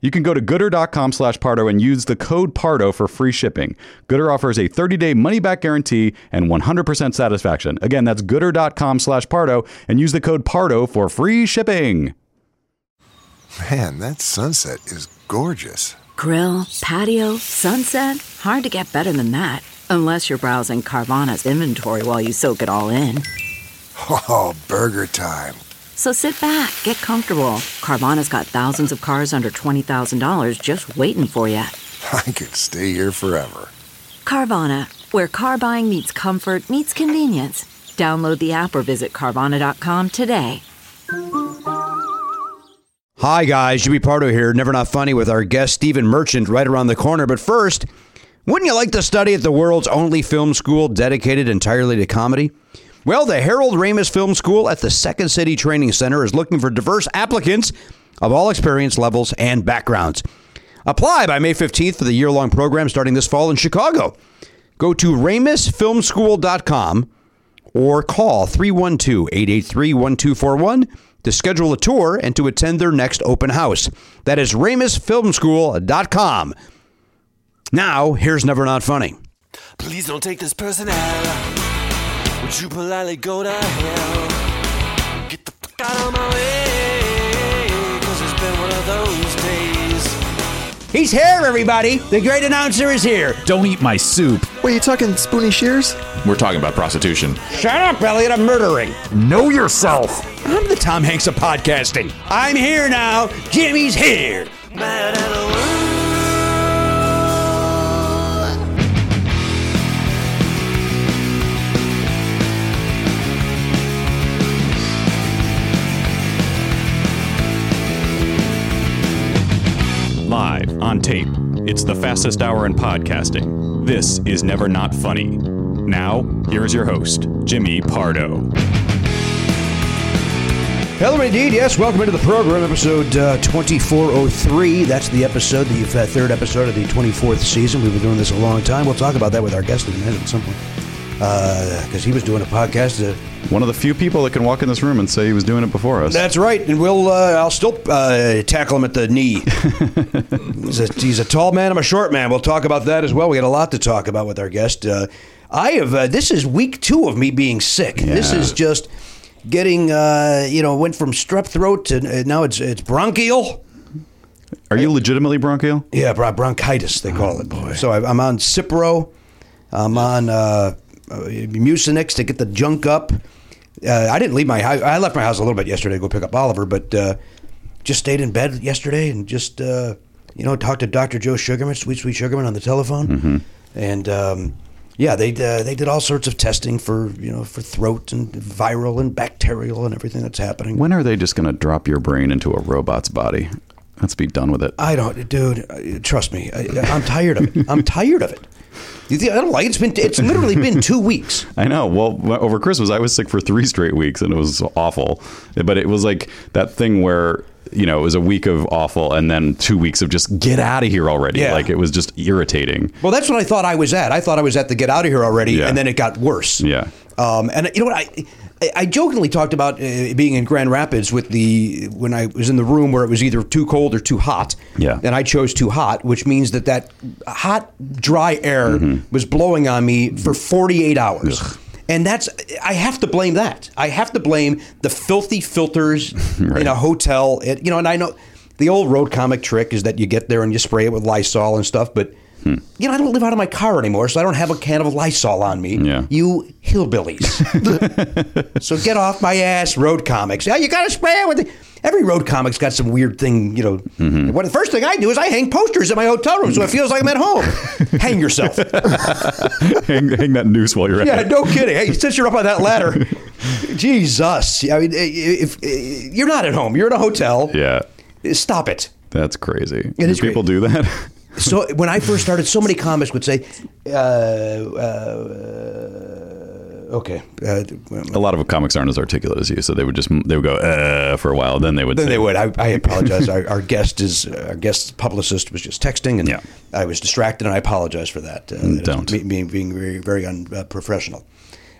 You can go to gooder.com slash Pardo and use the code Pardo for free shipping. Gooder offers a 30-day money-back guarantee and 100% satisfaction. Again, that's gooder.com slash Pardo and use the code Pardo for free shipping. Man, that sunset is gorgeous. Grill, patio, sunset. Hard to get better than that. Unless you're browsing Carvana's inventory while you soak it all in. Oh, burger time. So sit back, get comfortable. Carvana's got thousands of cars under $20,000 just waiting for you. I could stay here forever. Carvana, where car buying meets comfort, meets convenience. Download the app or visit Carvana.com today. Hi, guys. Jimmy Pardo here. Never Not Funny with our guest, Stephen Merchant, right around the corner. But first, wouldn't you like to study at the world's only film school dedicated entirely to comedy? Well, the Harold Ramis Film School at the Second City Training Center is looking for diverse applicants of all experience levels and backgrounds. Apply by May 15th for the year long program starting this fall in Chicago. Go to ramisfilmschool.com or call 312 883 1241 to schedule a tour and to attend their next open house. That is ramisfilmschool.com. Now, here's Never Not Funny. Please don't take this person out. Would you politely go to hell? Get the fuck out of my way, cause it's been one of those days. He's here, everybody! The great announcer is here! Don't eat my soup! Wait, you talking spoony shears? We're talking about prostitution. Shut up, Elliot, I'm murdering! Know yourself! I'm the Tom Hanks of podcasting. I'm here now, Jimmy's here! Live on tape. It's the fastest hour in podcasting. This is Never Not Funny. Now, here is your host, Jimmy Pardo. Hello, indeed. Yes, welcome into the program, episode uh, 2403. That's the episode, the uh, third episode of the 24th season. We've been doing this a long time. We'll talk about that with our guest in a minute at some point. Because uh, he was doing a podcast. uh, That, One of the few people that can walk in this room and say he was doing it before us. that's right, and we'll. Uh, I'll still uh, tackle him at the knee. he's, a, he's a tall man. I'm a short man. We'll talk about that as well. We got a lot to talk about with our guest. Uh, I have. Uh, this is week two of me being sick. This is just getting, uh, you know, went from strep throat to uh, now it's it's bronchial. Are you legitimately bronchial? Yeah, bron- bronchitis they call it. So I, I'm on Cipro. I'm on uh, uh, Mucinex to get the junk up. Uh, I didn't leave my house. I left my house a little bit yesterday to go pick up Oliver, but uh, just stayed in bed yesterday and just uh, you know talked to Dr. Joe Sugarman, sweet sweet Sugarman, on the telephone, and um, yeah, they uh, they did all sorts of testing for you know for throat and viral and bacterial and everything that's happening. When are they just going to drop your brain into a robot's body? Let's be done with it. I don't, dude. uh, Trust me, I, I'm tired of it. I'm tired of it. You think I don't like it? It's been it's literally been two weeks. I know. Well, w- over Christmas, I was sick for three straight weeks and it was awful. But it was like that thing where, you know, it was a week of awful and then two weeks of just get out of here already. Yeah. Like it was just irritating. Well, that's what I thought I was at. I thought I was at the get out of here already, Yeah. and then it got worse. Yeah. Um, and you know what? I I- I jokingly talked about uh, being in Grand Rapids with the when I was in the room where it was either too cold or too hot. Yeah. And I chose too hot, which means that that hot, dry air was blowing on me for 48 hours. And that's I have to blame that. I have to blame the filthy filters in a hotel. It, you know, and I know the old road comic trick is that you get there and you spray it with Lysol and stuff, but. You know, I don't live out of my car anymore, so I don't have a can of Lysol on me. Yeah. You hillbillies. so get off my ass, road comics. Yeah, you got to spray it with the, every road comic's got some weird thing. You know, what the first thing I do is I hang posters in my hotel room, so it feels like I'm at home. hang yourself. hang, hang that noose while you're Yeah, at it. no kidding. Hey, since you're up on that ladder, Jesus. I mean, if, if you're not at home, you're in a hotel. Yeah. Stop it. That's crazy. It do is people do that? So when I first started, so many comics would say, uh, uh, "Okay, uh, a lot of comics aren't as articulate as you, so they would just they would go uh, for a while, then they would. Then say- they would. I, I apologize. our, our guest is uh, our guest publicist was just texting, and Yeah. I was distracted, and I apologize for that. Uh, that is Don't. me- being being very very unprofessional.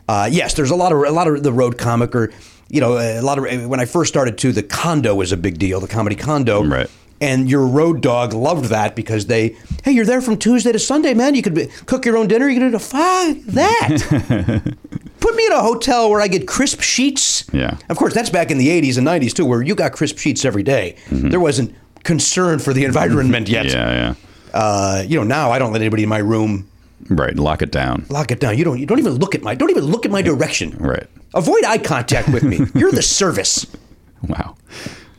Uh, yes, there's a lot of a lot of the road comic or you know a lot of when I first started too, the condo was a big deal. The comedy condo, Right. And your road dog loved that because they, hey, you're there from Tuesday to Sunday, man. You could be, cook your own dinner. You could do the fuck that. Put me in a hotel where I get crisp sheets. Yeah. Of course, that's back in the 80s and 90s too, where you got crisp sheets every day. There wasn't concern for the environment yet. Mm-hmm. Yeah, yeah. Uh, you know, now I don't let anybody in my room. Right. Lock it down. Lock it down. You don't. You don't even look at my. Don't even look at my direction. Right. Avoid eye contact with me. You're the service. Wow.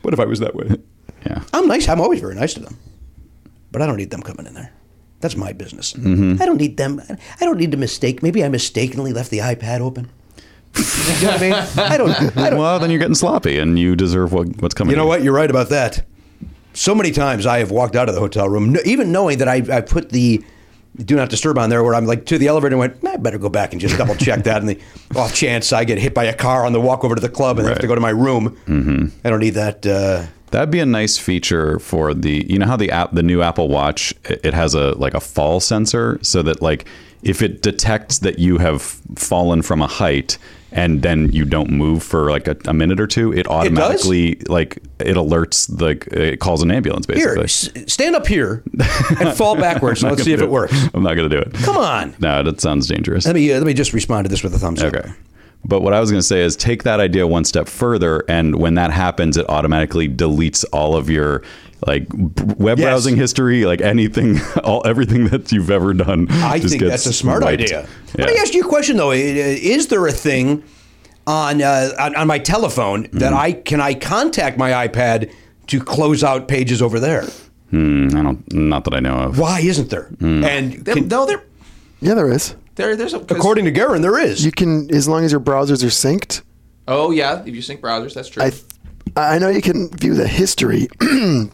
What if I was that way? Yeah. I'm nice. I'm always very nice to them, but I don't need them coming in there. That's my business. Mm-hmm. I don't need them. I don't need to mistake. Maybe I mistakenly left the iPad open. you know what I mean? I don't. I don't Well, then you're getting sloppy, and you deserve what, what's coming. You know to what? You're right about that. So many times I have walked out of the hotel room, kn- even knowing that I, I put the do not disturb on there, where I'm like to the elevator and went, I better go back and just double check that. And the off chance I get hit by a car on the walk over to the club and I have Right. to go to my room, mm-hmm. I don't need that. Uh, That'd be a nice feature for the you know how the app the new Apple Watch it it has a like a fall sensor so that like if it detects that you have fallen from a height and then you don't move for like a, a minute or two it automatically like it alerts like it calls an ambulance here, basically. s- stand up here and fall backwards. and let's see if it works. I'm not gonna do it. Come on. No, that sounds dangerous. Let me uh, let me just respond to this with a thumbs up. Okay. But what I was going to say is take that idea one step further, and when that happens, it automatically deletes all of your like b- web Yes. browsing history, like anything, all everything that you've ever done. I just think gets that's a smart wiped. idea. Yeah. Let me ask you a question though: I- I- Is there a thing on uh, on, on my telephone Mm-hmm. that I can I contact my iPad to close out pages over there? Mm, I don't, not that I know of. Why isn't there? Mm. And There- can- no, there, Yeah, there is. there, there's a. 'cause- according to Garin, there is. You can, as long as your browsers are synced. oh yeah, if you sync browsers, that's true. I, th- I know you can view the history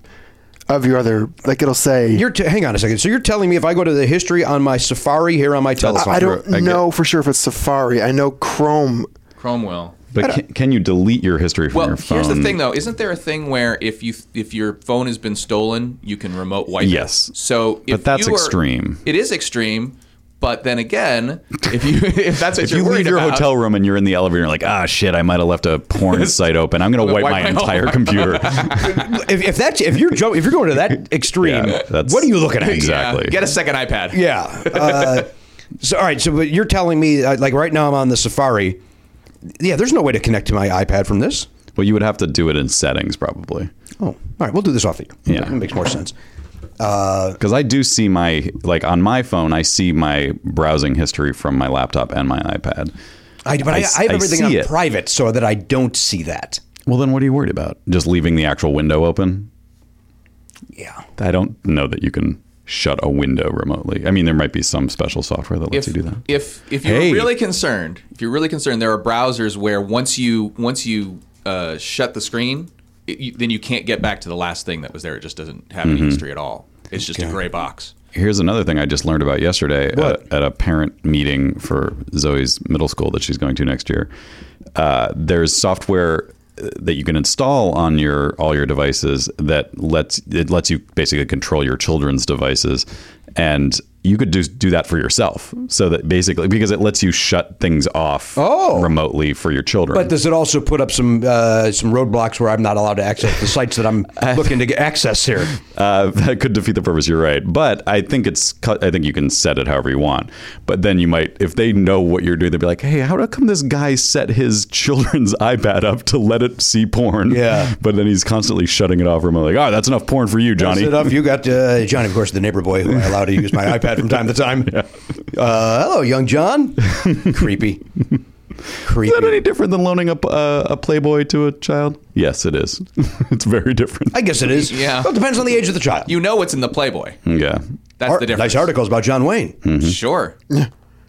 of your other. Like it'll say. you're t- hang on a second. So you're telling me if I go to the history on my Safari here on my telephone, I don't I get- know for sure if it's Safari. I know Chrome. Chrome will. But can, can you delete your history from Well, your phone? here's the thing, though. Isn't there a thing where if you if your phone has been stolen, you can remote wipe? it? Yes. So, if But that's you are- extreme. It is extreme, but then again, if you if that's what If you're you worried leave your about, hotel room and you're in the elevator, you're like, ah, shit, I might have left a porn site open. I'm going to wipe, wipe my my whole- entire computer. if, if that's if you're jo- if you're going to that extreme, Yeah, that's- what are you looking at? Exactly. yeah, get a second iPad. Yeah. Uh, so all right. So but you're telling me uh, like right now I'm on the Safari. yeah, there's no way to connect to my iPad from this. Well, you would have to do it in settings probably. Oh, all right, we'll do this off of you. Yeah. it makes more sense. Because I do see my like on my phone, I see my browsing history from my laptop and my iPad. I, but I, I I, s- have I everything see on it. private so that I don't see that. Well, then what are you worried about? Just leaving the actual window open? Yeah. I don't know that you can shut a window remotely. I mean, there might be some special software that lets if, you do that. If if you're Hey. really concerned, if you're really concerned, there are browsers where once you once you uh, shut the screen, it, you, then you can't get back to the last thing that was there. It just doesn't have Mm-hmm. any history at all. It's just a gray box. Here's another thing I just learned about yesterday at, at a parent meeting for Zoe's middle school that she's going to next year. Uh, there's software uh, that you can install on your all your devices that lets it lets you basically control your children's devices, and you could do do that for yourself. So that basically because it lets you shut things off Oh. remotely for your children. But does it also put up some uh, some roadblocks where I'm not allowed to access the sites that I'm looking to get access here? Uh, that could defeat the purpose. You're right, but I think it's. cu- I think you can set it however you want. But then you might, if they know what you're doing, they'd be like, "Hey, how come this guy set his children's iPad up to let it see porn? Yeah. but then he's constantly shutting it off remotely. Like, oh, that's enough porn for you, Johnny. Set up. You got uh, Johnny, of course, the neighbor boy who I allow to use my iPad from time to time. Uh, hello, young John. Creepy. Is that any Creepy. different than loaning up uh, a Playboy to a child? Yes, it is. it's very different. I guess it is. Yeah. Well, it depends on the age of the child. You know what's in the Playboy. yeah, That's Ar- the difference. nice articles about John Wayne. Hmm. Sure.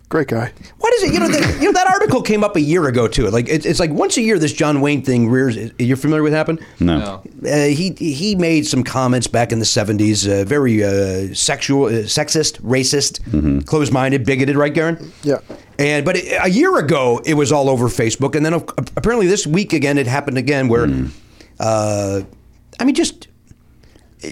Great guy. Why does it? You know, that, you know that article came up a year ago too. Like it's, it's like once a year this John Wayne thing rears. You're familiar with what happened? no. No. Uh, he he made some comments back in the 70s, uh, very uh, sexual, uh, sexist, racist, closed-minded, bigoted, right, Garen? Yeah. And but it, a year ago, it was all over Facebook, and then of- apparently this week again, it happened again. Where, Hmm. uh, I mean, just eh,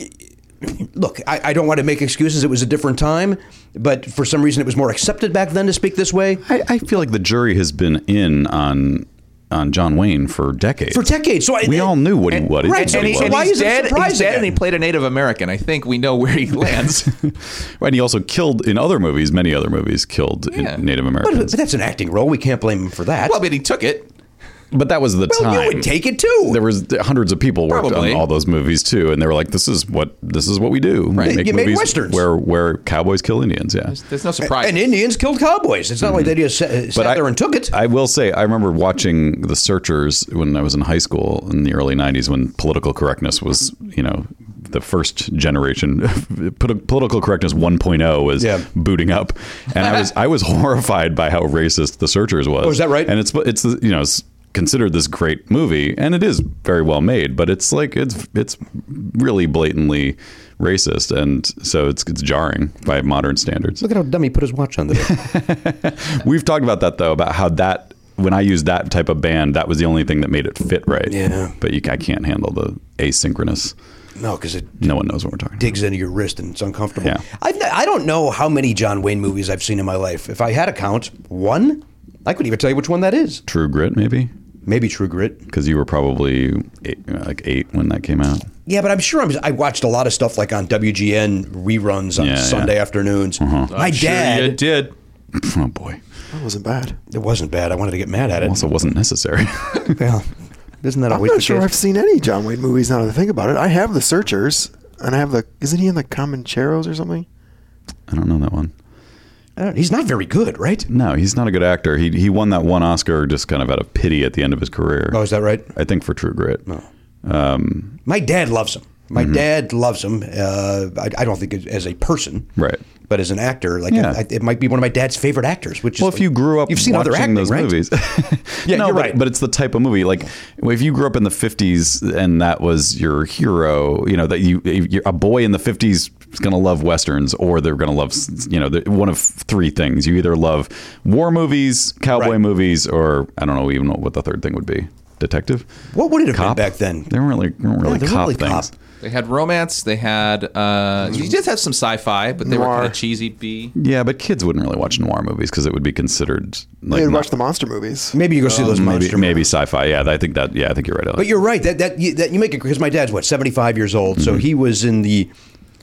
look, I, I don't want to make excuses. It was a different time, but for some reason, it was more accepted back then to speak this way. I, I feel like the jury has been in on on John Wayne for decades. For decades, so I- we all knew what he what he- Right, what and he he- was. and why he's is it dead, He's surprising dead, then? and he played a Native American. I think we know where he lands. Right, and he also killed in other movies, many other movies, killed in- Yeah. Native But, but Americans. But, that's an acting role. We can't blame him for that. well, but he took it. that was the Well, time. you would take it too. There was hundreds of people worked Probably. on all those movies too, and they were like, "This is what this is what we do. Right, You make westerns. where where cowboys kill Indians." Yeah, There's no surprise. and Indians killed cowboys. It's not like they just sat, sat Hmm. I- there and took it. I will say, I remember watching The Searchers when I was in high school in the early '90s, when political correctness was, you know, the first generation. Put- political correctness 1.0 was Yeah. booting up, and I was I was horrified by how racist The Searchers was. Oh, is that right? And it's it's the- you know. It's, considered this great movie and it is very well made but it's like it's it's really blatantly racist and so it's it's jarring by modern standards Look at how dummy put his watch on there. We've talked about that though, about how that when I used that type of band, that was the only thing that made it fit right. Yeah. But you, I can't handle the asynchronous. no, because it No one knows what we're talking. about. digs into your wrist and it's uncomfortable. Yeah. I've, I don't know how many John Wayne movies I've seen in my life. If I had a count, one, I couldn't even tell you which one that is. True Grit, maybe, Maybe True Grit. because you were probably eight, uh, like eight when that came out. Yeah, but I'm sure I'm, I watched a lot of stuff like on WGN reruns on Yeah, yeah. Sunday afternoons. My Sure you dad, did. Oh boy, That wasn't bad. it wasn't bad. I wanted to get mad at it. also wasn't necessary. yeah. Isn't that I'm always not the sure case? I've seen any John Wayne movies now that I think about it. I have The Searchers, and I have the. Isn't he in the Comancheros or something? I don't know that one. I don't- He's not very good, right? No, he's not a good actor. He he won that one Oscar just kind of out of pity at the end of his career. Oh, is that right? I think for True Grit. No. Um, My dad loves him. My dad loves him. Uh, I, I don't think as a person, Right. But as an actor, like Yeah. I, it might be one of my dad's favorite actors. Which Well, is if you grew up you've seen watching other acting, those right? movies. Yeah, no, you're but, right. But it's the type of movie like if you grew up in the 50s and that was your hero, you know, that you if you're- a boy in the 50s is going to love westerns or they're going to love, you know, the- one of three things. You either love war movies, cowboy Right. movies, or I don't know even what the third thing would be. Detective? What would it have Cop? been back then? They weren't really, they weren't really they weren't cop really cop. things. They had romance. They had. Uh, you did have some sci-fi, but they were Noir. kind of cheesy. B. Yeah, but kids wouldn't really watch noir movies because it would be considered like They'd not- watch the monster movies. Maybe you go see those Oh, maybe, monster maybe movies. sci-fi. Yeah, I think that. Yeah, I think you're right. Alex. But you're right that that you, that you make it because my dad's what 75 years old, Mm-hmm. so he was in the.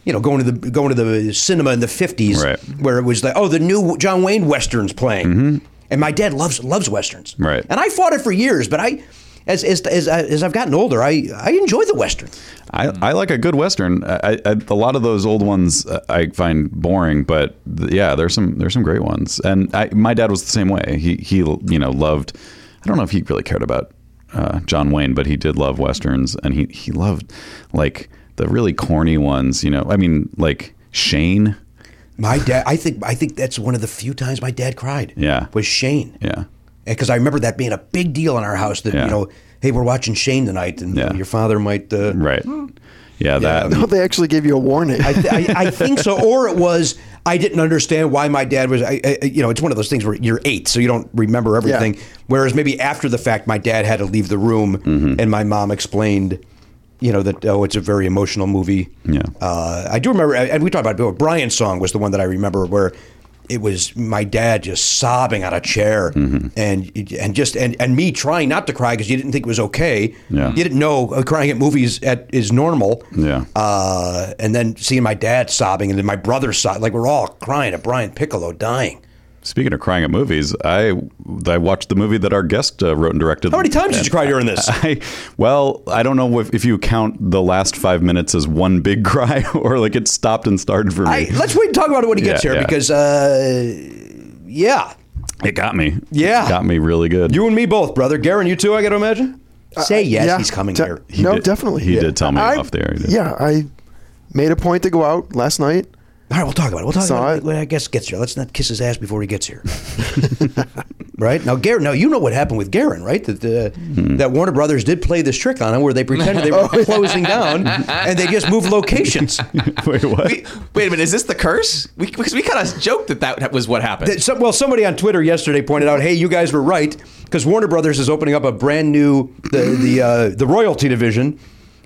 You know, going to the going to the cinema in the fifties, Right. where it was like, oh, the new John Wayne westerns playing, And my dad loves loves westerns. Mm-hmm. Right. And I fought it for years, but I. As, as, as, I- as I've gotten older, I, I enjoy the Western. I, Hmm. I like a good western. I, I, a lot of those old ones uh, I find boring, but th- yeah, there's some there's some great ones. And I, my dad was the same way. He he you know loved. I don't know if he really cared about uh, John Wayne, but he did love westerns, and he he loved like the really corny ones. You know, I mean like Shane. My dad, I think, I think that's one of the few times my dad cried. Yeah. was Shane. Yeah. because I remember that being a big deal in our house. That Yeah. you know, hey, we're watching Shane tonight, and Yeah. your father might. Uh, Right. Yeah. That. No, they actually gave you a warning. I, th- I, I think so, or it was I didn't understand why my dad was. I, I, you know, it's one of those things where you're eight, so you don't remember everything. Whereas maybe after the fact, my dad had to leave the room, Mm-hmm. and my mom explained. You know that oh, it's a very emotional movie. Yeah. uh, I do remember, and we talked about it. But Brian's song was the one that I remember where it was my dad just sobbing on a chair, Mm-hmm. and and just and, and me trying not to cry because you didn't think it was okay. Yeah. you didn't know uh, crying at movies at, is normal. Yeah. Uh, and then seeing my dad sobbing, and then my brother sobbing, like we're all crying at Brian Piccolo dying. Speaking of crying at movies, I I watched the movie that our guest uh, wrote and directed. How many times did you cry during this? I well, I don't know if, if you count the last five minutes as one big cry or like it stopped and started for me. I, let's wait and talk about it when he Yeah, gets here yeah. because, uh, yeah, it got me. Yeah. it got me really good. you and me both, brother. Garen, you too, I got to imagine. Say yes, yeah, he's coming de- here. He no, did- definitely. he Yeah. did tell me I- off the air, he did. Yeah, I made a point to go out last night. All right, we'll talk about it. We'll talk Saw about it. it. When I guess gets here. Let's not kiss his ass before he gets here. right now, Garen. Now you know what happened with Garen, right? That uh, Hmm. that Warner Brothers did play this trick on him, where they pretended they were closing down, and they just moved locations. Wait, what? We, wait a minute, is this the curse? We, because we kind of joked that that was what happened. That some, well, somebody on Twitter yesterday pointed out, "Hey, you guys were right because Warner Brothers is opening up a brand new the the uh, the royalty division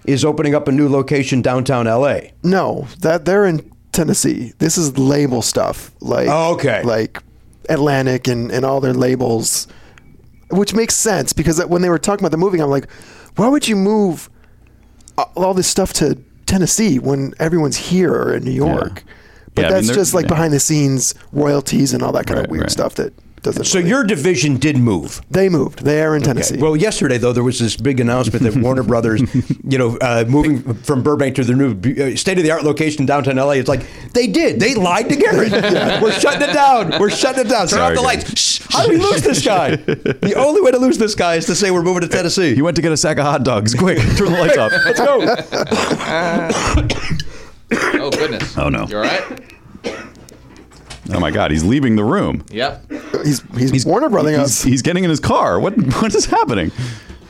is opening up a new location downtown L.A. No, that they're in Tennessee. This is label stuff, like Oh, okay. like Atlantic and and all their labels, which makes sense because when they were talking about the movie, I'm like, why would you move uh, all this stuff to Tennessee when everyone's here in New York? But Yeah, I mean, that's they're- just like yeah. behind the scenes royalties and all that kind Right, of weird right. stuff that doesn't. So really- your division did move. they moved. They are in Tennessee. Well, yesterday though there was this big announcement that Warner Brothers, you know, uh, moving from Burbank to their new state of the art location downtown LA. It's like they did. They lied to Garrett. We're shutting it down. We're shutting it down. Turn off Sorry, the Garrett. lights. Shh. How do we lose this guy? The only way to lose this guy is to say we're moving to Tennessee. he went to get a sack of hot dogs. Quick, turn the lights off. Let's go. oh goodness. Oh, no. You all right? Oh my God, he's leaving the room. Yep. he's he's, Warner He's, Brothers. he's getting in his car. What what is happening?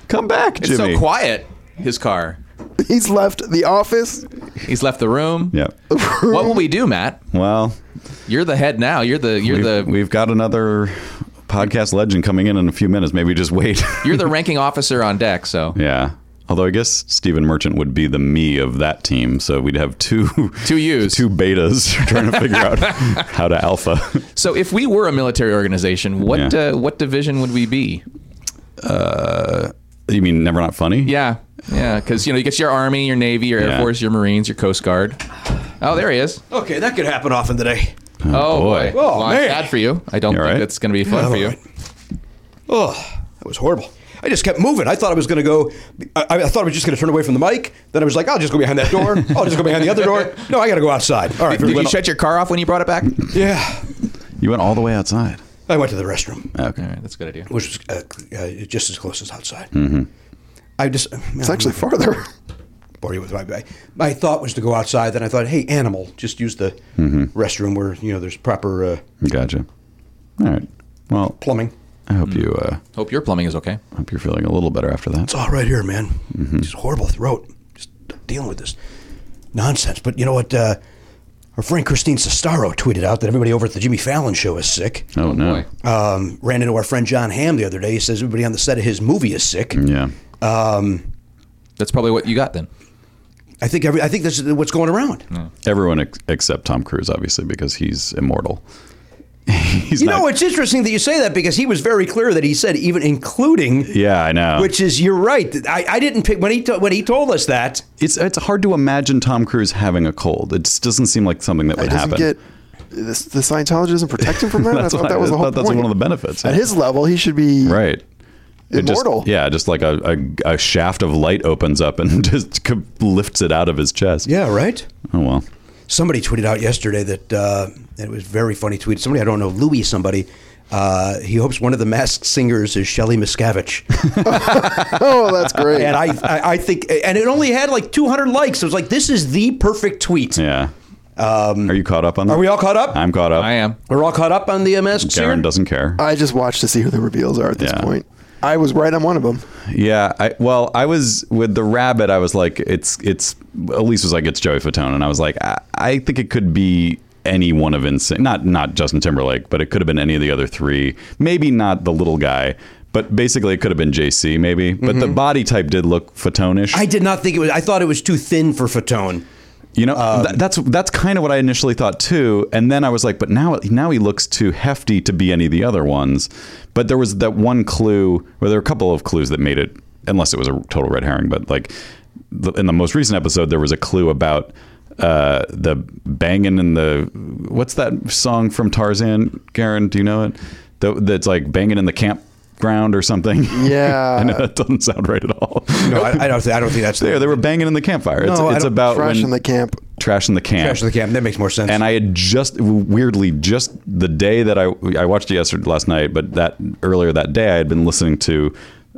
Come back, It's Jimmy. so quiet. His car. he's left the office. He's left the room. Yeah. What will we do, Matt? Well, You're the head now. You're the you're we've, the we've got another podcast legend coming in in a few minutes. Maybe just wait. you're the ranking officer on deck. So Yeah. Although I guess Stephen Merchant would be the me of that team, so we'd have two Two yous. two betas trying to figure out how to alpha. so if we were a military organization, what Yeah. uh, what division would we be? You mean never not funny? Yeah, yeah, because you know you get your army, your navy, your Yeah. air force, your marines, your coast guard. Oh, there he is. Oh, Okay, that could happen often today. boy. boy. Oh, well, I'm man. bad for you. I don't You all think right? that's going to be fun for you. Oh, that was horrible. I just kept moving. I thought I was going to go. I, I thought I was just going to turn away from the mic. Then I was like, I'll just go behind that door. I'll just go behind the other door. No, I got to go outside. All right, Did very you well. shut your car off when you brought it back? All Yeah, You went all the way outside. I went to the restroom. right, that's a good idea. which was uh, uh, just as close as outside. Mm-hmm. I just uh, It's actually farther. bore you with my, my my thought was to go outside. Then I thought, hey, animal, just use the Mm-hmm. restroom where you know there's proper uh, Gotcha. All right. Well, plumbing. I hope you uh, Hope your plumbing is okay. hope you're feeling a little better after that. It's all right here, man. Mm-hmm. Just horrible throat. Just dealing with this nonsense. But you know what? Uh, our friend Christine Sestaro tweeted out that everybody over at the Jimmy Fallon show is sick. Oh, no. boy. Um, ran into our friend John Hamm the other day. He says everybody on the set of his movie is sick. Yeah. That's probably what you got then. I think every, I think this is what's going around. Everyone ex- except Tom Cruise, obviously, because he's immortal. he's You not- know, it's interesting that you say that because he was very clear that he said even including, Yeah, I know. which is you're right. I, I didn't pick when he to, when he told us that. it's it's hard to imagine Tom Cruise having a cold. It just doesn't seem like something that would It doesn't happen. get this, the Scientology doesn't protect him from that. That's I why- thought that I was the whole thought that's point. one of the benefits. At his level, he should be right. It just- immortal. yeah, just like a, a, a shaft of light opens up and just co- lifts it out of his chest. Yeah, right. Oh well. Somebody tweeted out yesterday that uh, it was a very funny tweet. Somebody I don't know, Louis somebody. Uh, he hopes one of the masked singers is Shelly Miscavige. Oh, that's great. and I, I, I think, and it only had like 200 likes. It was like, this is the perfect tweet. Yeah. Um, Are you caught up on that? Are we all caught up? I'm caught up. I am. We're all caught up on the uh, masked singer? Darren doesn't care. I just watched to see who the reveals are at this Yeah. point. I was right on one of them. Yeah, I, well, I was with the rabbit. I was like, it's it's. Elise was like, it's Joey Fatone, and I was like, I, I think it could be any one of Insane, not not Justin Timberlake, but it could have been any of the other three. Maybe not the little guy, but basically it could have been JC, maybe. But the body type did look Fatone-ish. I did not think it was, I thought it was too thin for Fatone. You know, th- that's that's kind of what I initially thought too, and then I was like, but now now he looks too hefty to be any of the other ones. But there was that one clue, well, there were a couple of clues that made it, unless it was a total red herring. But like the, in the most recent episode, there was a clue about uh, the banging in the what's that song from Tarzan? Garen, do you know it? The, that's like banging in the campground or something. Yeah. I know that doesn't sound right at all. No, I, I don't, think, I don't think that's There, they were banging in the campfire. It's, No, I it's don't- about Fresh when- in the camp. trash in the camp. Trash of the Camp. That makes more sense. And I had just weirdly just the day that I I watched it yesterday last night, but that earlier that day I had been listening to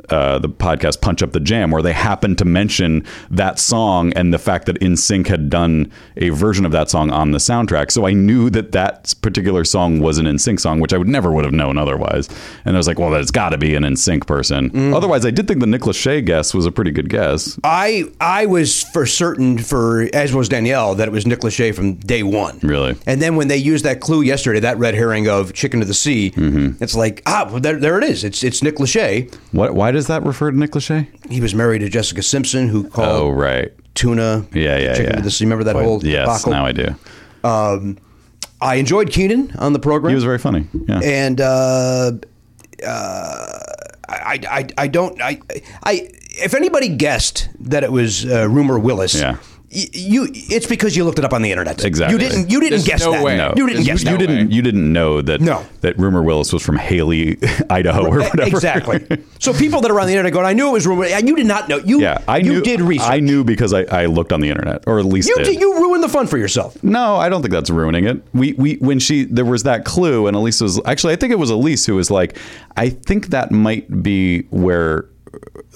uh, the podcast Punch Up the Jam, where they happened to mention that song and the fact that InSync had done a version of that song on the soundtrack. So I knew that that particular song was an InSync song, which I would never would have known otherwise. And I was like, well, that's got to be an InSync person. Mm. Otherwise, I did think the Nick Lachey guess was a pretty good guess. I I was for certain for as was Danielle that it was Nick Lachey from day one. Really? And then when they used that clue yesterday, that red herring of chicken to the sea, Mm-hmm. it's like ah, well, there, there it is. It's it's Nick Lachey. What? Why does that refer to Nick Lachey? He was married to Jessica Simpson, who called Oh, right. tuna. Yeah, yeah, chicken yeah. to the sea. Remember that Boy, whole yes. debacle? Now I do. I enjoyed Keenan on the program. He was very funny. Yeah. and uh, uh, I, I, I don't, I, I, if anybody guessed that it was uh, rumor Willis, Yeah. y- you, it's because you looked it up on the internet. Exactly. You didn't, you didn't There's guess no that. way. no, You didn't you, guess you that. didn't. You didn't know that. No. That rumor Willis was from Haley, Idaho, or whatever. Exactly. So people that are on the internet going, I knew it was rumor. And you did not know. You, yeah, I you knew. did research. I knew because I, I looked on the internet, or at least You did. did. You ruined the fun for yourself. No, I don't think that's ruining it. We we when she there was that clue, and Elise was actually I think it was Elise who was like, I think that might be where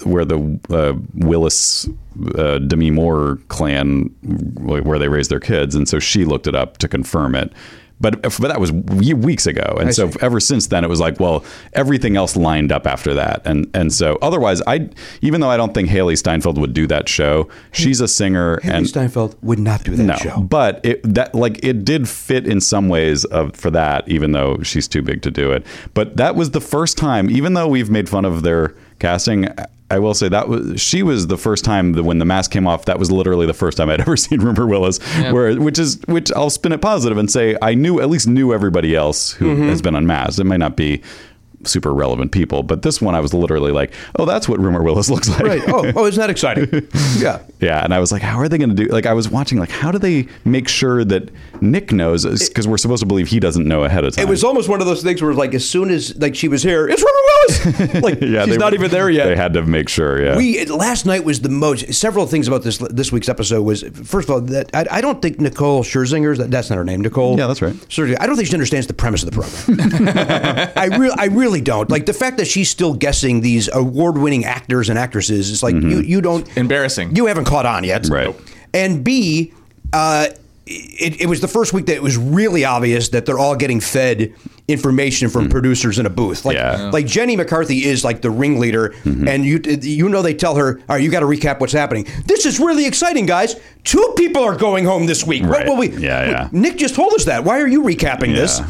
where the uh, Willis uh, Demi Moore clan like, where they raise their kids, and so she looked it up to confirm it. But but that was ye- weeks ago, and so ever since then it was like, well, everything else lined up after that, and and so otherwise, I even though I don't think Haley Steinfeld would do that show, she's a singer And and Steinfeld would not do that no, show. but it that like it did fit in some ways of for that, even though she's too big to do it. But that was the first time, even though we've made fun of their casting. I will say that was she was the first time that when the mask came off. That was literally the first time I'd ever seen Rumor Willis, where which is which I'll spin it positive and say I knew at least knew everybody else who Mm-hmm. has been unmasked. It might not be super relevant people, but this one I was literally like, oh, that's what Rumor Willis looks like. Right. Oh, oh, isn't that exciting? Yeah. Yeah, and I was like, how are they going to do? Like, I was watching, like, how do they make sure that Nick knows? Because we're supposed to believe he doesn't know ahead of time. It was almost one of those things where, like, as soon as like she was here, it's Rumor Willis. Like, yeah, she's they- not even there yet. They had to make sure. Yeah, We last night was the most. Several things about this this week's episode was first of all that I, I don't think Nicole Scherzinger that that's not her name Nicole. Yeah, that's right. Scherzinger, I don't think she understands the premise of the program. I really I really don't like the fact that she's still guessing these award winning actors and actresses. It's Mm-hmm. like you you don't Embarrassing. You haven't caught on yet, Right. Nope. And B. Uh, it, it was the first week that it was really obvious that they're all getting fed information from producers in a booth. Like, Hmm. Yeah. Mm-hmm. like Jenny McCarthy is like the ringleader, and you you know they tell her, all right, you got to recap what's happening. This is really exciting, guys. Two people are going home this week. What Right. will we? Yeah, yeah. Nick just told us that. Why are you recapping this?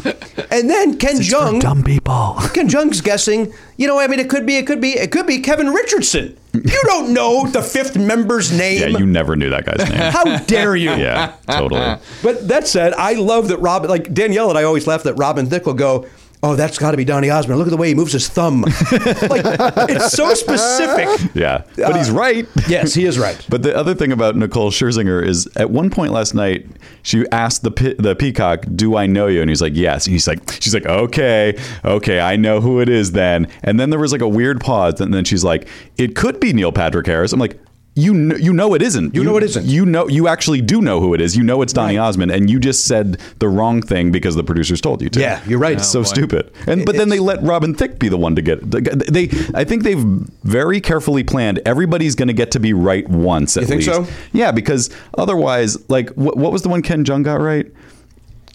And then Ken Jung, dumb people. Ken Jung's guessing. You know, I mean, it could be, it could be, it could be Kevin Richardson. You don't know the fifth member's yeah, name. you never knew that guy's name. How dare you? yeah, totally. But that said, I love that Robin, like Danielle and I always laugh that Robin Thicke will go, Oh, that's got to be Donny Osmond. Look at the way he moves his thumb. like, it's so specific. Yeah, but he's right. Yes, he is right. But the other thing about Nicole Scherzinger is, at one point last night, she asked the pe- the peacock, "Do I know you?" And he's like, "Yes." And he's like, "She's like, okay, okay, I know who it is then." And then there was like a weird pause, and then she's like, "It could be Neil Patrick Harris." I'm like. You know, you know it isn't. You, know it isn't. You know you actually do know who it is. You know it's Donny Osmond, and you just said the wrong thing because the producers told you to. Yeah, you're right. It's so stupid. And but then they let Robin Thicke be the one to get. They, I think they've very carefully planned. Everybody's going to get to be right once at think least. so? Yeah, because otherwise, like, what, what was the one Ken Jung got right?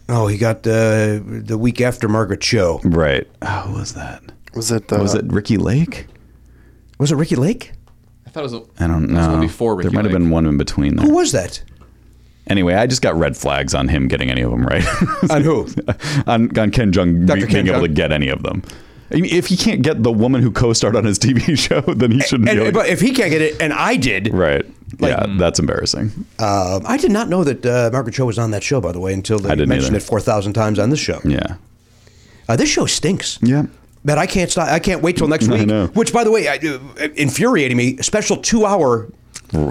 Oh, he got uh, the week after Margaret Show. Right. Oh, who was that? Was it? Uh, was it Ricky Lake? Was it Ricky Lake? I thought it was. A, I don't it was know. one before Ricky there might have Lake. been one in between. There. Who was that? Anyway, I just got red flags on him getting any of them right. On who? on, on Ken Jung Uh, Dr. be- Ken being Jeong. able to get any of them. I mean, if he can't get the woman who co-starred on his TV show, then he shouldn't be. And, able to- but if he can't get it, and I did, Right. yeah, hmm. that's embarrassing. um, I did not know that uh, Margaret Show was on that show. By the way, until they I didn't mentioned it either. four thousand times on this show. Yeah. Uh, this show stinks. Yeah. But I can't stop. I can't wait till next I week. know. Which, by the way, I, uh, infuriating me. Special two hour. Oh,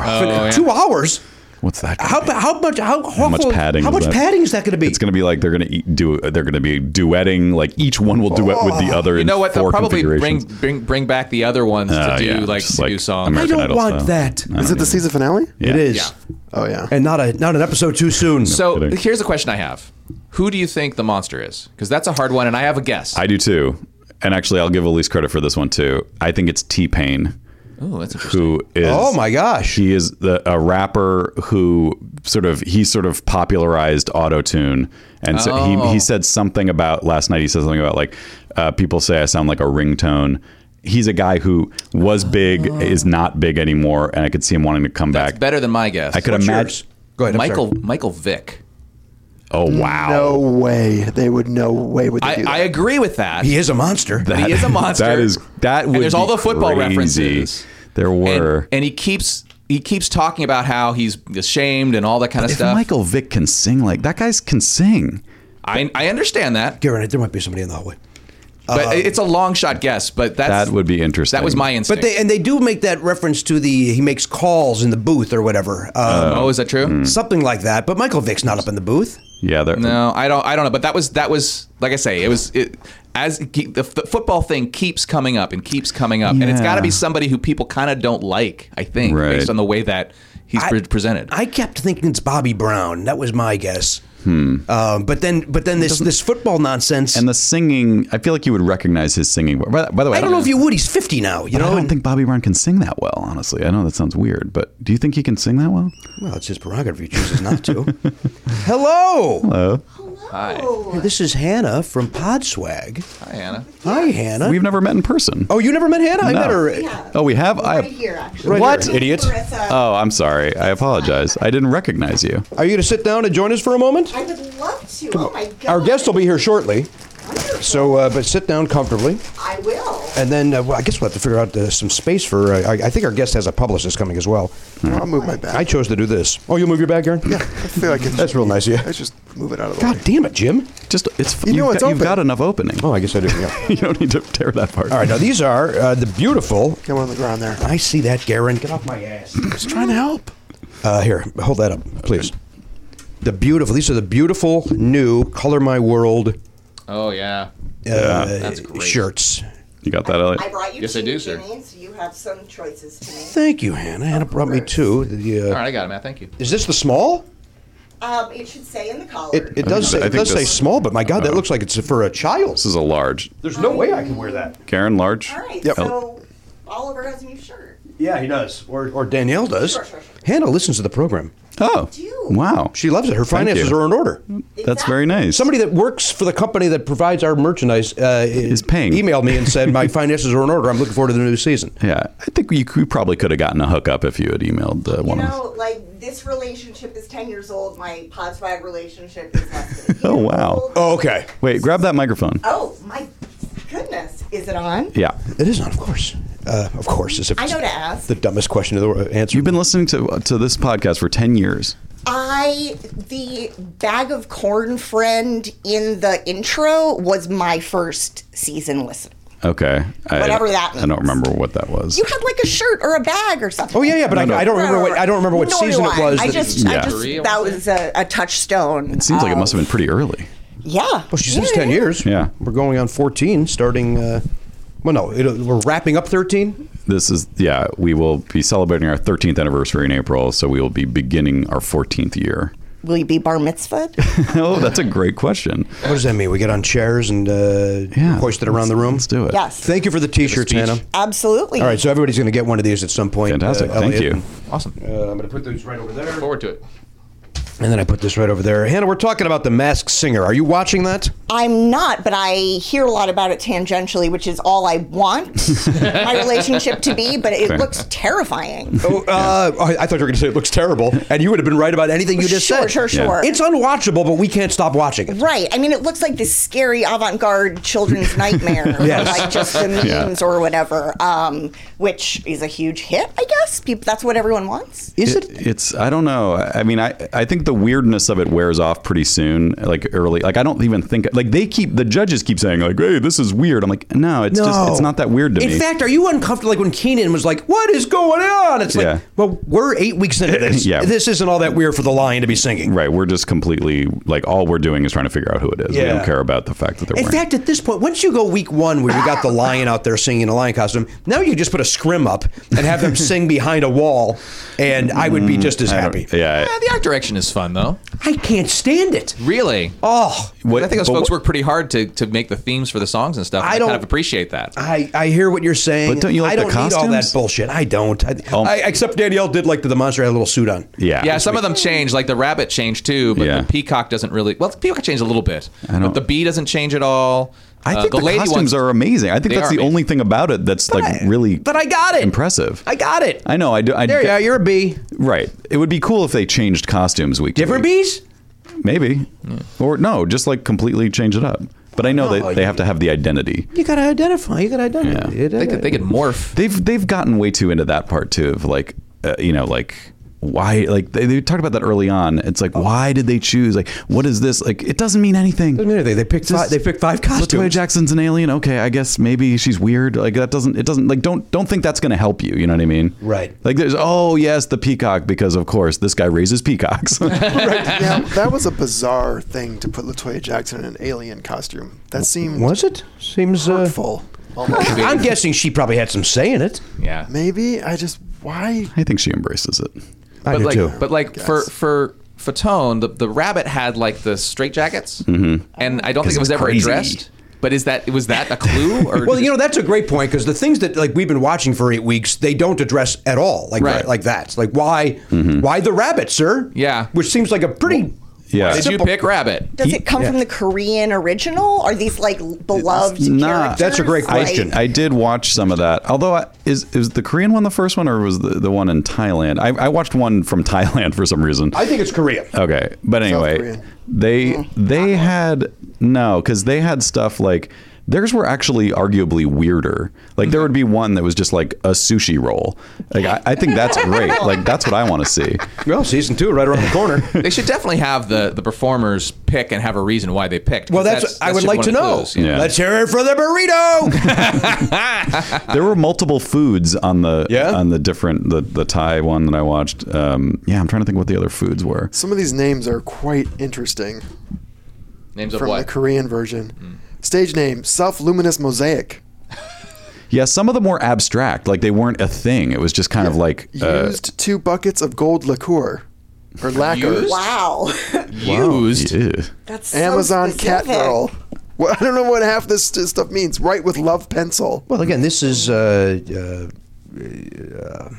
Two hours. What's that? gonna How, be? how much? How, How much awful- padding? How is much that? padding is that going to be? It's going to be like they're going to eat, do. They're going to be duetting. Like each one will duet with Oh. the other. You in know what? They'll Four probably bring, configurations. bring bring back the other ones Oh, to do yeah, like just to like do songs. American I don't Idol want style. that. I is don't it the either. season finale? Yeah. It is. Yeah. Oh yeah. And not a not an episode too soon. So kidding. here's a question I have: Who do you think the monster is? Because that's a hard one, and I have a guess. I do too. And actually, I'll give Elise credit for this one too. I think it's T Pain. oh, that's interesting. who is Oh, my gosh. he is the, a rapper who sort of he sort of popularized autotune and so he, Oh. he said something about last night he said something about like uh, people say i sound like a ringtone he's a guy who was big is not big anymore and i could see him wanting to come Oh. That's back better than my guess. i could imagine Go ahead, I'm Michael sorry. Michael Vick. oh wow No way. They would. No way would they I, do that. I agree with that. He is a monster. But he is a monster. that is that And would there's all be the football crazy. references. there And- were and, he keeps he keeps talking about how he's ashamed and all that kind of if stuff. michael vick can sing like that guy's can sing I I understand that, Garen, there might be somebody in the hallway. but Uh, it's a long shot guess. But that's, that would be interesting that was my But instinct. they and they do make that reference to the he makes calls in the booth or whatever, um, oh, is that true? Hmm. something like that. But Michael Vick's not up in the booth. yeah there, No, I don't. I don't know. But that was that was like I say. It was it as it keep- the, the football thing keeps coming up and keeps coming up, and it's got to be Yeah. somebody who people kind of don't like. I think Right. based on the way that he's pre- presented. I kept thinking it's Bobby Brown. That was my guess. Um, but then, but then this this football nonsense. Hmm. And the singing, I feel like you would recognize his singing. By, by the way, I don't know if you would. He's fifty now. You but know, I don't and- think Bobby Brown can sing that well. Honestly, I know that sounds weird, but do you think he can sing that well? Well, it's his prerogative. if He chooses not to. Hello. Hello, This is Hannah from Podswag. Hi, Anna. Hi, Hannah. we've never met in person. oh, you never met Hannah? I No. met her. Oh, we have. I Right what here. uh, idiot? Marissa. Oh, I'm sorry. I apologize. I didn't recognize you. Are you going to sit down and join us for a moment? I would love to. Oh my god. Our guest will be here shortly. So, uh, but sit down comfortably. I will. And then uh, well, I guess we'll have to figure out uh, some space for. Uh, I, I think our guest has a publicist coming as well. I'll move my back. I chose to do this. Oh, you'll move your back, Aaron? Yeah. I feel like it's, That's real nice of you. Let's just move it out of the God way. damn it, Jim. Just it's. You know have it's got, you've open. got enough opening. Oh, I guess I do. Yeah. you don't need to tear that part. All right, now these are uh, the beautiful. Get one on the ground there. I see that, Garen. Get off my ass. Just trying to help. Uh, here, hold that up, please. The beautiful. These are the beautiful new "Color My World" uh, Oh yeah. that's great. shirts. You got that, Elliot? I brought you Yes, two I do, sir. Jimmy, so you have some choices to make. Thank you, Hannah. Hannah brought me two. The, uh, All right, I got it, Matt. Thank you. Is this the small? Um, it should say in the collar. It, it does. Say, I it think does say this- small, but my God, that looks like it's for a child. This is a large. There's no way I can wear that. Karen, large. All right. Yep. So Oliver has a new shirt. Yeah, he does. Or, or Danielle does. Sure, sure, sure. Hannah listens to the program. Oh, wow. She loves it. Her Thank finances you. are in order. That's very nice. Somebody that works for the company that provides our merchandise uh, is paying. Emailed me and said my finances are in order. I'm looking forward to the new season. Yeah, I think you, you probably could have gotten a hookup if you had emailed uh, You one of us. know, like this relationship is ten years old. My Podswag relationship is less than a Oh, year wow. old. Oh, okay. Wait, grab that microphone. Oh my goodness, is it on? Yeah. It is not, of course. Uh, of course, as if I it's know to ask. the dumbest question of the world. answer. You've been listening to to this podcast for 10 years. I the bag of corn friend in the intro was my first season listen. Okay. I- Whatever that I don't means. remember what that was. You had like a shirt or a bag or something. Oh yeah, yeah, but I, I don't remember what I don't remember what Nor season do it I. was. I that- just, I Yeah. just that was a, a touchstone. It seems like it must have been pretty early. Yeah. Well, she says 10 years. Yeah. We're going on 14 starting. Uh, well, no, it, we're wrapping up 13. This is yeah. We will be celebrating our 13th anniversary in April, so we will be beginning our 14th year. Will you be bar mitzvahed? oh, that's a great question. What does that mean? We get on chairs and uh, Yeah, hoist it around the room? Let's do it. yes. Thank you for the t shirts, Hannah. Absolutely. All right, so everybody's going to get one of these at some point. Fantastic. Thank Elliot. you. Awesome. Uh, I'm going to put these right over there. Look forward to it. And then I put this right over there. Hannah, we're talking about The Masked Singer. Are you watching that? I'm not, but I hear a lot about it tangentially, which is all I want my relationship to be. But it looks terrifying. Oh, uh, oh, I thought you were going to say it looks terrible, and you would have been right about anything you just sure, said. sure, Yeah. sure. It's unwatchable, but we can't stop watching it. Right. I mean, it looks like this scary avant-garde children's nightmare, Yes. like just the memes or whatever, um, which is a huge hit, I guess. People, that's what everyone wants. Is it? It's I don't know. I mean, I I think the weirdness of it wears off pretty soon. Like early, like I don't even think like they keep the judges keep saying like, hey, this is weird. I'm like, no, it's just it's not that weird to In me. fact, are you uncomfortable? Like when Keenan was like, "What is going on?" It's like, Yeah. well, we're eight weeks into this. Yeah. this isn't all that weird for the lion to be singing. Right, we're just completely like all we're doing is trying to figure out who it is. We Yeah. don't care about the fact that they're In wearing. fact, at this point, once you go week one where you got the lion out there singing in a lion costume, now you just put a scrim up and have them sing behind a wall, and I would be just as happy. Mm, yeah, Yeah, the art direction is fun though. I can't stand it. Really? Oh, What- I think those but folks what- work pretty hard to, to make the themes for the songs and stuff. and I I, don't- kind of appreciate that. I, I hear what you're saying. But don't you like I the don't need all that costumes? bullshit. I don't. I, Um, I- except Danielle did like that the monster had a little suit on. yeah, yeah, some of them change, like the rabbit changed too, but Yeah. the peacock doesn't really. Well, the peacock changed a little bit, don't- but the bee doesn't change at all. I Uh, think the, lady costumes ones- are amazing. I think They that's are the amazing. only thing about it that's like I- really. but I got it. Impressive. I got it. I know. I do. I, there you are. You're a bee. Right. It would be cool if they changed costumes week. to Different week. bees. maybe, or no, just like completely change it up. But I know No, that they have to have the identity. You gotta identify. You gotta identify. Yeah. They could, they could morph. They've they've gotten way too into that part too of like, uh, you know, like why like they, they talked about that early on. It's like why did they choose like what is this like? It doesn't mean anything. Doesn't mean anything. They picked Just- five, they picked five Latoya costumes. Jackson's an alien. Okay, I guess maybe she's weird. Like that doesn't it doesn't like don't don't think that's going to help you. You know what I mean? Right. Like there's oh yes the peacock because of course this guy raises peacocks. Now, that was a bizarre thing to put Latoya Jackson in an alien costume. That seemed Was it? Seems uh, hurtful. almost. I'm guessing she probably had some say in it. Yeah, Maybe I just why I think she embraces it. I but do like, too. but like for for Fatone, the, the rabbit had like the straight jackets, mm-hmm. and I don't think it was it's ever crazy. addressed. But is that was that a clue? Or well, you know that's a great point because the things that like we've been watching for eight weeks, they don't address at all, like Right. like that. Like why why the rabbit, sir? Yeah. which seems like a pretty Yeah. did you simple- pick rabbit? Does it come from the Korean original? Are these like beloved Nah. characters? That's a great Like- question. I did watch some of that. Although, I, is is the Korean one the first one, or was the, the one in Thailand? I, I watched one from Thailand for some reason. I think it's Korea. Okay, but anyway, Korean. they they had no because they had stuff like theirs were actually arguably weirder. Like there would be one that was just like a sushi roll. Like I, I think that's great. Like that's what I want to see. Well, season two right around the corner. They should definitely have the, the performers pick and have a reason why they picked. Well, 'cause that's, I would just like one to of the know. clues, you know? Yeah. Let's hear it for the burrito. There were multiple foods on the Yeah? on the different the the Thai one that I watched. Um, yeah, I'm trying to think what the other foods were. some of these names are quite interesting Names of from what? Hmm. the Korean version. Stage name Self Luminous Mosaic. Yeah, some of them were abstract. Like they weren't a thing. It was just kind of like uh, Used two buckets of gold liqueur or lacquer. Used? Wow. used. ew. That's so Amazon cat specific. girl. Well, I don't know what half this st- stuff means. Write with love pencil. well, again, this is uh, uh, uh,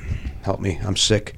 help me. I'm sick.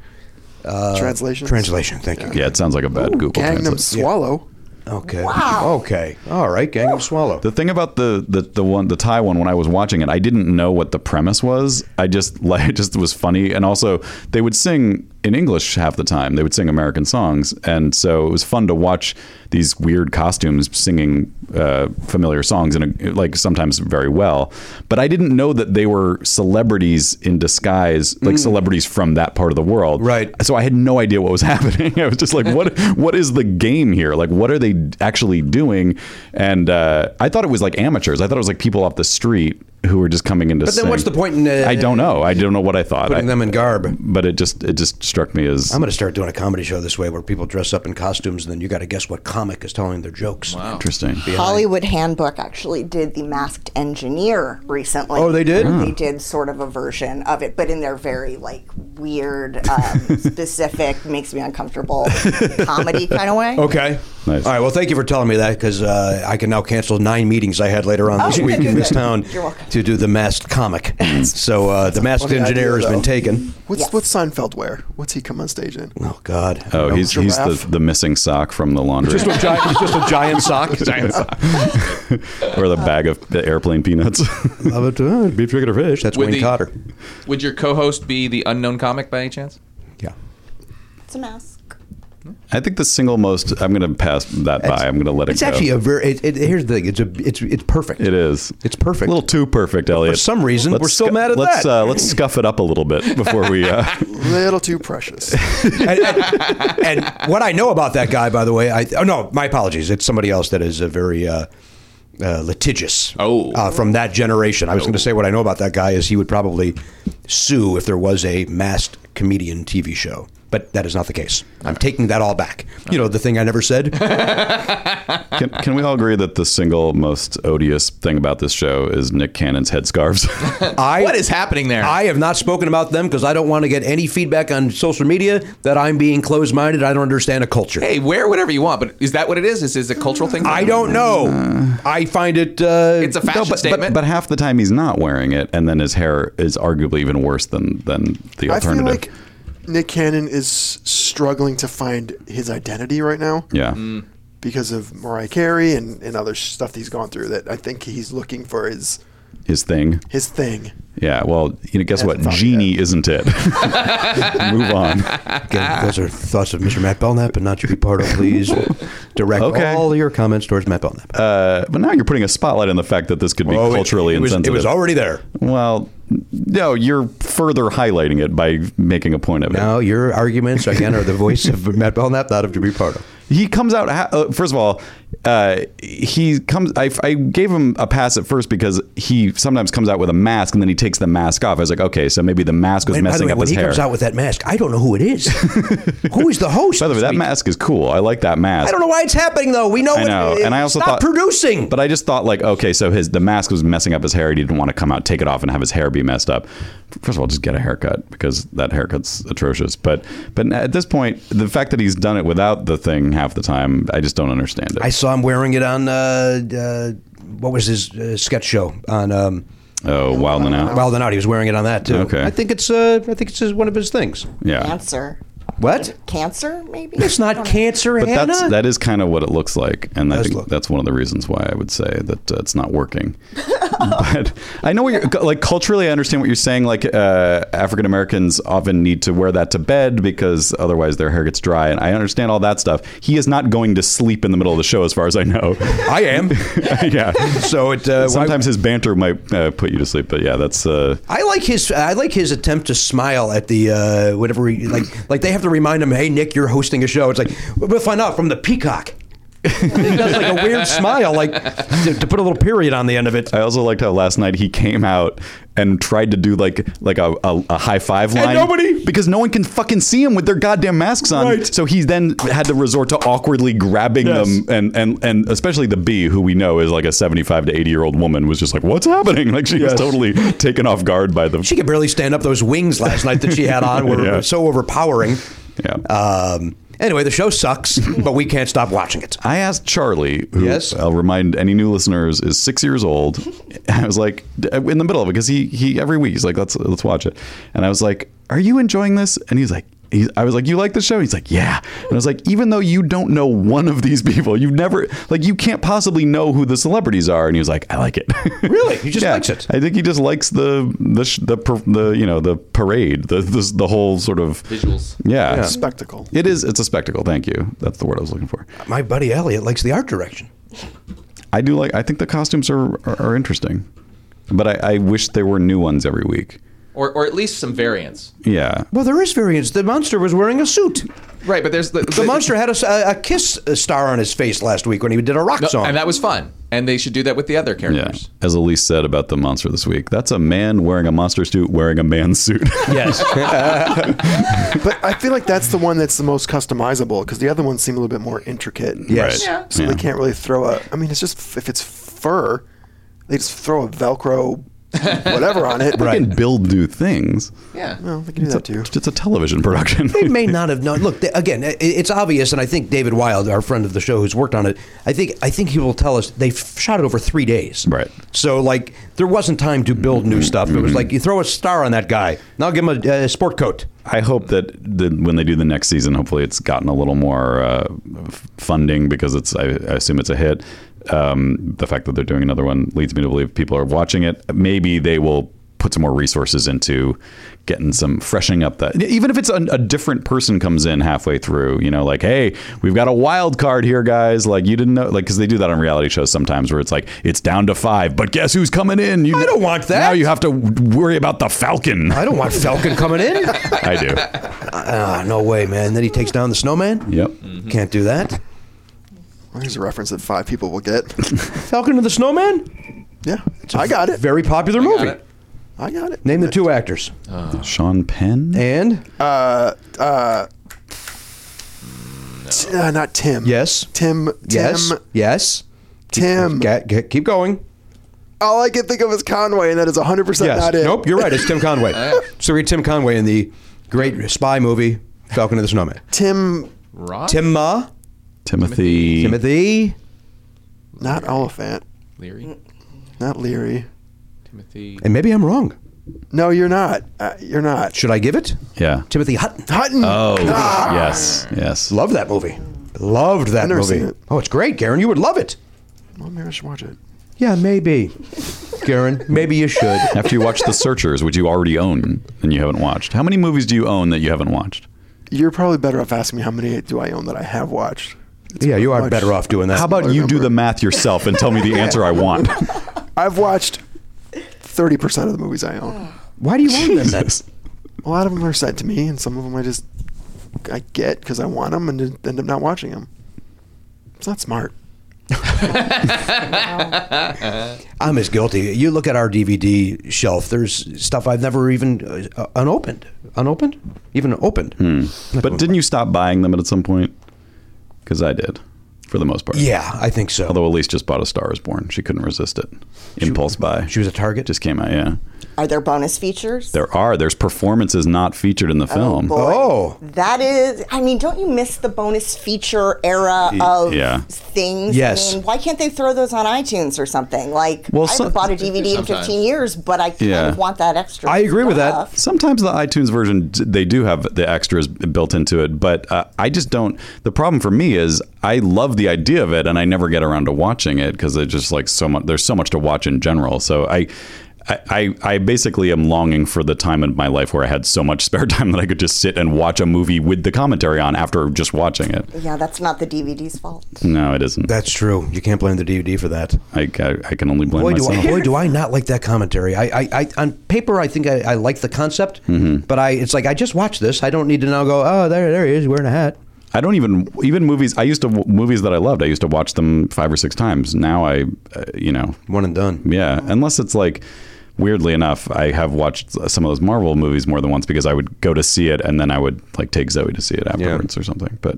Uh, Translation. Translation. Thank you. Yeah, it sounds like a bad Google Gangnam Translate. Swallow. Okay. Okay. All right. Gang of Swallow. The thing about the, the the one the Thai one when I was watching it, I didn't know what the premise was. I just like it just was funny, and also they would sing in English half the time. They would sing American songs, and so it was fun to watch these weird costumes singing uh, familiar songs, and like sometimes very well. But I didn't know that they were celebrities in disguise, like celebrities from that part of the world. Right. So I had no idea what was happening. I was just like, what What is the game here? Like, what are they actually doing? And uh, I thought it was like amateurs. I thought it was like people off the street who were just coming in to. But then sing. what's the point in, uh, I don't know. I don't know what I thought. putting I- them in garb. but it just it just struck me as I'm going to start doing a comedy show this way where people dress up in costumes and then you got to guess what comic is telling their jokes. Wow. interesting. Hollywood Handbook actually did the Masked Engineer recently. Oh, they did? They did sort of a version of it, but in their very like weird, um, specific, makes me uncomfortable comedy kind of way. Okay. Nice. All right. Well, thank you for telling me that because uh, I can now cancel nine meetings I had later on this Oh, week good, in good, this good. town You're welcome. to do the masked comic. so uh, the masked funny engineer idea, has been though. taken. What's Yes. what's Seinfeld wear? What's he come on stage in? Oh God. Oh, he's he's the, giraffe. the missing sock from the laundry, Just a giant, just a giant sock. Giant sock. or the bag of the airplane peanuts. Love it. Uh, beef, chicken, or fish. That's With Wayne the- Cotter. Would your co-host be the unknown comic by any chance? Yeah. It's a mask. I think the single most. I'm going to pass that by. I'm going to let it It's go. actually a very. It, it, here's the thing. It's a. It's it's perfect. it is. It's perfect. A little too perfect, Elliot. some reason, we're still scu- mad at let's, that. Uh, let's scuff it up a little bit before we. Uh, Little too precious. and, and- and what I know about that guy, by the way, I oh no, my apologies. It's somebody else that is a very uh, uh, litigious. Oh. uh, from that generation. I was going to say what I know about that guy is he would probably sue if there was a masked comedian TV show, but that is not the case. I'm taking that all back. You know the thing I never said. can, can we all agree that the single most odious thing about this show is Nick Cannon's headscarves? I, What is happening there? I have not spoken about them because I don't want to get any feedback on social media that I'm being closed-minded. I don't understand a culture. hey, wear whatever you want, but is that what it is? Is is it a cultural thing? I don't know. I find it. Uh, It's a fashion but, statement. But, but half the time he's not wearing it, and then his hair is arguably even worse than than the I feel alternative. like Nick Cannon is struggling to find his identity right now yeah, Hmm. because of Mariah Carey and, and other stuff he's gone through that I think he's looking for his his thing. his thing. Yeah. Well, you know, guess what? Hasn't found it Genie isn't it. Move on. Again, those are thoughts of Mr. Matt Belknap, and not to be part of, please. Direct Okay. all your comments towards Matt Belknap. Uh, but now you're putting a spotlight on the fact that this could be Oh, it- culturally it, was, insensitive. It was already there. well, no, you're further highlighting it by making a point of it. Now your arguments again are the voice of Matt Belknap, not of Jimmy Pardo. he comes out ha- uh, first of all uh, he comes I, I gave him a pass at first because he sometimes comes out with a mask and then he takes the mask off i was like okay so maybe the mask was And by the messing way, up when his he hair comes out with that mask, I don't know who it is. who is the host? by the way this that week? mask is cool i like that mask I don't know why it's happening though. We know. I know, It, and I also stop thought producing. But I just thought like, okay, so his the mask was messing up his hair. and He didn't want to come out, take it off, and have his hair be messed up. First of all, just get a haircut because that haircut's atrocious. But but at this point, the fact that he's done it without the thing half the time, I just don't understand it. I saw him wearing it on uh, uh, what was his uh, sketch show on um, oh, wild and out. Wild and Out. He was wearing it on that too. Okay. I think it's uh, I think it's his, one of his things. yeah. Cancer. What? Cancer, maybe? It's not cancer, But Hannah. that's that is kind of what it looks like, and I does think look- that's one of the reasons why I would say that uh, it's not working. but I know what you're like culturally. I understand what you're saying. Like uh, African Americans often need to wear that to bed because otherwise their hair gets dry, and I understand all that stuff. He is not going to sleep in the middle of the show, as far as I know. I am. yeah. So it uh, Sometimes his banter might uh, put you to sleep, but yeah, that's uh, I like his I like his attempt to smile at the uh, whatever he, like like they have to remind him, hey Nick, you're hosting a show. It's like we'll find out from the peacock. he does like a weird smile, like to, to put a little period on the end of it. I also liked how last night he came out and tried to do like like a, a, a high five line. nobody- because no one can fucking see him with their goddamn masks on. Right. So he then had to resort to awkwardly grabbing them and, and and especially the bee, who we know is like a seventy five to eighty year old woman, was just like, What's happening? Like she was totally taken off guard by the She could barely stand up. Those wings last night that she had on were Yeah. so overpowering. Yeah. Um, anyway, the show sucks, but we can't stop watching it. I asked Charlie, who Yes? I'll remind any new listeners is six years old. I was like, in the middle of it, because he he every week he's like, let's let's watch it, and I was like, are you enjoying this? And he's like, he, I was like, you like the show? He's like, yeah. And I was like, even though you don't know one of these people, you've never like you can't possibly know who the celebrities are. And he was like, I like it. Really? He just likes it. I think he just likes the the sh- the, par- the you know the parade, the the, the whole sort of Visuals. Yeah, Spectacle. It is. It's a spectacle. Thank you. That's the word I was looking for. My buddy Elliot likes the art direction. I do like. I think the costumes are are, are interesting, but I, I wish there were new ones every week. or or at least some variants. Yeah. Well, there is variance. The monster was wearing a suit. Right, but there's the, The monster had a, s- a- a kiss star on his face last week when he did a rock No, song. and that was fun. And they should do that with the other Yeah. characters. As Elise said about the monster this week, that's a man wearing a monster suit wearing a man's suit. Yes. But I feel like that's the one that's the most customizable because the other ones seem a little bit more intricate. Yes. Right. So Yeah. they can't really throw a. I mean, it's just if it's fur, they just throw a Velcro, whatever on it. They can build new things. Yeah. Well, they can do that too. It's a television production. They may not have known. Look, they, again, i- it's obvious, and I think David Wild, our friend of the show who's worked on it, I think I think he will tell us they f- shot it over three days. Right. So like there wasn't time to build new stuff. It was like you throw a star on that guy. Now give him a, uh sport coat. I hope that the, when they do the next season, hopefully it's gotten a little more uh, f- funding because it's. I, I assume it's a hit. Um, the fact that they're doing another one leads me to believe people are watching it. Maybe they will put some more resources into getting some freshening up that even if it's a, a different person comes in halfway through you know like hey we've got a wild card here guys like you didn't know like because they do that on reality shows sometimes where it's like it's down to five but guess who's coming in you I don't want that. now you have to worry about the falcon I don't want Falcon coming in. i do Ah, no way, man. Then he takes down the snowman. yep Can't do that. Well, here's a reference that five people will get. Falcon and the Snowman. yeah, I got it. Very popular movie. it. I got it. Name the two actors. sean penn And T- uh, not Tim. yes, Tim. Tim. yes, yes. Tim. Ga- ga- keep going. All I can think of is Conway, and that is 100% Yes. not it. Nope, you're right. It's Tim Conway. so we Tim Conway in the great spy movie Falcon and the Snowman. Tim, Rob? Tim Ma, Timothy. Timothy. not Oliphant, Leary. not Leary. Timothy. And maybe I'm wrong. No, you're not. Uh, you're not. Should I give it? Yeah. Timothy Hutton. Hutton. Oh, Ah! yes, yes. Love that movie. Loved that I've never movie. seen it. Oh, it's great, Garen. You would love it. Well, maybe I should watch it. Yeah, maybe. Garen, maybe you should. After you watch The Searchers, which you already own and you haven't watched, how many movies do you own that you haven't watched? You're probably better off asking me how many do I own that I have watched. yeah, you are much- better off doing that. How about you do the math yourself and tell me the answer I want? I've watched 30% of the movies I own. Why do you own them then? A lot of them are sent to me, and some of them I just I get because I want them and then end up not watching them. It's not smart. I'm as guilty. You look at our DVD shelf. There's stuff I've never even uh, unopened, unopened, even opened. But didn't you stop buying them at some point? Because I did, for the most part. Yeah, I think so. Although Elise just bought A Star Is Born, she couldn't resist it. Impulse buy. she was a target. Just came out. Yeah. Are there bonus features? There are. There's performances not featured in the film. boy. Oh. That is, I mean, don't you miss the bonus feature era of yeah. things? Yes. I mean, why can't they throw those on iTunes or something? Like, Well, I haven't some- bought a DVD in sometimes. 15 years, but I kind Yeah. of want that extra. I agree with that. stuff. Sometimes the iTunes version d- they do have the extras built into it, but uh, I just don't. The problem for me is I love the idea of it, and I never get around to watching it because there's just like so much. There's so much to watch in general, so I. I, I I basically am longing for the time in my life where I had so much spare time that I could just sit and watch a movie with the commentary on after just watching it. Yeah, that's not the DVD's fault. No, it isn't. That's true. You can't blame the DVD for that. I, I, I can only blame Boy do, I, myself. boy, do I not like that commentary. I, I, I on paper, I think I, I like the concept, but I, it's like I just watched this. I don't need to now go. Oh, there, there he is wearing a hat. I don't even even movies. I used to movies that I loved. I used to watch them five or six times. Now I, uh, you know, One and done. Yeah, unless it's like weirdly enough, I have watched some of those Marvel movies more than once because I would go to see it and then I would like take Zoe to see it afterwards or something. But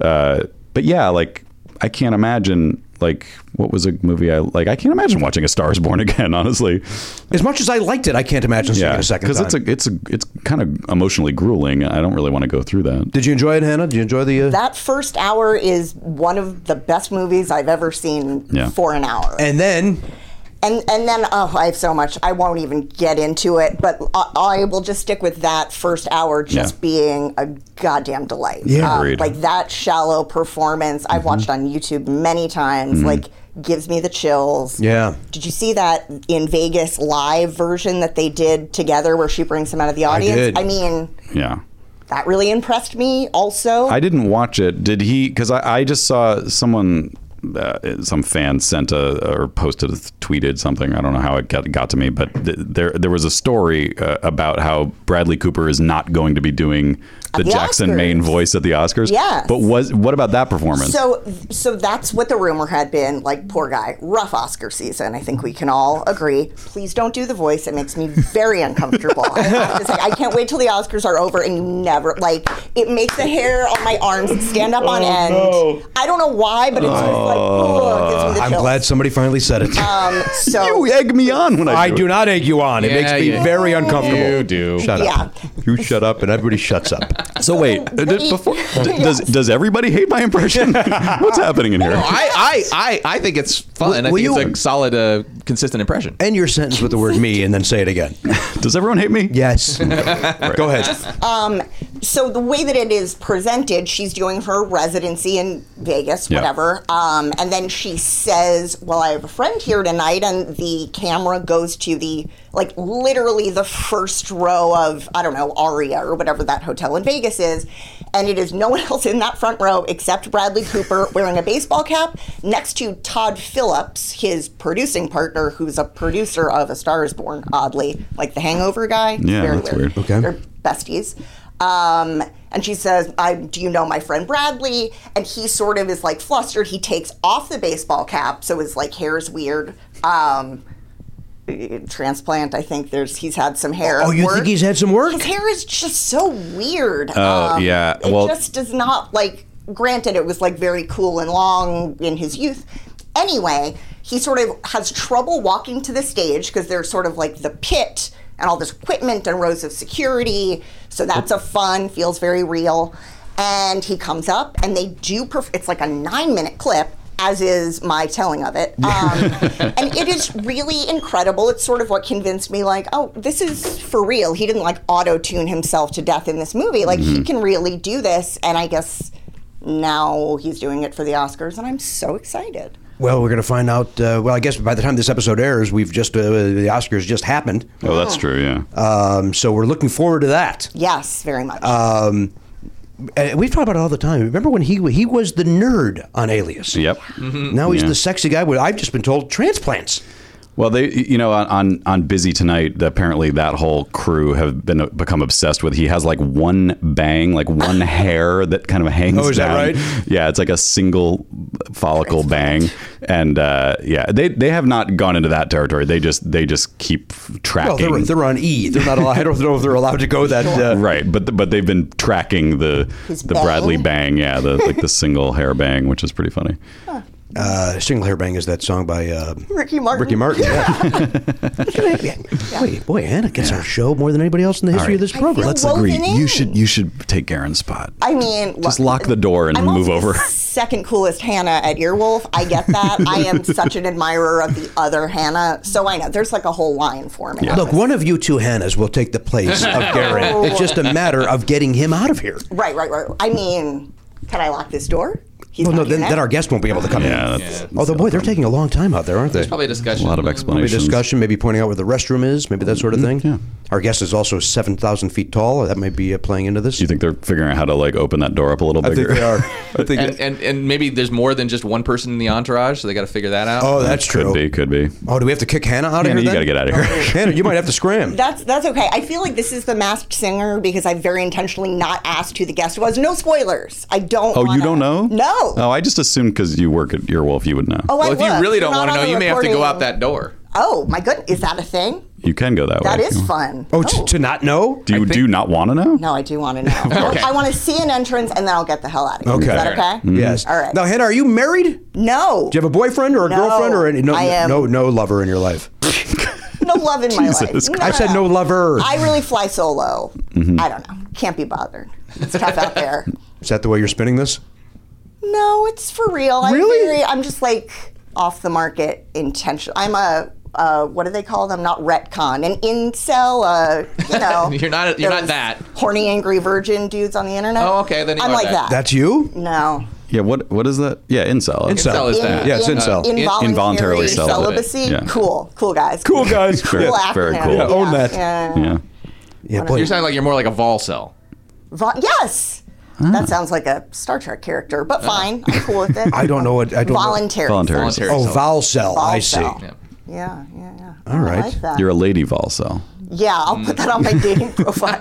uh, but yeah, like I can't imagine like what was a movie I like I can't imagine watching A Star Is Born again, honestly. As much as I liked it, I can't imagine seeing Yeah, it a second time. it's a it's a it's kind of emotionally grueling. I don't really want to go through that. Did you enjoy it, Hannah? Did you enjoy the? Uh, That first hour is one of the best movies I've ever seen Yeah. for an hour. and then And and then oh, I have so much. I won't even get into it. But I, I will just stick with that first hour just Yeah. being a goddamn delight. Yeah. Um, Agreed. like that shallow performance I've watched on YouTube many times. Mm-hmm. Like gives me the chills. Yeah. Did you see that in Vegas live version that they did together, where she brings him out of the audience? did. I mean, Yeah. that really impressed me. Also, I didn't watch it. Did he? Because I, I just saw someone, uh, some fan sent a or posted, tweeted something. I don't know how it got, got to me, but th- there there was a story uh, about how Bradley Cooper is not going to be doing the, the Jackson Oscars. Maine voice at the Oscars. Yes. But was what about that performance? So, so that's what the rumor had been. Like, poor guy, rough Oscar season. I think we can all agree. Please don't do the voice. It makes me very uncomfortable. I have to say, I can't wait till the Oscars are over and you never like. It makes the hair on my arms stand up on end. I don't know why, but it's just like, oh, it gives me the I'm chills. glad somebody finally said it. Um, so you egg me on when I, I do it. not egg you on. It Yeah, makes me you- very uncomfortable. You do. Shut up. Yeah. You shut up, and everybody shuts up. So wait, uh, did- before d- does does everybody hate my impression? What's happening in here? I, I, I, I think it's fun. I Will think you- it's a solid, uh, consistent impression. End your sentence with the word "me" and then say it again. Does everyone hate me? Yes. Go ahead. so the way that it is presented, she's doing her residency in Vegas, Yeah. whatever. Um, and then she says, "Well, I have a friend here tonight," and the camera goes to the like literally the first row of I don't know Aria or whatever that hotel in Vegas is, and it is no one else in that front row except Bradley Cooper wearing a baseball cap next to Todd Phillips, his producing partner, who's a producer of A Star Is Born, oddly, like the Hangover guy. It's Yeah, very that's weird. Okay. They're besties. Um, and she says, I, Do you know my friend Bradley? And he sort of is like flustered. He takes off the baseball cap, so his like hair is weird. Um, transplant, I think there's he's had some hair. Oh, you work. think he's had some work? His hair is just so weird. Um, Oh, yeah. It Well- just does not like. Granted, it was like very cool and long in his youth. Anyway, he sort of has trouble walking to the stage because there's sort of like the pit and all this equipment and rows of security. So that's a fun, feels very real. And he comes up, and they do. Perf- it's like a nine-minute clip, as is my telling of it. Um, and it is really incredible. It's sort of what convinced me, like, oh, this is for real. He didn't like auto tune himself to death in this movie. Like, Mm-hmm. he can really do this. And I guess now he's doing it for the Oscars, and I'm so excited. Well, we're going to find out. Uh, well, I guess by the time this episode airs, we've just uh, the Oscars just happened, Oh, that's true. Yeah. um, so we're looking forward to that. Yes, very much. Uh, Um, and we've talked about it all the time. Remember when he he was the nerd on Alias? yep. Mm-hmm. Now he's Yeah. the sexy guy. With, I've just been told transplants. Well, they, you know, on, on on Busy Tonight, apparently that whole crew have been become obsessed with. He has like one bang, like one hair that kind of hangs. Oh, is that down. right? Yeah, it's like a single follicle bang, and uh, yeah, they they have not gone into that territory. They just they just keep Well, tracking. they're, they're on E. They're not. Allowed, I don't know if they're allowed to go that. Uh, Right, but but they've been tracking the His the bang? Bradley bang, yeah, the like the single hair bang, which is pretty funny. uh, Single hair bang is that song by uh, Ricky Martin. Ricky Martin. Yeah. Boy, boy, Anna gets our show more than anybody else in the history of this program. feel Let's- Let's woven agree. in. You should you should take Garen's spot. I mean, Just lock the door and I'm move also over. the Second coolest Hannah at Earwolf. I get that. I am such an admirer of the other Hannah. So I know there's like a whole line for me. Look, one of you two Hannahs will take the place of Garrett. Oh. It's just a matter of getting him out of here. Right, right, right. I mean, can I lock this door? He's Well, Oh, no, not here then, now. then our guest won't be able to come Yeah, in. that's- Although, boy, they're taking a long time out there, aren't they? Probably a discussion. A lot of Maybe explanations. discussion, maybe pointing out where the restroom is, maybe that sort of thing. Yeah. Our guest is also 7,000 feet tall. That may be uh, playing into this. Do you think they're figuring out how to like open that door up a little I think bigger? they are. I think And, that- and, and maybe there's more than just one person in the entourage, so they got to figure that out. oh, that's could true. be, could be. Oh, do we have to kick Hannah out Hannah, of you here? gotta get out of here. Hannah, you might have to scram. That's that's okay. I feel like this is the masked singer because I very intentionally not asked who the guest was. No spoilers. I don't. Oh, you wanna- don't know? No. Oh, I just assumed because you work at Earwolf, you would know. Oh, I well, if you looked. really don't You're not want to on know, the you may have to go out recording. that door. Oh my goodness, is that a thing? you can go that way. That if is you want. fun. Oh, t- to not know? Do you do you not want to know? No, I do want to know. I want to see an entrance and then I'll get the hell out of here. Okay. Is that okay? Mm-hmm. Yes. All right. Now, Hannah, are you married? Do No. you have a boyfriend or a No, girlfriend or any, no, I am- no, no lover in your life? no love in my Jesus life. Christ. I've said no lover. I really fly solo. Mm-hmm. I don't know. Can't be bothered. It's tough out there. Is that the way you're spinning this? No, it's for real. I'm Really? Very, I'm just like off the market intentional. I'm a uh, what do they call them? Not retcon, an incel. Uh, you know, You're not- you're not those that. horny, angry virgin dudes on the internet. Oh, okay, then you I'm are like that. that. That's you? No. Yeah, what what is that? Yeah, incel. Incel is that. Yeah, it's in- incel. Involuntary, Involuntarily celibate. celibacy. Yeah. Cool, cool guys. Cool guys. Very, Cool very acronym. cool. Yeah, own that. Yeah. Yeah. Yeah, boy. You're sounding like you're more like a vol cell. Vo- yes. That sounds like a Star Trek character, but fine. I'm cool with it. I don't know what- I don't know. Voluntary. Voluntary. celibacy. Voluntary. Oh, cell. vowel cell. I see. Vowel cell. Yeah. Yeah, yeah, yeah. All right. I like that. You're a lady volcel. yeah, I'll put that on my dating profile.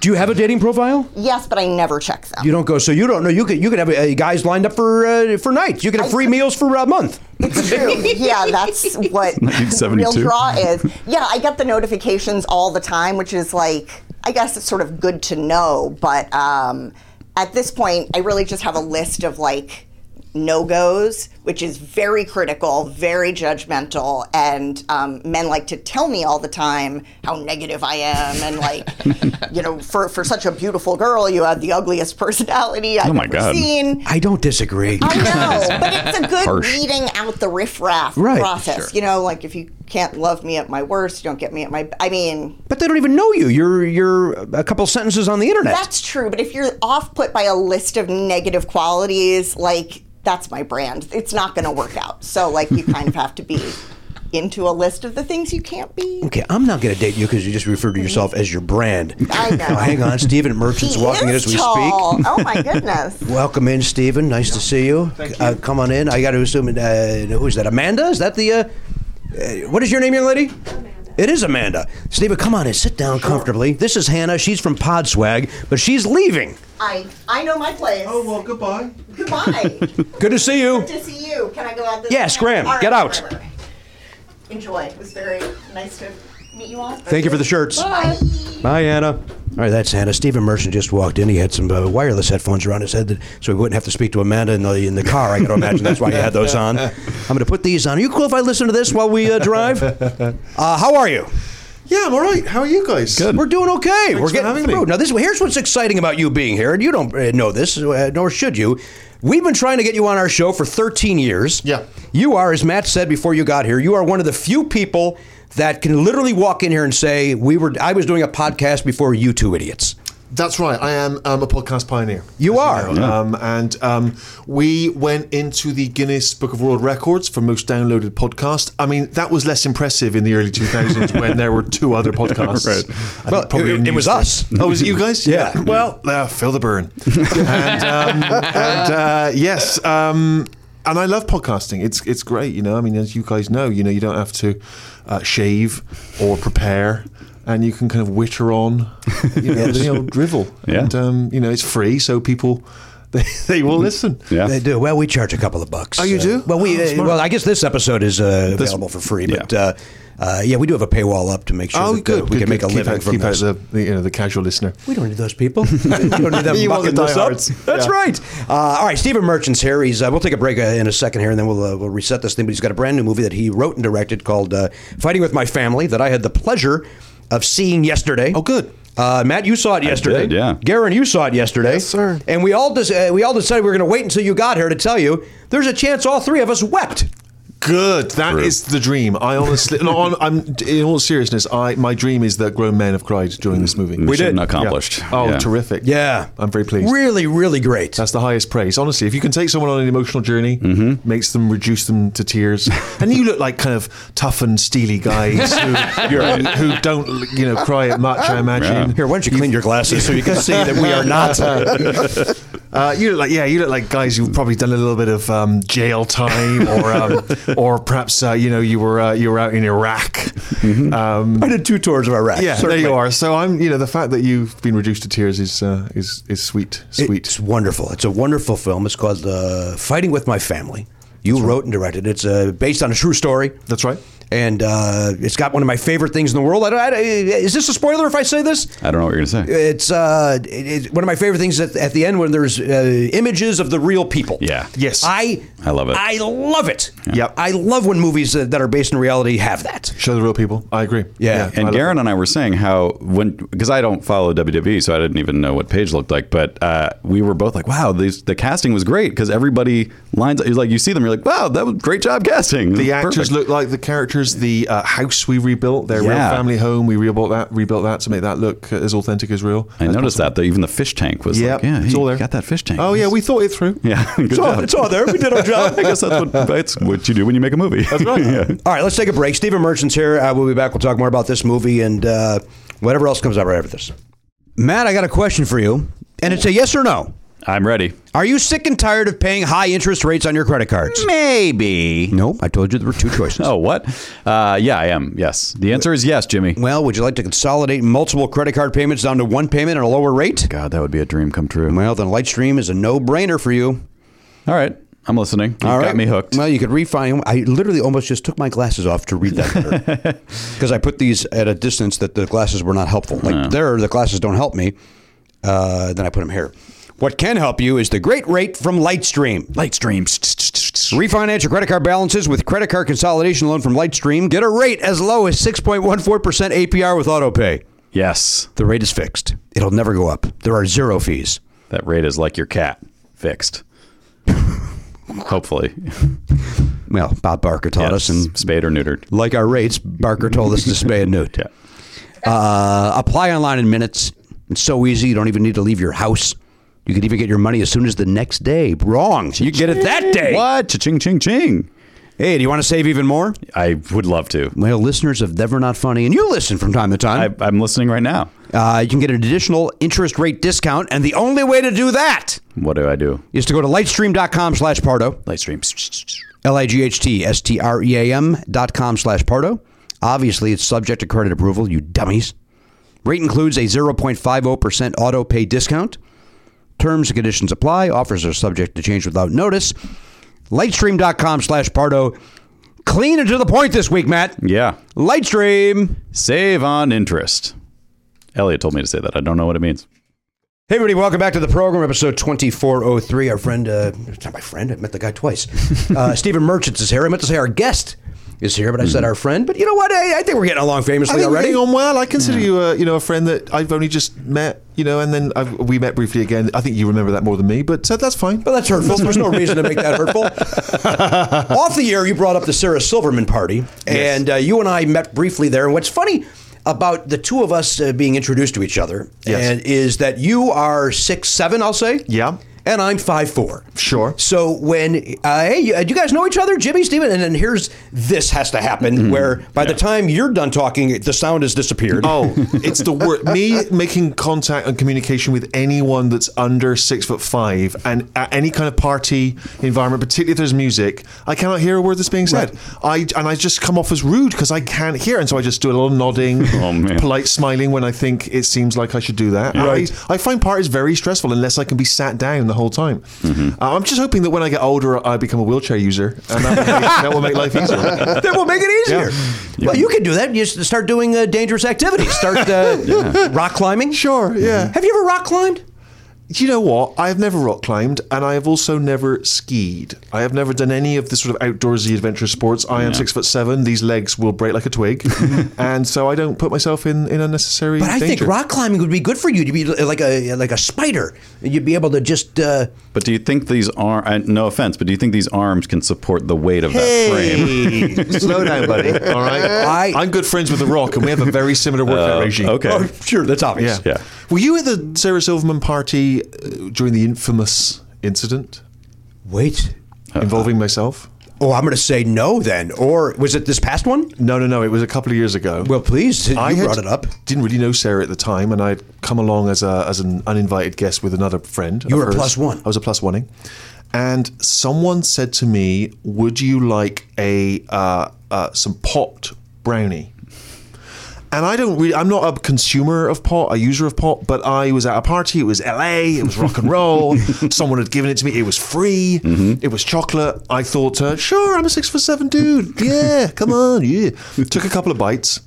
Do you have a dating profile? yes, but I never check them. You don't go, so you don't know. You could you could have uh, guys lined up for uh, for nights. You could have free meals for a month. It's true. yeah, that's what 1972. real draw is. Yeah, I get the notifications all the time, which is like, I guess it's sort of good to know. But um, at this point, I really just have a list of like no goes, which is very critical, very judgmental, and um, men like to tell me all the time how negative I am, and like, you know, for for such a beautiful girl, you have the ugliest personality I've Oh my ever God. seen. I don't disagree. I know, but it's a good Harsh. weeding out the riffraff Right. process. You know, like if you can't love me at my worst, you don't get me at my. I mean, But they don't even know you. You're you're a couple sentences on the internet. that's true. But if you're off put by a list of negative qualities, like that's my brand. It's not going to work out. So like you kind of have to be into a list of the things you can't be. okay, I'm not going to date you because you just referred to yourself as your brand. I know. Now, hang on, Stephen Merchant's He walking in as is we tall. speak. Oh my goodness. Welcome in, Stephen. Nice to see you. Uh, come on in. I got to assume. Uh, who is that? Amanda? Is that the? Uh, uh, what is your name, young lady? Amanda. It is Amanda. Stephen, come on in. Sit down comfortably. This is Hannah. She's from Podswag, but she's leaving. I I know my place. Oh well, goodbye. goodbye. Good Good to see you. to see you. Can I go out this? Yes, time? Graham, All right, get all out. right, all right. Enjoy. It was very nice to meet you all. Thank you for the shirts. Bye. Bye, Anna. All right, that's Anna. Stephen Merchant just walked in. He had some uh, wireless headphones around his head, that, so he wouldn't have to speak to Amanda in the, in the car. I got to imagine that's why he had those on. I'm going to put these on. Are you cool if I listen to this while we uh, drive? Uh, how are you? Yeah, I'm all right. How are you guys? We're doing okay. We're for getting having me. through. Now, this here's what's exciting about you being here, and you don't uh, know this, uh, nor should you. We've been trying to get you on our show for 13 years. Yeah. You are, as Matt said before you got here, you are one of the few people that can literally walk in here and say, "We were, I was doing a podcast before you two idiots." That's right. I am um, a podcast pioneer. You as are. know. Um, and um, we went into the Guinness Book of World Records for most downloaded podcast. I mean, that was less impressive in the early 2000s when there were two other podcasts. Right. I Well, think probably it- in it was use us. then. Oh, was it you guys? Yeah. Well, uh, feel the burn. and um, and uh, yes. Um, and I love podcasting. It's it's great, you know. I mean, as you guys know, you know, you don't have to uh, shave or prepare, and you can kind of witter on, you know, the old drivel. Yeah. And um, you know, it's free, so people they, they will listen. Yeah. They do. Well, we charge a couple of bucks. Oh, you Uh, do? well, we Oh, uh, smart. well, I guess this episode is uh, available for free, but Yeah. uh, uh, yeah, we do have a paywall up to make sure Oh, that uh, good. we good, can make a good. keep living out, from keep out this. the, the you know the casual listener. We don't need those people. we don't need them You want the mucking this up. diehards. That's Yeah. right. Uh, all right, Stephen Merchant's here. He's. Uh, we'll take a break uh, in a second here, and then we'll uh, we'll reset this thing. But he's got a brand new movie that he wrote and directed called uh, "Fighting with My Family" that I had the pleasure of seeing yesterday. Oh, good. Uh, Matt, you saw it yesterday. did, yeah. Garen, you saw it yesterday. Yes, sir. And we all des- uh, we all decided we were going to wait until you got here to tell you. There's a chance all three of us wept. Good. That is the dream. I honestly, no, I'm, I'm in all seriousness. I my dream is that grown men have cried during this movie. We Mission did. accomplished. Yeah. Oh, Yeah. terrific. Yeah. I'm very pleased. Really, really great. That's the highest praise. Honestly, if you can take someone on an emotional journey, Mm-hmm. makes them reduce them to tears, and you look like kind of tough and steely guys who, who, who don't, you know, cry at much. I imagine. here, why don't you clean your glasses so you can see that we are not. Uh, you look like yeah, you look like guys who've probably done a little bit of um, jail time, or um, or perhaps uh, you know you were uh, you were out in Iraq. Um, I did two tours of Iraq. yeah, Mm-hmm. certainly. there you are. So I'm you know the fact that you've been reduced to tears is uh, is is sweet, sweet. It's wonderful. It's a wonderful film. It's called uh, Fighting with My Family. You wrote and directed. it. It's uh, based on a true story. That's right. And uh, it's got one of my favorite things in the world. I, don't- I, don't- is this a spoiler if I say this? I don't know what you're gonna say. It's uh, it, it's one of my favorite things at, at the end when there's uh, images of the real people. Yeah. Yes. I I love it. I love it. Yep. I love when movies that that are based in reality have that. Show the real people. I agree. Yeah. I and love Garen and I were saying how when because I don't follow WWE, so I didn't even know what page looked like. But uh, we were both like, "Wow, these, the casting was great" because everybody lines. It's like you see them, you're like, "Wow, that was great job casting." It was The actors perfect." look like the characters. The uh, house we rebuilt, their real Yeah. family home, we rebuilt that, rebuilt that to make that look uh, as authentic as real. I noticed that that even the fish tank was Yeah, like, "Yeah, it's hey, all there. Got that fish tank." Oh yeah, we thought it through. yeah, good It's all, job. it's all there. We did our job. I guess that's what that's what you do when you make a movie. That's right. All right, let's take a break. Stephen Merchant's here. Uh, we'll be back. We'll talk more about this movie and uh, whatever else comes out right after this. Matt, I got a question for you, and it's a yes or no. I'm ready. Are you sick and tired of paying high interest rates on your credit cards? Maybe. No, I told you there were two choices. Oh, what? Uh, yeah, I am. Yes. The answer is yes, Jimmy. Well, would you like to consolidate multiple credit card payments down to one payment at a lower rate? God, that would be a dream come true. Well, then Lightstream is a no-brainer for you. All right. I'm listening. You've All right, got me hooked. Well, you could refinance. I literally almost just took my glasses off to read that letter because I put these at a distance that the glasses were not helpful. Like there, the glasses don't help me. Uh, then I put them here. What can help you is the great rate from Lightstream. Lightstream. Refinance your credit card balances with credit card consolidation loan from Lightstream. Get a rate as low as 6.14% APR with autopay. Yes. The rate is fixed. It'll never go up. There are zero fees. That rate is like your cat. Fixed. Hopefully. Well, Bob Barker taught us, Yes. and Spayed or neutered. like our rates, Barker told us to spay and newt. Yeah. Uh, apply online in minutes. It's so easy. You don't even need to leave your house. You could even get your money as soon as the next day. Wrong. You get it that day. What? Cha-ching, ching, ching. Hey, do you want to save even more? I would love to. Well, listeners of Never Not Funny, and you listen from time to I, time, I'm listening right now. uh, you can get an additional interest rate discount. And the only way to do that What do I do? is to go to lightstream.com slash Pardo. Lightstream. L-I-G-H-T-S-T-R-E-A-M E dot com slash Pardo. Obviously, it's subject to credit approval, you dummies. Rate includes a 0.50% auto pay discount. Terms and conditions apply. Offers are subject to change without notice. Lightstream.com slash Pardo. Clean and to the point this week, Matt. Yeah. Lightstream. Save on interest. Elliot told me to say that. I don't know what it means. Hey, everybody, welcome back to the program, episode 2403. Our friend, uh, it's not my friend, I met the guy twice. Uh, Stephen Merchants is here. I meant to say our guest is here, but I said our friend. But you know what? Hmm. I, I think we're getting along famously I think we're already. getting on well. I consider you, a, you know, a friend that I've only just met, you know, and then I've, we met briefly again. I think you remember that more than me, but so that's fine. But that's hurtful. There's no reason to make that hurtful. Off the air, you brought up the Sarah Silverman party, and uh, you and I met briefly there. And what's funny about the two of us uh, being introduced to each other Yes. and is that you are six seven, I'll say. Yeah. And I'm five four. Sure. So when uh, hey, you, do you guys know each other, Jimmy, Steven? And then here's this has to happen Mm-hmm. where by the time you're done talking, the sound has disappeared. Oh, it's the word. Me making contact and communication with anyone that's under six foot five and at any kind of party environment, particularly if there's music, I cannot hear a word that's being said. I and I just come off as rude because I can't hear, and so I just do a little nodding, Oh, man. polite smiling when I think it seems like I should do that. Right. I, I find parties very stressful unless I can be sat down the whole time. Mm-hmm. Uh, I'm just hoping that when I get older, I become a wheelchair user, and that will make, that will make life easier. that will make it easier. Well, you can do that. You just start doing uh, dangerous activities. Start uh, rock climbing. Mm-hmm. Sure, yeah. Have you ever rock climbed? Do you know what? I have never rock climbed, and I have also never skied. I have never done any of the sort of outdoorsy adventure sports. I am six foot seven; these legs will break like a twig, and so I don't put myself in, in unnecessary. But I think danger. rock climbing would be good for you. You'd be uh, like a like a spider. You'd be able to just. Uh, But do you think these are? uh, No offense, but do you think these arms can support the weight of that frame? Hey, slow down, buddy. All right, I- I'm good friends with the Rock, and we have a very similar workout regime. Uh, Okay. sure, that's obvious. Yeah. Yeah. Were you at the Sarah Silverman party uh, during the infamous incident Wait. Uh, involving myself? Oh, I'm going to say no then. Or was it this past one? No, no, no. It was a couple of years ago. Well, please. You I had- brought it up. Didn't really know Sarah at the time, and I'd come along as a as an uninvited guest with another friend. You of were a hers. plus one. I was a plus oneing, and someone said to me, "Would you like a uh, uh, some pot brownie?" And I don't really, I'm not a consumer of pot, a user of pot, but I was at a party. It was LA, it was rock and roll. Someone had given it to me. It was free, Mm-hmm. it was chocolate. I thought, uh, sure, I'm a six for seven dude. Yeah, come on. Yeah. Took a couple of bites,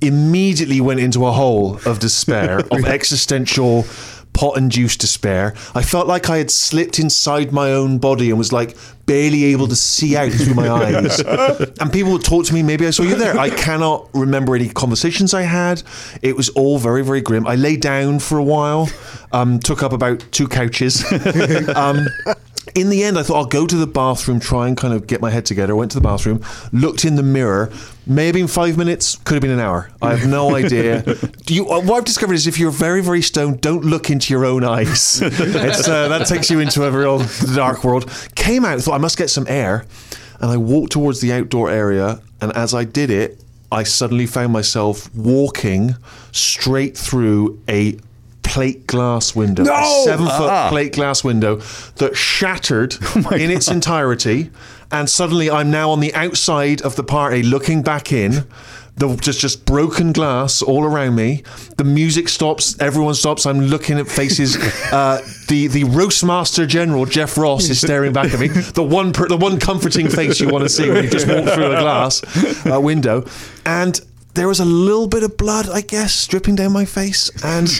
immediately went into a hole of despair, of existential pot-induced despair. I felt like I had slipped inside my own body and was like barely able to see out through my eyes. and people would talk to me, maybe I saw you there. I cannot remember any conversations I had. It was all very, very grim. I lay down for a while, um, took up about two couches. um, in the end, I thought I'll go to the bathroom, try and kind of get my head together. I went to the bathroom, looked in the mirror. May have been five minutes, could have been an hour. I have no idea. Do you, what I've discovered is if you're very, very stoned, don't look into your own eyes. It's, uh, that takes you into a real dark world. Came out, thought I must get some air, and I walked towards the outdoor area. And as I did it, I suddenly found myself walking straight through a plate glass window, No! a seven foot Ah. plate glass window that shattered in its entirety. And suddenly I'm now on the outside of the party looking back in. The, just just broken glass all around me. The music stops. Everyone stops. I'm looking at faces. Uh, the the roastmaster general Jeff Ross is staring back at me. The one per, the one comforting face you want to see when you just walk through a glass uh, window. And there was a little bit of blood, I guess, dripping down my face. And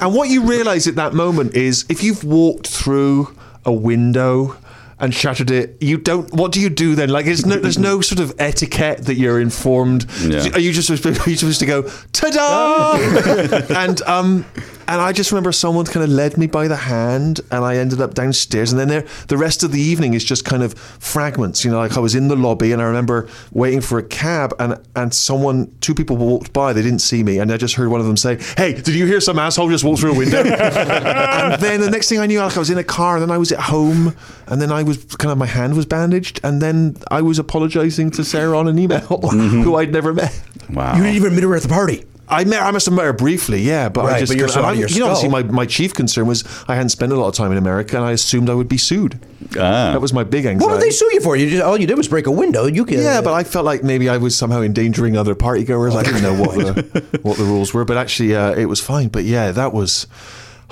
and what you realise at that moment is if you've walked through a window and shattered it, you don't. What do you do then? Like, it's no, there's no sort of etiquette that you're informed. Yeah. Are you just supposed- are you supposed to go ta-da? and um. And I just remember someone kind of led me by the hand, and I ended up downstairs. And then there, the rest of the evening is just kind of fragments. You know, like I was in the lobby, and I remember waiting for a cab, and and someone, two people walked by. They didn't see me, and I just heard one of them say, "Hey, did you hear some asshole just walk through a window?" and then the next thing I knew, like I was in a car, and then I was at home, and then I was kind of my hand was bandaged, and then I was apologising to Sarah on an email, Mm-hmm. who I'd never met. Wow. You didn't even meet her at the party. I met. I must have met her briefly, yeah. But Right, I just, but you're and sort of I- your you know, obviously, skull. my, my chief concern was I hadn't spent a lot of time in America, and I assumed I would be sued. Ah. That was my big anxiety. What did they sue you for? You just, all you did was break a window. You uh, can, yeah, but I felt like maybe I was somehow endangering other partygoers. I didn't know what the, what the rules were, but actually, uh, it was fine. But yeah, that was.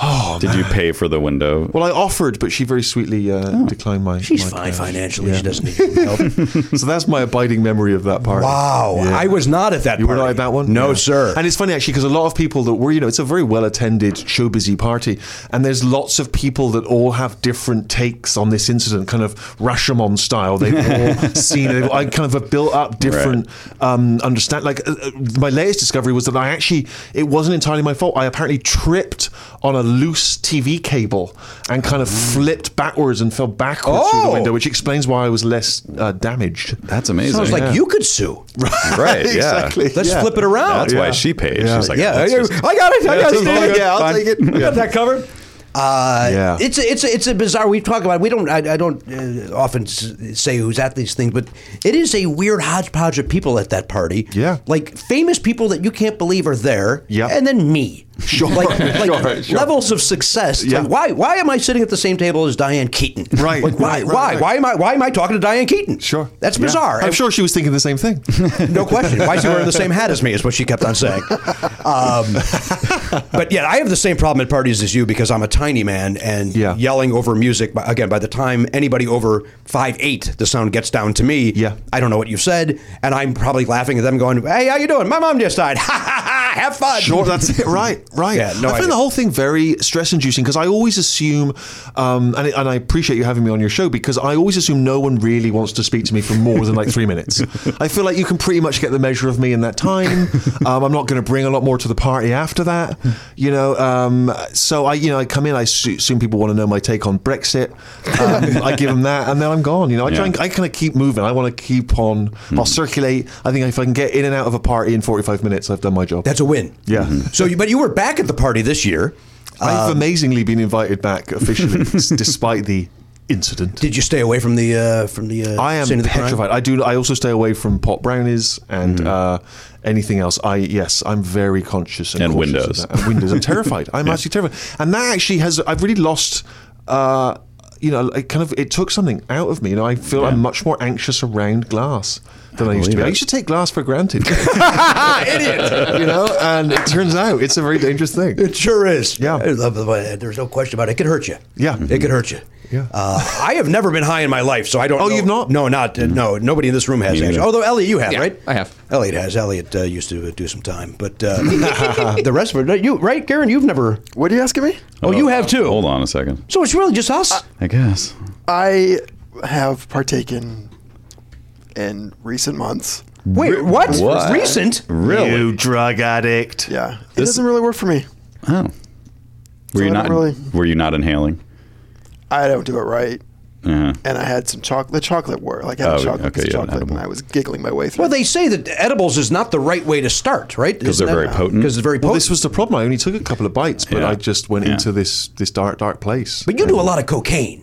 Oh, Did you pay for the window? well, I offered, but she very sweetly uh, declined my. Oh. she's fine my cash. financially. Yeah. She doesn't need your help. so that's my abiding memory of that party. Wow, Yeah. I was not at that. You were party. not at that one? No, Yeah. sir. And it's funny actually because a lot of people that were, you know, it's a very well attended, show busy party, and there's lots of people that all have different takes on this incident, kind of Rashomon style. They've all seen it. I kind of have built up different um, understand. Like uh, uh, my latest discovery was that I actually it wasn't entirely my fault. I apparently tripped on a loose TV cable and kind of flipped backwards and fell backwards through the Oh. window, which explains why I was less uh, damaged. That's amazing. Sounds like you could sue. right. Yeah. exactly. Let's Yeah. flip it around. That's why she paid. She's like, Oh, yeah, oh, I, "That's just- I got it. I got it. Yeah, Steve. yeah, I'll take it. I got that covered. Uh, Yeah. it's a, it's a, it's a bizarre. We talk about we don't I, I don't uh, often s- say who's at these things, but it is a weird hodgepodge of people at that party. Yeah. like famous people that you can't believe are there. Yeah. and then me. Sure, like, like sure, sure. levels of success. It's Yeah. Like, why why am I sitting at the same table as Diane Keaton? Right, Like, why right, right, why right. why am I why am I talking to Diane Keaton? Sure. That's Yeah. bizarre. I'm And- sure she was thinking the same thing. no question. Why is he wearing the same hat as me? Is what she kept on saying. Um, but yeah, I have the same problem at parties as you because I'm a tiny man and Yeah. yelling over music. but Again, by the time anybody over five eight, the sound gets down to me. Yeah. I don't know what you've said, and I'm probably laughing at them, going, "Hey, how you doing? My mom just died. Ha ha ha! Have fun." Sure, that's it. Right, right. Yeah, no I find idea. the whole thing very stress inducing because I always assume, um, and, and I appreciate you having me on your show because I always assume no one really wants to speak to me for more than like three minutes. I feel like you can pretty much get the measure of me in that time. Um, I'm not going to bring a lot more to the party after that, you know. Um, so I, you know, I come in, I su- assume people want to know my take on Brexit. Um, I give them that, and then I'm gone. You know, I try Yeah. and I kind of keep moving. I want to keep on. I'll circulate. I think if I can get in and out of a party in 45 minutes, I've done my job. That's a win. Yeah. Mhm. So, you, but you were back at the party this year. I've amazingly been invited back officially, s- despite the incident. Did you stay away from the uh, from the? Uh, I am scene of the crime? petrified. I do. I also stay away from pot brownies and uh, anything else. I yes, I'm very conscious and, And cautious of windows. that. And windows. I'm terrified. I'm actually terrified. And that actually has. I've really lost. Uh, you know, it kind of it took something out of me. You know, I feel I'm much more anxious around glass than I, used to be. I used to take glass for granted. Idiot. You know, and it turns out it's a very dangerous thing. It sure is. Yeah. I love the way- There's no question about it. It could hurt you. Yeah. It could hurt you. Yeah. Uh, I have never been high in my life, so I don't. Oh, know- you've not? No, not uh, no. Nobody in this room has. Me Actually. neither. Although Elliot, you have, Yeah, right? I have. Elliot has. Elliot uh, used to uh, do some time, but uh, the rest of it, you right, Karen? You've never. What are you asking me? Oh, you have too. Hold on Uh, a second. So it's really just us. I guess. I have partaken in recent months. Wait, what? What? Recent? Really? You drug addict. Yeah, it This- doesn't really work for me. Oh. Were So you I not don't really- were you not inhaling? I don't do it right. Uh-huh. And I had some chocolate. The chocolate worked. Like I had Oh, a chocolate, okay, piece of yeah, an chocolate, edible. and I was giggling my way through. Well, they say that edibles is not the right way to start, right? 'Cause they're very potent. Because it's very potent. Well, this was the problem. I only took a couple of bites, but Yeah. I just went Yeah. into this this dark, dark place. but you do a lot of cocaine.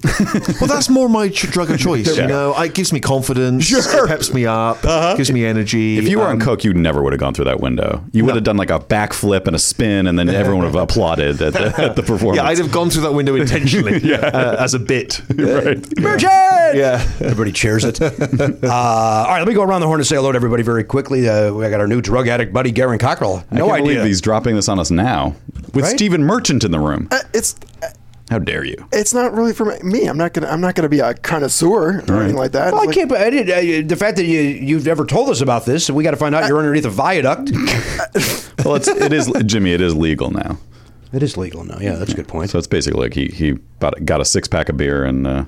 well, that's more my ch- drug of choice. You know, it gives me confidence. Sure. It peps me up. Gives me energy. If you were um, on coke, you never would have gone through that window. You would have done like a backflip and a spin, and then everyone would have applauded at the, at the performance. yeah, I'd have gone through that window intentionally uh, as a bit. right. Merchant! Yeah. Everybody cheers it. uh, all right, let me go around the horn and say hello to everybody very quickly. Uh, we got our new drug addict buddy, Garen Cockrell. No I can't idea. believe he's dropping this on us now with Right? Stephen Merchant in the room. Uh, it's How dare you? it's not really for me- me. I'm not gonna I'm not gonna be a connoisseur or anything like that. Well, It's I like- can't. I did, uh, the fact that you you've never told us about this, we got to find out you're underneath a viaduct. Well, it's, it is Jimmy. It is legal now, it is legal now. Yeah, that's a good point. so it's basically like he he bought, got a six pack of beer and uh,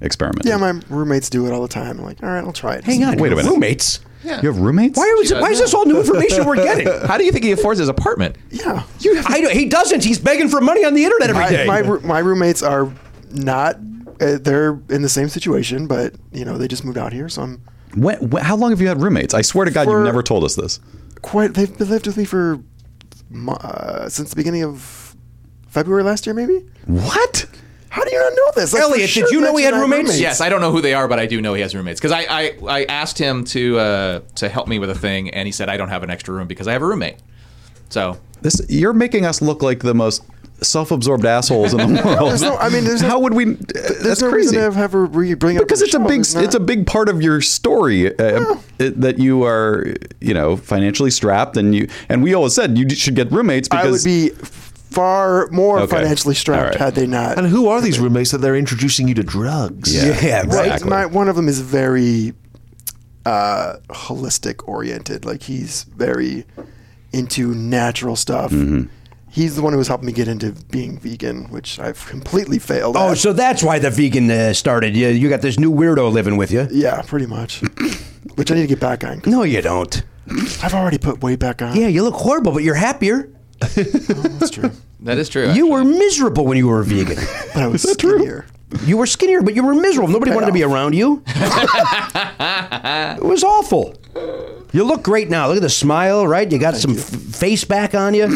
experimented. Yeah, my roommates do it all the time. I'm like, all right, I'll try it. Hang on, Wait a you're minute. roommates. You have roommates? Why, was, why is this all new information we're getting? How do you think he affords his apartment? Yeah. I don't- he doesn't. He's begging for money on the internet every my, day. my, roo- my roommates are not. Uh, they're in the same situation, but you know they just moved out here, so I'm When, when- how long have you had roommates? I swear to God, For- you've never told us this. quite. They've been- lived with me for mo- uh, since the beginning of February last year, maybe. What? How do you not know this? Elliot, did you know we we had roommates? Yes, I don't know who they are, but I do know he has roommates because I, I I asked him to uh, to help me with a thing, and he said I don't have an extra room because I have a roommate. So This you're making us look like the most self-absorbed assholes in the world. there's no- I mean, there's no- how would we? There's That's no crazy. reason to have a re- bring it up because on the it's a show. big There's not- it's a big part of your story uh, it- that you are you know financially strapped and you and we always said you should get roommates because I would be far more Okay. financially All strapped right. had they not. And who are these roommates that they're introducing you to drugs? yeah, Yeah, right. Well, exactly. My, one of them is very uh, holistic oriented. Like he's very into natural stuff. Mm-hmm. He's the one who was helping me get into being vegan, which I've completely failed. oh, at. so that's why the vegan uh, started. You, you got this new weirdo living with you. yeah, pretty much. which I need to get back on. 'cause No, you don't. I've already put weight back on. Yeah, you look horrible, but you're happier. that's true. that is true. You were miserable when you were a vegan. But I was skinnier. you were skinnier, but you were miserable. Nobody wanted to be around you. it was awful. You look great now. Look at the smile, right? You got some f- face back on you.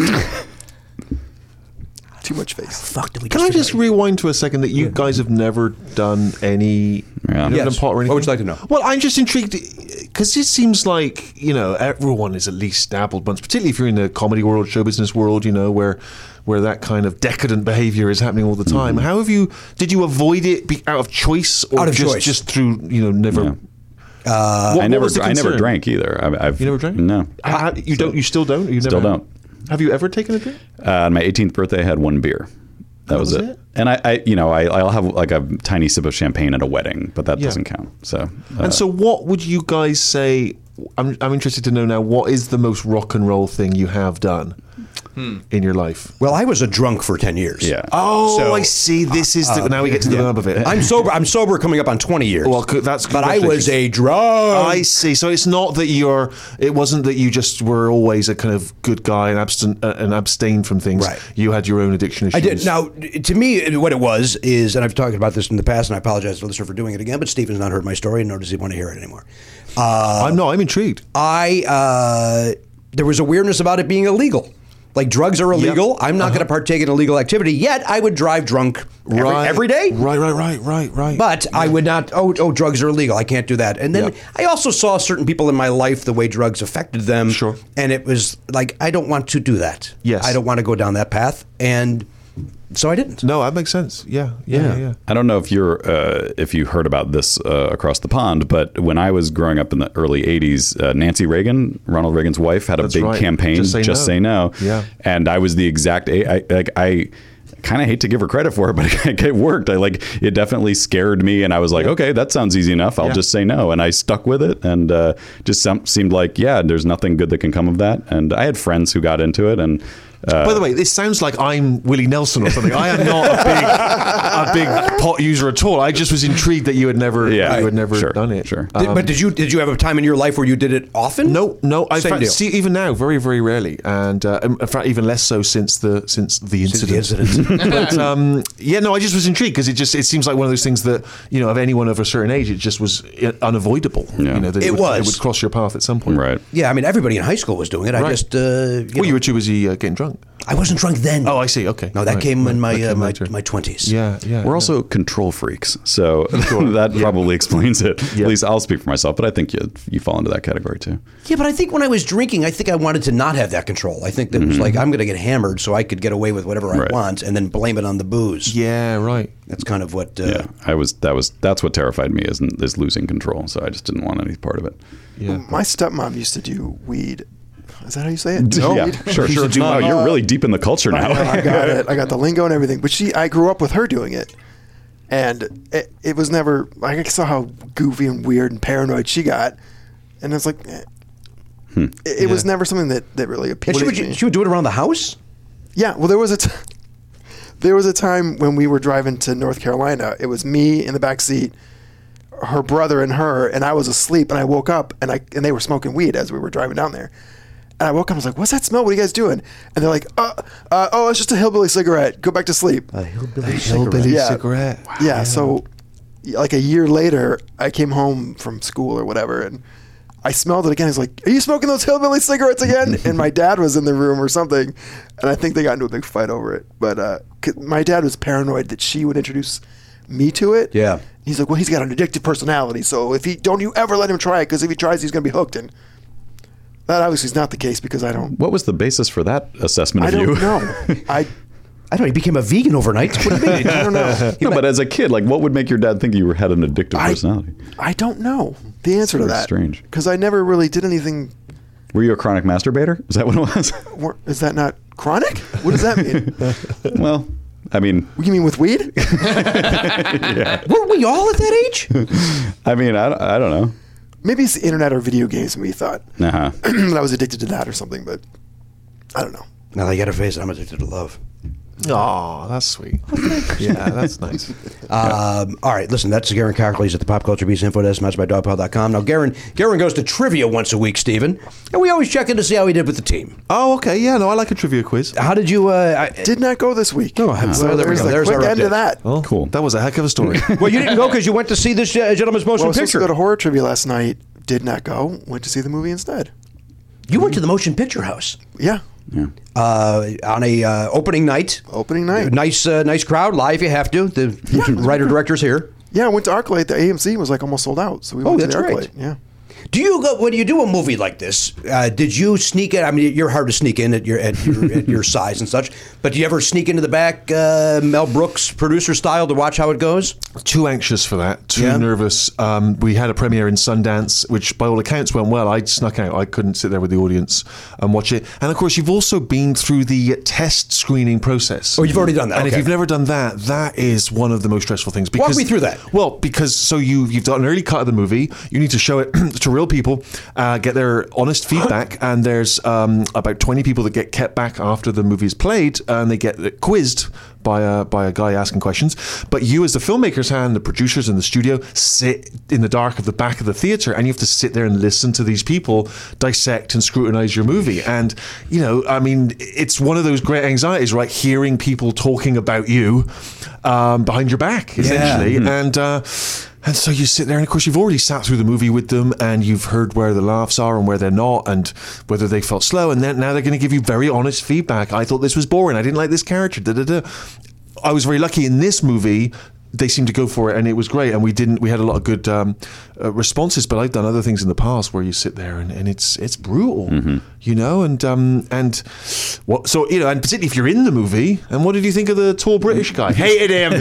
Too much face. Fuck, did we Can I just rewind to a second that you guys have never done any Yeah. yeah. Yes. pot or anything? What would you like to know? Well, I'm just intrigued because it seems like you know everyone is at least dabbled once, particularly if you're in the comedy world, show business world, you know where where that kind of decadent behavior is happening all the Mm-hmm. time. How have you? Did you avoid it be, out of choice or Out of just choice. just through you know never? Uh, I never I never drank either I, I've You never drank? no Uh, you don't. You still don't. You Still never don't. Have you ever taken a drink? uh, on my 18th birthday I had one beer that was, was it. it? and I, I you know I, I'll have like a tiny sip of champagne at a wedding but that doesn't count so uh, And so, what would you guys say? I'm, I'm interested to know now. What is the most rock and roll thing you have done in your life? Well, I was a drunk for ten years. Yeah. Oh, So- I see. This is the, now we get to the nub of it. I'm sober. I'm sober, coming up on twenty years. Well, co- that's Um, But I was a drunk. I see. So it's not that you're. It wasn't that you just were always a kind of good guy and abstain uh, and abstained from things. Right. You had your own addiction issues. I did. Now, to me, what it was is, and I've talked about this in the past, and I apologize to the listener for doing it again, but Stephen's not heard my story, nor does he want to hear it anymore. I'm not. I'm intrigued. I uh, there was a weirdness about it being illegal. Like drugs are illegal. I'm Uh-huh. not going to partake in illegal activity. Yet I would drive drunk every, Right. every day. Right. Right. Right. Right. Right. But I would not. Oh, oh, drugs are illegal. I can't do that. And then Yeah. I also saw certain people in my life the way drugs affected them. Sure. And it was like I don't want to do that. Yes. I don't want to go down that path. And so I didn't. no, that makes sense. Yeah. Yeah. Yeah. yeah. I don't know if you're uh, if you heard about this uh, across the pond, but when I was growing up in the early '80s, uh, Nancy Reagan, Ronald Reagan's wife, had a That's big right. campaign, Just Say No. No, Yeah. and I was the exact a- I, like I kind of hate to give her credit for it, but it worked. I like it definitely scared me, and I was like, okay, that sounds easy enough. I'll Yeah. just say no, and I stuck with it, and uh, just some, seemed like yeah, there's nothing good that can come of that. And I had friends who got into it, and uh, By the way, this sounds like I'm Willie Nelson or something. I am not a big, a big pot user at all. I just was intrigued that you had never, Yeah. you had never Sure, done it. sure. Um, but did you did you have a time in your life where you did it often? No, no. I Same fa- deal. see even now very, very rarely, and uh, in fact even less so since the since the incident. but um, yeah, no, I just was intrigued because it just it seems like one of those things that you know of anyone of a certain age, it just was i- unavoidable. Yeah. You know, that It would, was. it would cross your path at some point. right. yeah, I mean everybody in high school was doing it. I Right. just uh, you Well, know, you were too busy uh, getting drunk. I wasn't drunk then. Oh, I see. Okay. no, that Right, came right. in my That uh, came my later. my twenties. Yeah, yeah. We're no. also control freaks, so that probably explains it. Yeah. At least I'll speak for myself, but I think you you fall into that category too. Yeah, but I think when I was drinking, I think I wanted to not have that control. I think that Mm-hmm. it was like I'm going to get hammered, so I could get away with whatever I Right. want, and then blame it on the booze. Yeah, right. that's kind of what. Uh, Yeah, I was that was that's what terrified me is is losing control. So I just didn't want any part of it. Yeah. My stepmom used to do weed. Is that how you say it? yeah, Weed? sure, sure. Wow, you're really deep in the culture now. I got it. I got the lingo and everything. But she, I grew up with her doing it, and it, it was never. I saw how goofy and weird and paranoid she got, and I was like, eh. it, it was Hmm. Yeah. never something that that really appealed and she to would me. she would do it around the house. yeah. Well, there was a. T- there was a time when we were driving to North Carolina. It was me in the back seat, her brother and her, and I was asleep. And I woke up and I and they were smoking weed as we were driving down there. And I woke up and I was like, "What's that smell? What are you guys doing?" And they're like, "Uh, uh oh, it's just a hillbilly cigarette. Go back to sleep." hillbilly Yeah. cigarette. yeah, so y- like a year later, I came home from school or whatever, and I smelled it again. He's like, "Are you smoking those hillbilly cigarettes again?" and my dad was in the room or something, and I think they got into a big fight over it. But uh, 'cause my dad was paranoid that she would introduce me to it. Yeah. he's like, "Well, he's got an addictive personality, so if he don't you ever let him try it because if he tries, he's gonna be hooked." And that obviously is not the case because I don't. What was the basis for that assessment I of don't you? know. I I don't know. He became a vegan overnight. What do you mean? I don't know. no, but as a kid, like, what would make your dad think you had an addictive personality? I don't know the answer to Very that. strange. Because I never really did anything Were you a chronic masturbator? Is that what it was? Wha- Is that not chronic? What does that mean? well, I mean, you mean with weed? Were we all at that age? I mean, I, don't- I don't know. Maybe it's the internet or video games. We thought Uh-huh. that I was addicted to that or something, but I don't know. now I got to face it. I'm addicted to love. Oh, that's sweet. yeah, that's nice. Um, all right, listen, that's Garen Cockley's at the Pop Culture Beast Info Desk, matched by dogpile.com. Now, Garen, Garen goes to trivia once a week, Stephen, and we always check in to see how he did with the team. Oh, okay. Yeah, no, I like a trivia quiz. How did you? Uh, I, Did not go this week. Oh, heavens. so Well, there we there's go. the There's quick our end update. to that. Oh, Cool. That was a heck of a story. well, you didn't go because you went to see this uh, gentleman's motion Well, I was supposed to picture. go to horror trivia last night. Did not go. Went to see the movie instead. you went to the motion picture house Yeah. uh, on a uh, opening night. Opening night. Nice, uh, nice crowd. Live, you have to. The writer director's here. Yeah, I went to ArcLight. The AMC was like almost sold out, so we Oh, went that's to the ArcLight. right. Yeah. Do you go when you do a movie like this? Uh, did you sneak in? I mean, you're hard to sneak in at your at your, at your size and such. But do you ever sneak into the back, uh, Mel Brooks producer style, to watch how it goes? Too anxious for that. Too Yeah. nervous. Um, we had a premiere in Sundance, which by all accounts went well. I snuck out. I couldn't sit there with the audience and watch it. And of course, you've also been through the test screening process. Oh, you've already done that. And Okay. if you've never done that, that is one of the most stressful things. Because, me through that. Well, because so you you've done an early cut of the movie. You need to show it to real people, uh, get their honest feedback, and there's um, about twenty people that get kept back after the movie's played, and they get quizzed by a by a guy asking questions. But you, as the filmmaker's hand, the producers in the studio, sit in the dark of the back of the theater, and you have to sit there and listen to these people dissect and scrutinize your movie. And you know, I mean, it's one of those great anxieties, right? Hearing people talking about you um, behind your back, essentially and uh, and so you sit there, and of course you've already sat through the movie with them, and you've heard where the laughs are and where they're not, and whether they felt slow, and then now they're going to give you very honest feedback. I thought this was boring. I didn't like this character. Da da da. I was very lucky in this movie. they seemed to go for it, and it was great. And we didn't. We had a lot of good um, uh, responses. But I've done other things in the past where you sit there and, and it's it's brutal, you know. And um, and what so you know, and particularly if you're in the movie. And what did you think of the tall British guy? Hated him.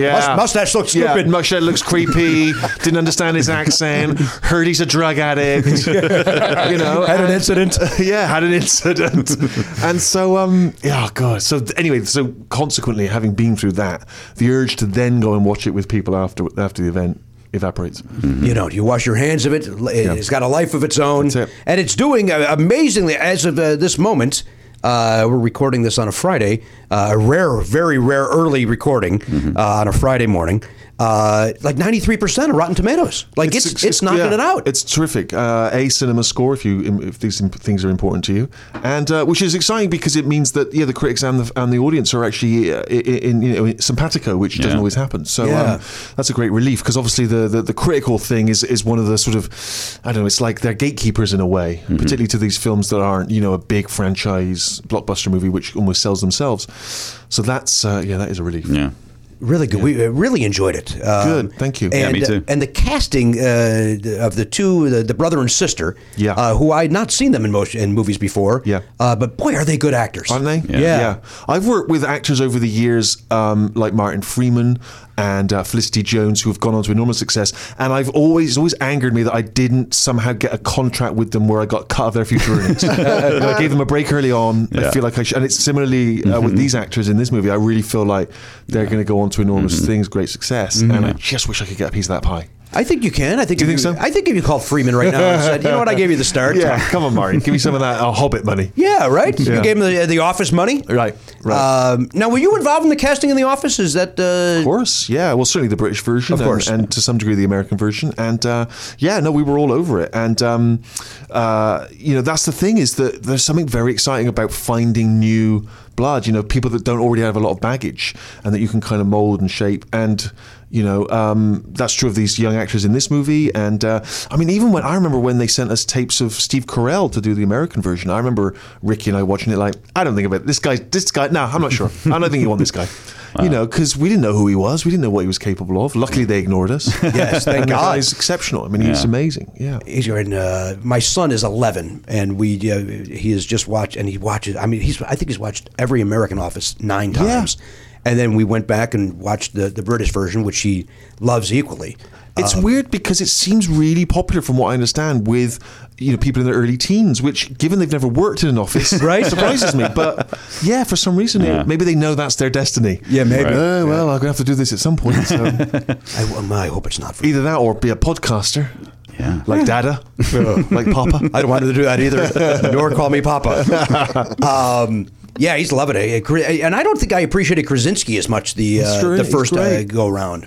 yeah, Must- mustache looks Yeah, stupid. mustache looks creepy. didn't understand his accent. Heard he's a drug addict. you know, Had an and- incident. yeah, had an incident. and so, um, yeah, oh God. So th- anyway, so consequently, having been through that, the urge to then go and watch it with people after after the event evaporates. You know, you wash your hands of it. It's got a life of its own, That's it. and it's doing uh, amazingly as of uh, this moment. Uh, we're recording this on a Friday, uh, a rare, very rare early recording Mm-hmm. uh, on a Friday morning. Uh, like ninety three percent of Rotten Tomatoes. Like it's it's, knocking yeah, it out. It's terrific. Uh, a cinema score, if you if these imp- things are important to you, and uh, which is exciting because it means that yeah, the critics and the and the audience are actually uh, i- i- in, you know simpatico, which doesn't always happen. So Yeah. um, that's a great relief because obviously the, the the critical thing is is one of the sort of I don't know. It's like they're gatekeepers in a way, particularly to these films that aren't you know a big franchise blockbuster movie which almost sells themselves. So that's uh, yeah, that is a relief. Yeah. Really good. We uh, really enjoyed it. Um, Good. Thank you. And, Yeah, me uh, too. and the casting uh, of the two, the, the brother and sister, Yeah. uh, who I had not seen them in, motion, in movies before. Yeah. Uh, but boy, are they good actors. aren't they? Yeah. I've worked with actors over the years, um, like Martin Freeman and uh, Felicity Jones, who have gone on to enormous success. And I've always it's always angered me that I didn't somehow get a contract with them where I got cut of their future earnings. You know, I gave them a break early on. I Yeah. feel like I should. And it's similarly uh, with these actors in this movie. I really feel like they're going to go on to enormous things, great success. And I just wish I could get a piece of that pie. I think you can. I think. Do you if think so? I think if you called Freeman right now and said, "You know what? I gave you the start." Yeah, come on, Martin. Give me some of that uh, Hobbit money. Yeah, right. You Yeah. gave him the, the office money. Right, right. Um, now, were you involved in the casting in the office? Is that uh, Of course, yeah. Well, certainly the British version, Of and- course. and, to some degree the American version. And uh, yeah, no, we were all over it. And um, uh, you know, that's the thing is that there's something very exciting about finding new blood. You know, people that don't already have a lot of baggage, and that you can kind of mold and shape. And you know, um, that's true of these young actors in this movie. And uh, I mean, even when I remember when they sent us tapes of Steve Carell to do the American version, I remember Ricky and I watching it like, I don't think about it. this guy. This guy, no, I'm not sure. I don't think you want this guy. You know, because we didn't know who he was, we didn't know what he was capable of. Luckily, they ignored us. Yes, thank and the God. He's exceptional. I mean, he's Yeah. amazing. Yeah. he's in, uh, my son is 11 and we uh, he has just watched and he watches i mean he's i think he's watched every american office nine times and then we went back and watched the, the british version which he loves equally Uh, It's weird because it seems really popular, from what I understand, with you know people in their early teens. Which, given they've never worked in an office, Right. surprises me. But yeah, for some reason, it- Yeah. maybe they know that's their destiny. Yeah, maybe. Oh well, I'm gonna have to do this at some point. So I, well, I hope it's not for either that or be a podcaster. Yeah. like Dada, like Papa. I don't want him to do that either, nor call me Papa. Um, yeah, he's loving it. And I don't think I appreciated Krasinski as much the He's uh, great. the He's first uh, great. go round.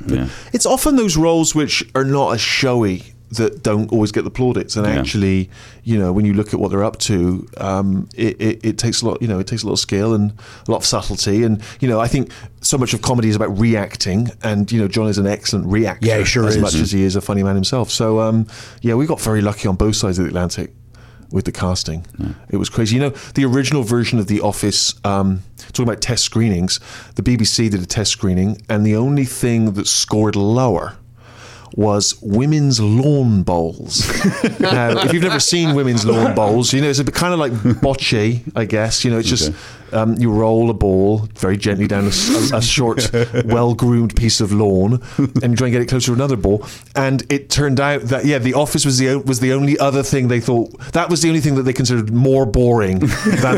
It's often those roles which are not as showy that don't always get the plaudits, and actually, you know, when you look at what they're up to, um, it, it, it takes a lot. You know, it takes a lot of skill and a lot of subtlety, and you know, I think so much of comedy is about reacting, and you know, John is an excellent reactor. Yeah, he sure as is. much as he is a funny man himself. So, um, yeah, we got very lucky on both sides of the Atlantic with the casting. It was crazy. You know, the original version of The Office, um, talking about test screenings, the BBC did a test screening, and the only thing that scored lower was women's lawn bowls. now, if you've never seen women's lawn bowls, you know, it's a bit kind of like bocce, I guess. You know, it's just um, you roll a ball very gently down a, s- a short, well groomed piece of lawn and you try and get it closer to another ball. And it turned out that, yeah, The Office was the, o- was the only other thing they thought, that was the only thing that they considered more boring than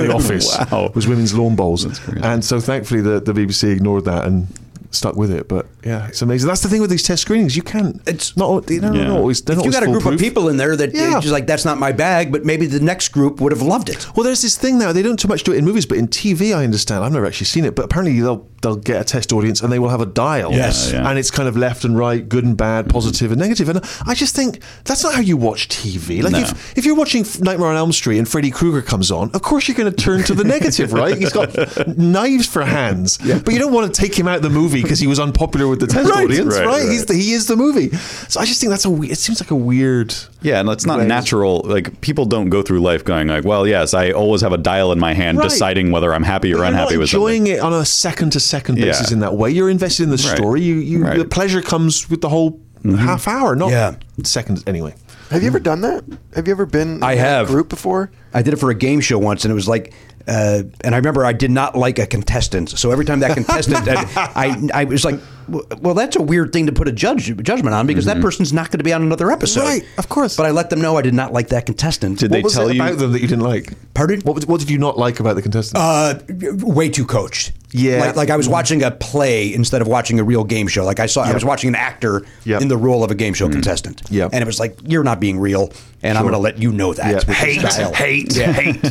The Office Wow. was women's lawn bowls. And so thankfully the, the BBC ignored that and stuck with it. But yeah, it's amazing. That's the thing with these test screenings. You can't. It's not. al- They don't Yeah. always. They're If not you got a always group of foolproof. people in there that Yeah. it's just like that's not my bag, but maybe the next group would have loved it. Well, there's this thing now. They don't too much do it in movies, but in TV, I understand. I've never actually seen it, but apparently they'll they'll get a test audience and they will have a dial. Yes. Yeah, Mm-hmm. yeah. and it's kind of left and right, good and bad, positive and negative. And I just think that's not how you watch TV. Like No. if if you're watching Nightmare on Elm Street and Freddy Krueger comes on, of course you're going to turn to the negative, right? He's got knives for hands, but you don't want to take him out of the movie movie because he was unpopular with the test Right, audience, right, right? right. He's the, he is the movie. So I just think that's a. we- It seems like a weird. Yeah, and it's not Right. natural. Like people don't go through life going like, "Well, yes, I always have a dial in my hand, Right. deciding whether I'm happy or You're unhappy not with something." enjoying it on a second to second Yeah. basis in that way. You're invested in the Right. story. You, you Right. Mm-hmm. the pleasure comes with the whole half hour, not seconds. Anyway, Have you ever done that? Have you ever been in I that have. group before? I did it for a game show once, and it was like, uh, and I remember I did not like a contestant. So every time that contestant, I, I, I was like, well, that's a weird thing to put a judge judgment on because Mm-hmm. that person's not going to be on another episode, Right, of course. But I let them know I did not like that contestant. Did what they was tell it you? about them that you didn't like? Pardon? What, was- what did you not like about the contestants? Uh, way too coached. Yeah. like, like I was watching a play instead of watching a real game show. Like I saw, I was watching an actor Yep. in the role of a game show contestant. Yep. and it was like you're not being real, and I'm going to let you know that. Yeah. with your style. hate, Yeah. hate.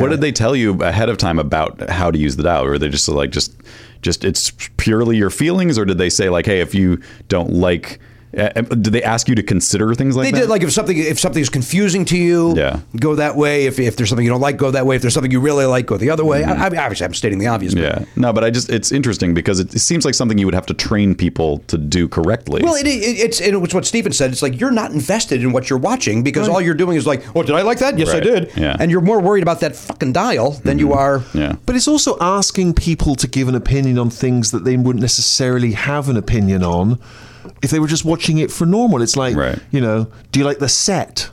What did they tell you ahead of time about how to use the dial? Were they just like just just it's purely your feelings, or did they say like, "Hey, if you don't like," uh, uh, did they ask you to consider things like They that? did like if something if something's confusing to you, Yeah. go that way. If, if there's something you don't like, go that way. If there's something you really like, go the other way. I, I mean, obviously, I'm stating the obvious. but- yeah, no, but I just it's interesting because it, it seems like something you would have to train people to do correctly. Well, it, it, it's and it was what Stephen said. It's like you're not invested in what you're watching because all you're doing is like, oh, did I like that? Yes, I Right. did. Yeah. And you're more worried about that fucking dial than you are. yeah, But it's also asking people to give an opinion on things that they wouldn't necessarily have an opinion on if they were just watching it for normal. It's like, Right. you know, do you like the set?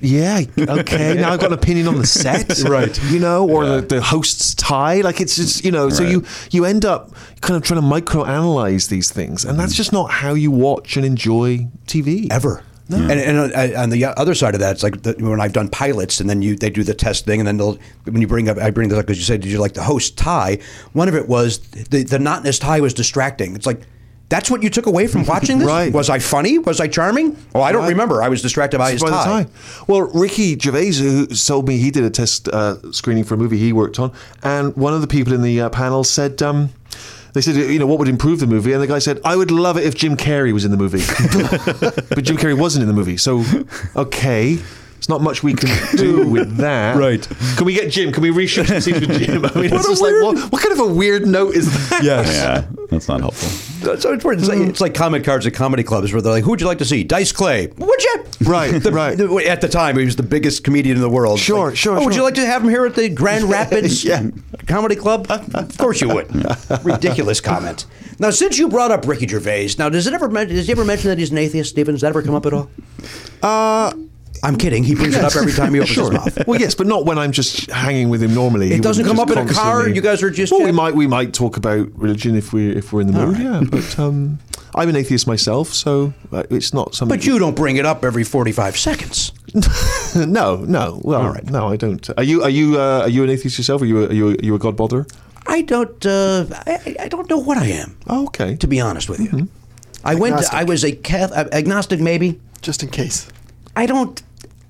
yeah, okay. Now I've got an opinion on the set, right? You know, or the, the host's tie. Like it's just, you know, so Right. you you end up kind of trying to microanalyze these things, and Mm-hmm. that's just not how you watch and enjoy TV ever. And, and on- I- on the other side of that, it's like the, when I've done pilots, and then you they do the test thing, and then they'll when you bring up I bring this up because you said did you like the host tie? One of it was the the knotness tie was distracting. It's like. That's what you took away from watching this? Right. Was I funny? Was I charming? Oh, I don't Right. remember. I was distracted by his By the tie. time. Well, Ricky Gervais who told me he did a test uh, screening for a movie he worked on, and one of the people in the uh, panel said. Um, they said, you know, what would improve the movie? And the guy said, I would love it if Jim Carrey was in the movie. but Jim Carrey wasn't in the movie. So, okay. It's not much we can do with that. Right. Can we get Jim? Can we reshoot some scenes with Jim? I mean, it's just like, what, what kind of a weird note is that? yeah, that's not helpful. So it's, weird. It's like, it's like comment cards at comedy clubs where they're like, "Who would you like to see? Dice Clay? Would you?" Right, The- right. the- at the time, he was the biggest comedian in the world. It's Sure, like, sure, Oh, would you sure. like to have him here at the Grand Rapids Yeah. Comedy Club? Of course you would. Ridiculous comment. Now, since you brought up Ricky Gervais, now does it ever men- does he ever mention that he's an atheist? Stephen, does that ever come up at all? Uh, I'm kidding. He brings it up every time he opens his mouth. well, yes, but not when I'm just hanging with him normally. He doesn't wouldn't come just up in a car? constantly- You guys are just- Well, we might we might talk about religion if we if we're in the mood. Yeah, but um, I'm an atheist myself, so uh, it's not something. But you don't bring it up every 45 seconds. no, no. Well, Oh. all right. No, I don't. Are you are you uh, are you an atheist yourself? Are you a, are you a, are you a god botherer? I don't. Uh, I, I don't know what I am. Oh, okay. to be honest with you. I went. Agnostic. I was a Cath- uh, agnostic, maybe. Just in case. I don't.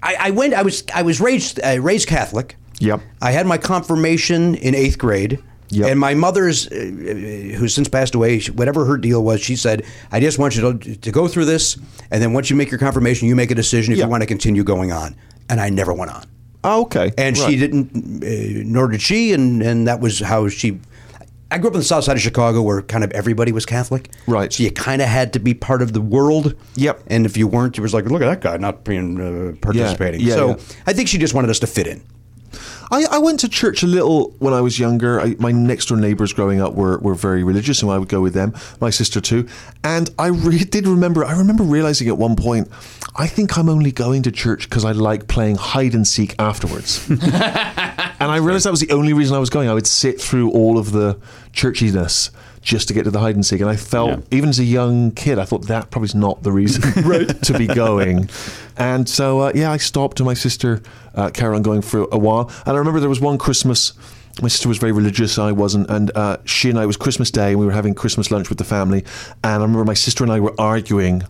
I, I went. I was. I was raised uh, raised Catholic. Yep. I had my confirmation in eighth grade. Yep. And my mother's, uh, who's since passed away, she- whatever her deal was, she said, "I just want you to, to go through this, and then once you make your confirmation, you make a decision if Yeah. you want to continue going on." And I never went on. Oh, okay. And Right. she didn't, uh, nor did she, and, and that was how she. I grew up on the south side of Chicago where kind of everybody was Catholic. Right. So you kind of had to be part of the world. Yep. And if you weren't, it was like, look at that guy not being uh, participating. Yeah, so yeah. I think she just wanted us to fit in. I, I went to church a little when I was younger. I, my next door neighbours growing up were, were very religious, and I would go with them. My sister too, and I re- did remember. I remember realizing at one point, I think I'm only going to church because I like playing hide and seek afterwards. and I realized that was the only reason I was going. I would sit through all of the churchiness just to get to the hide and seek, and I felt even as a young kid, I thought that probably is not the reason to be going. And so, uh, yeah, I stopped, and my sister uh, carried on going for a while. And I remember there was one Christmas. My sister was very religious, I wasn't, and uh, she and I it was Christmas Day, and we were having Christmas lunch with the family. And I remember my sister and I were arguing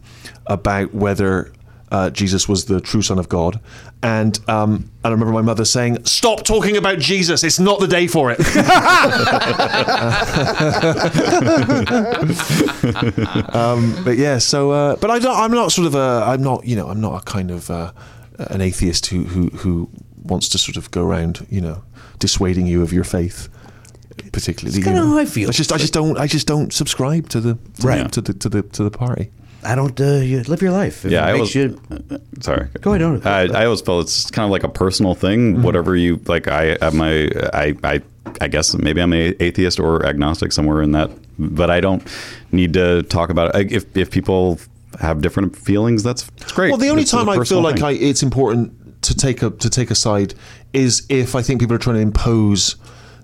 about whether uh, Jesus was the true Son of God, and um, and I remember my mother saying, "Stop talking about Jesus! It's not the day for it." um, but yeah, so uh, but I don't, I'm not sort of a I'm not you know I'm not a kind of uh, an atheist who who who wants to sort of go around you know dissuading you of your faith. particularly. It's kinda you know. how I feel. I just, I just don't, I just don't subscribe to the to, Right. to the to the to the party. I don't uh, you live your life. If yeah, it I makes always. you- sorry. Go ahead, Otis. I, I always felt it's kind of like a personal thing. Whatever you like, I am my I I I guess maybe I'm a atheist or agnostic somewhere in that, but I don't need to talk about it. I- If if people have different feelings, that's it's great. Well, the only It's a time I feel personal like thing. I, it's important to take a to take a side is if I think people are trying to impose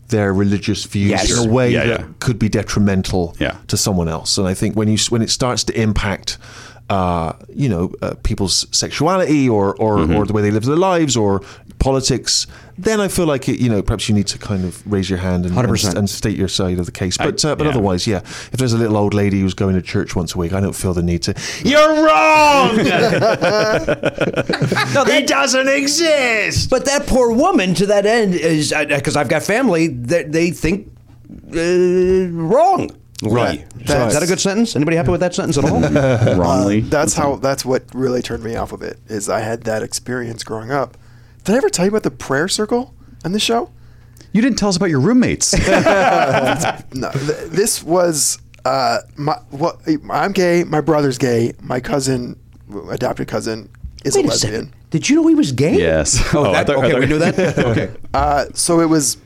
their religious views Yes. in a way Yeah, that yeah. could be detrimental Yeah. to someone else. And I think when you s- when it starts to impact. Uh, you know, uh, people's sexuality or, or, Mm-hmm. or the way they live their lives or politics, then I feel like, it, you know, perhaps you need to kind of raise your hand and, and, 100%. and state your side of the case. But, uh, but yeah. otherwise, yeah, if there's a little old lady who's going to church once a week, I don't feel the need to, you're wrong! he doesn't exist. But that poor woman, to that end, is because I've got family that they think uh, wrong. Right. So is that a good sentence? Anybody happy with that sentence at all? wrongly. Uh, That's how. That's what really turned me off of it. Is I had that experience growing up. Did I ever tell you about the prayer circle on the show? you didn't tell us about your roommates. No, th- this was uh, my. Well, I'm gay. My brother's gay. My cousin, adopted cousin, is Wait a a lesbian. second. Did you know he was gay? Yes. Oh, Oh, I that- thought- I okay, thought- we knew that. okay. Uh, so it was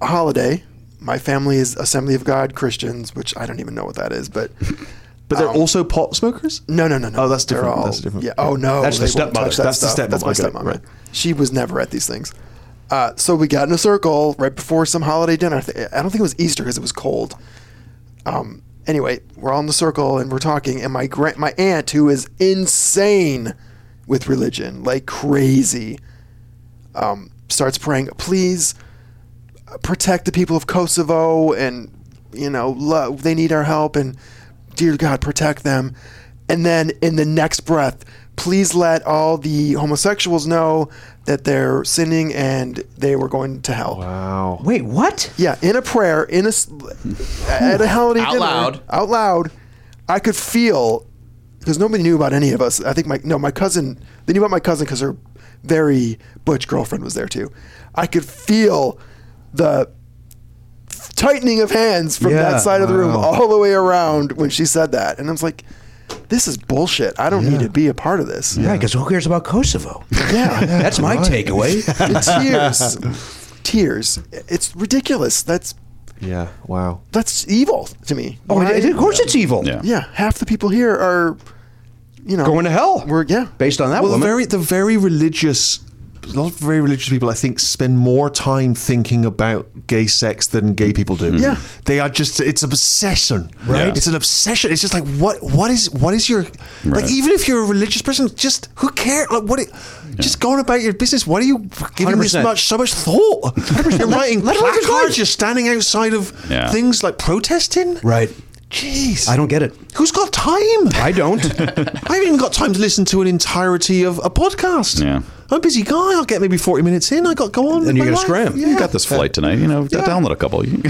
a holiday. My family is Assembly of God Christians, which I don't even know what that is, but um, But they're also pot smokers. no, no, no, no. Oh, that's They're different. That's different. Yeah. Oh no, That's the they won't stepmother. touch That That's the stuff. That's my stepmother. stepmom. Okay, right. She was never at these things. Uh, so we got in a circle right before some holiday dinner. I thi- I don't think it was Easter because it was cold. Um, anyway, we're all in the circle and we're talking, and my grand, my aunt, who is insane with religion, like crazy, um, starts praying, please protect the people of Kosovo and you know lo- they need our help and dear God protect them and then in the next breath please let all the homosexuals know that they're sinning and they were going to hell Wow. Wait, what? yeah in a prayer in a s- at a holiday Out dinner, loud. out loud I could feel because nobody knew about any of us I think my no my cousin they knew about my cousin because her very butch girlfriend was there too I could feel the tightening of hands from Yeah, that side of the room wow. all the way around when she said that. And I was like, this is bullshit. I don't need to be a part of this. Right, because who cares about Kosovo? Yeah. That's my takeaway. tears. tears. It's ridiculous. That's Yeah. Wow. that's evil to me. Oh, Why- it- of course it's evil. Yeah. Yeah. Half the people here are, you know, Going to hell. We're yeah. Based on that Well, the woman. very the very religious. A lot of very religious people, I think, spend more time thinking about gay sex than gay people do. Yeah. they are just—it's obsession, Right. Yeah. It's an obsession. It's just like what, what is, what is your, like? Right. Even if you're a religious person, just who cares? Like, what? It, Just go on about your business. Why are you giving this 100%. much, so much thought? You're writing Let her live her placards. life. You're standing outside of Yeah. things like protesting, right. Jeez. I don't get it. Who's got time? I don't. I haven't even got time to listen to an entirety of a podcast. Yeah. I'm a busy guy. I'll get maybe 40 minutes in. I got to go on. Then with you my gotta life. scram. Yeah. You got this flight tonight. You know, download a couple. and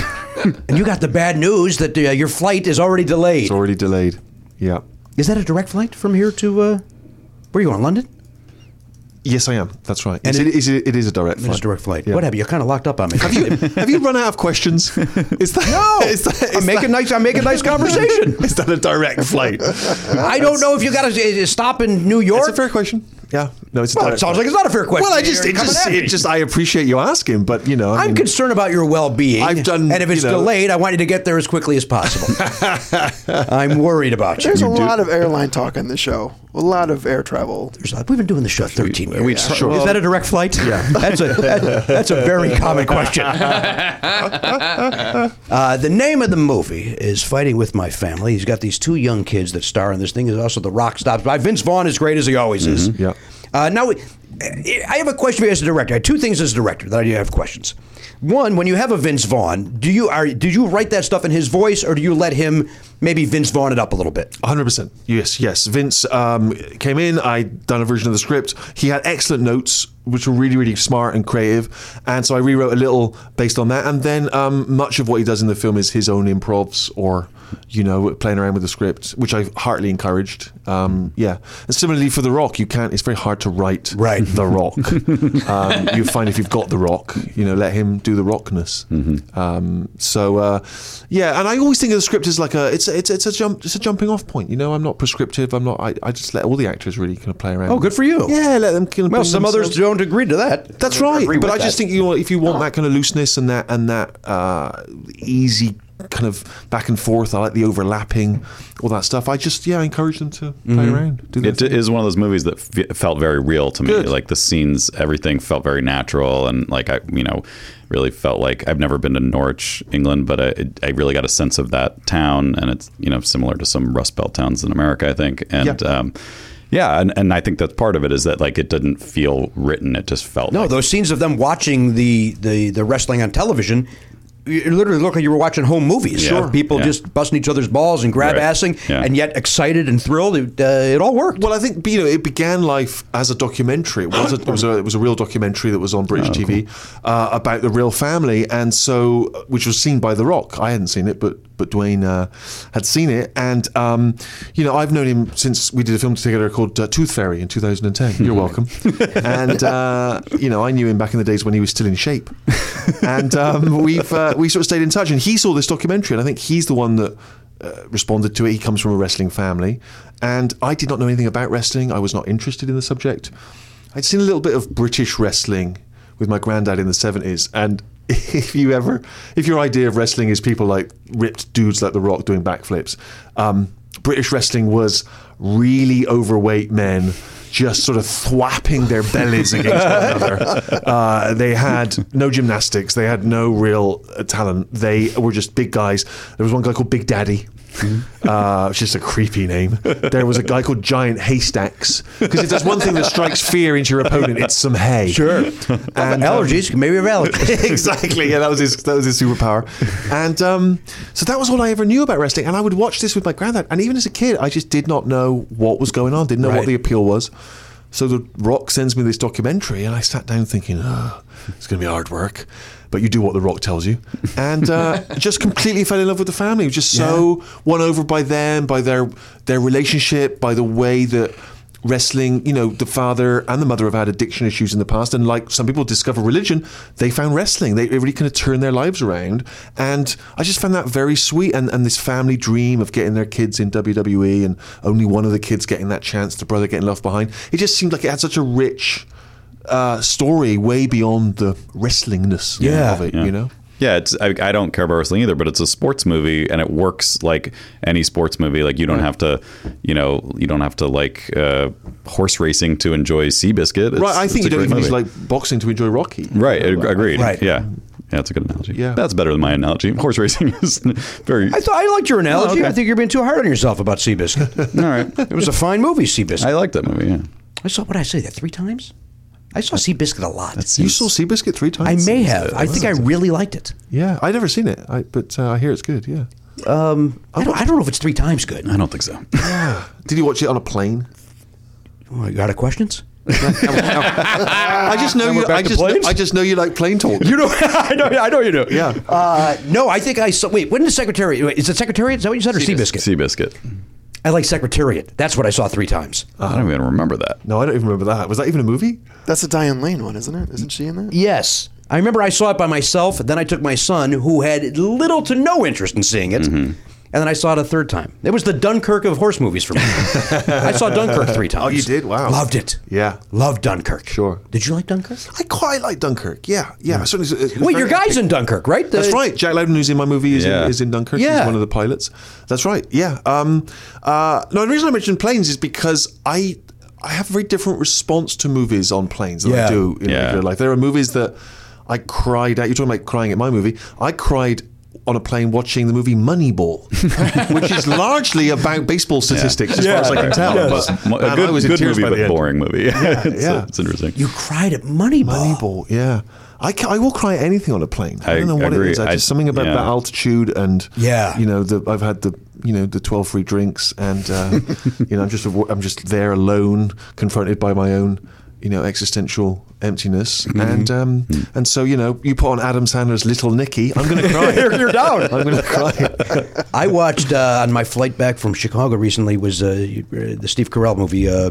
you got the bad news that uh, your flight is already delayed. already delayed. Yeah. Is that a direct flight from here to uh, where are you going? London? Yes, I am. That's right. And Yes, it- it, is, it is a direct It flight. is a direct flight. Yeah. What have you? You're kind of locked up on me. Have you? Have you run out of questions? Is that no? Is that, is I'm making that- nice. I'm making nice conversation. Is that a direct flight? I don't know if you got to stop in New York. That's a fair question. Yeah. No, it's. a Well, it direct sounds like flight. it's not a fair question. Well, I just, You're it coming just, at me. it just, I appreciate you asking, but you know, I I'm mean- concerned about your well-being. I've done, and if it's you know- delayed, I want you to get there as quickly as possible. I'm worried about you. There's a lot of airline talk on the show. A lot of air travel. There's a lot- We've been doing the show 13 years. we- Yeah, sure. Is that a direct flight? Yeah, that's a that- that's a very common question. uh, the name of the movie is Fighting with My Family. He's got these two young kids that star in this thing. Is also the rock stops by Vince Vaughn is great as he always is. Yeah. Uh, now, we- I have a question for you as a director. I have two things as a director that I do have questions. One, when you have a Vince Vaughn, do you are do you write that stuff in his voice, or do you let him maybe Vince Vaughn it up a little bit? 100% yes yes vince um, came in i done a version of the script he had excellent notes which were really really smart and creative and so i rewrote a little based on that and then um, much of what he does in the film is his own improvs or you know, playing around with the script, which I heartily encouraged. Um, yeah, and similarly for The Rock, you can't. It's very hard to write right. The Rock. um, you find if you've got The Rock, you know, let him do the rockness. Mm-hmm. Um, so uh, yeah, and I always think of the script as like a it's a, it's it's a jump it's a jumping off point. You know, I'm not prescriptive. I'm not. I, I just let all the actors really kind of play around. Oh, good for you. Yeah, let them. Kind of Well, bring some others themselves- don't agree to that. that's right. But I just think you want, if you want that kind of looseness and that and that uh, easy kind of back and forth, I like the overlapping, all that stuff. I just yeah, I encourage them to play around. Mm-hmm. Do It is one of those movies that f- felt very real to me. Like the scenes, everything felt very natural, and like I, you know, really felt like I've never been to Norwich, England, but I, I really got a sense of that town, and it's you know similar to some Rust Belt towns in America, I think, and. Yeah. Um, yeah, and, and I think that's part of it is that like it didn't feel written; it just felt. No, like, those scenes of them watching the, the, the wrestling on television, it literally looked like you were watching home movies. Yeah. Sure. People Yeah. just busting each other's balls and grab assing, Yeah. and yet excited and thrilled. It, uh, it all worked. Well, I think you know it began life as a documentary. It was a, it was a, it was a real documentary that was on British TV uh, about the real family, and so which was seen by The Rock. I hadn't seen it, but but Dwayne uh, had seen it, and um, you know I've known him since we did a film together called uh, Tooth Fairy in 2010. You're welcome, and uh, you know I knew him back in the days when he was still in shape, and um, we've uh, we sort of stayed in touch, and he saw this documentary, and I think he's the one that uh, responded to it. He comes from a wrestling family, and I did not know anything about wrestling. I was not interested in the subject. I'd seen a little bit of British wrestling with my granddad in the seventies, and if you ever, if your idea of wrestling is people like ripped dudes like The Rock doing backflips, um, British wrestling was really overweight men. Just sort of thwapping their bellies against one another. Uh, they had no gymnastics. They had no real uh, talent. They were just big guys. There was one guy called Big Daddy. Uh, it's just a creepy name. There was a guy called Giant Haystacks because if there's one thing that strikes fear into your opponent, it's some hay. Sure. And allergies, maybe have allergies. exactly. Yeah, that was his that was his superpower. And um, so that was all I ever knew about wrestling. And I would watch this with my granddad. And even as a kid, I just did not know what was going on. Didn't know Right. what the appeal was. So the Rock sends me this documentary, and I sat down thinking, oh, it's going to be hard work. But you do what the Rock tells you, and uh, just completely fell in love with the family. Just so won over by them, by their their relationship, by the way that wrestling you know the father and the mother have had addiction issues in the past and like some people discover religion they found wrestling they it really kind of turned their lives around and i just found that very sweet and, and this family dream of getting their kids in wwe and only one of the kids getting that chance the brother getting left behind it just seemed like it had such a rich uh, story way beyond the wrestlingness Yeah. of it Yeah. you know Yeah, it's I, I don't care about wrestling either, but it's a sports movie and it works like any sports movie. Like you don't have to, you know, you don't have to like uh, horse racing to enjoy Seabiscuit. It's, right i it's think you a don't great even need movie. like boxing to enjoy rocky right. ag- Agreed. Right. Yeah. Yeah, that's a good analogy. Yeah. that's better than my analogy. Horse racing is very. I thought I liked your analogy. okay. I think you're being too hard on yourself about Seabiscuit. all right. it was a fine movie, Seabiscuit. I like that movie. Yeah. I saw what I say that three times. I saw Seabiscuit a lot. you saw Seabiscuit three I times. may have. I think I really liked it. Yeah, I'd never seen it, I, but uh, I hear it's good. Yeah. I don't, I don't know if it's three times good. I don't think so. Did you watch it on a plane? Oh, you got a questions? I just know And we're you. back I to just, know, planes? I just know you like plane talk. You know, I know, I know you do. Yeah. Uh, no, I think I saw. Wait, when did Secretariat? Wait, is it Secretariat? Is that what you said, or Seabiscuit? Seabiscuit. I like Secretariat. That's what I saw three times. Uh. I don't even remember that. no, I don't even remember that. Was that even a movie? That's a Diane Lane one, isn't it? Isn't she in that? Yes. I remember I saw it by myself. Then I took my son, who had little to no interest in seeing it. Mm-hmm. And then I saw it a third time. It was the Dunkirk of horse movies for me. I saw Dunkirk three times. Oh, you did? Wow. Loved it. Yeah. Loved Dunkirk. Sure. Did you like Dunkirk? I quite like Dunkirk. Yeah, yeah. Certainly, it's- it's Wait, very your guy's epic. in Dunkirk, right? The- That's right. Jack Loudon, who's in my movie, is, Yeah. in, is in Dunkirk. Yeah. He's one of the pilots. That's right. Yeah. Um, uh, no, the reason I mentioned planes is because I I have a very different response to movies on planes than Yeah. I do in Yeah. regular life. There are movies that I cried out. You're talking about crying at my movie. I cried on a plane watching the movie Moneyball, which is largely about baseball statistics, as far as I can tell. But, a and good, I was in good tears movie, by the but end. boring movie. Yeah, it's, yeah. it's interesting. You cried at Ah. Moneyball. Moneyball, yeah. I, ca I will cry at anything on a plane. I, I don't know what agree. it is. I I- just something about yeah. that altitude and Yeah. you know, the, I've had the you know the twelve free drinks and uh, you know I'm just I'm just there alone, confronted by my own you know, existential emptiness. Mm-hmm. And um, Mm. and so, you know, you put on Adam Sandler's Little Nicky, I'm going to cry. You're- you're down. I'm going to cry. I watched uh, on my flight back from Chicago recently was uh, you- uh, the Steve Carell movie. Uh,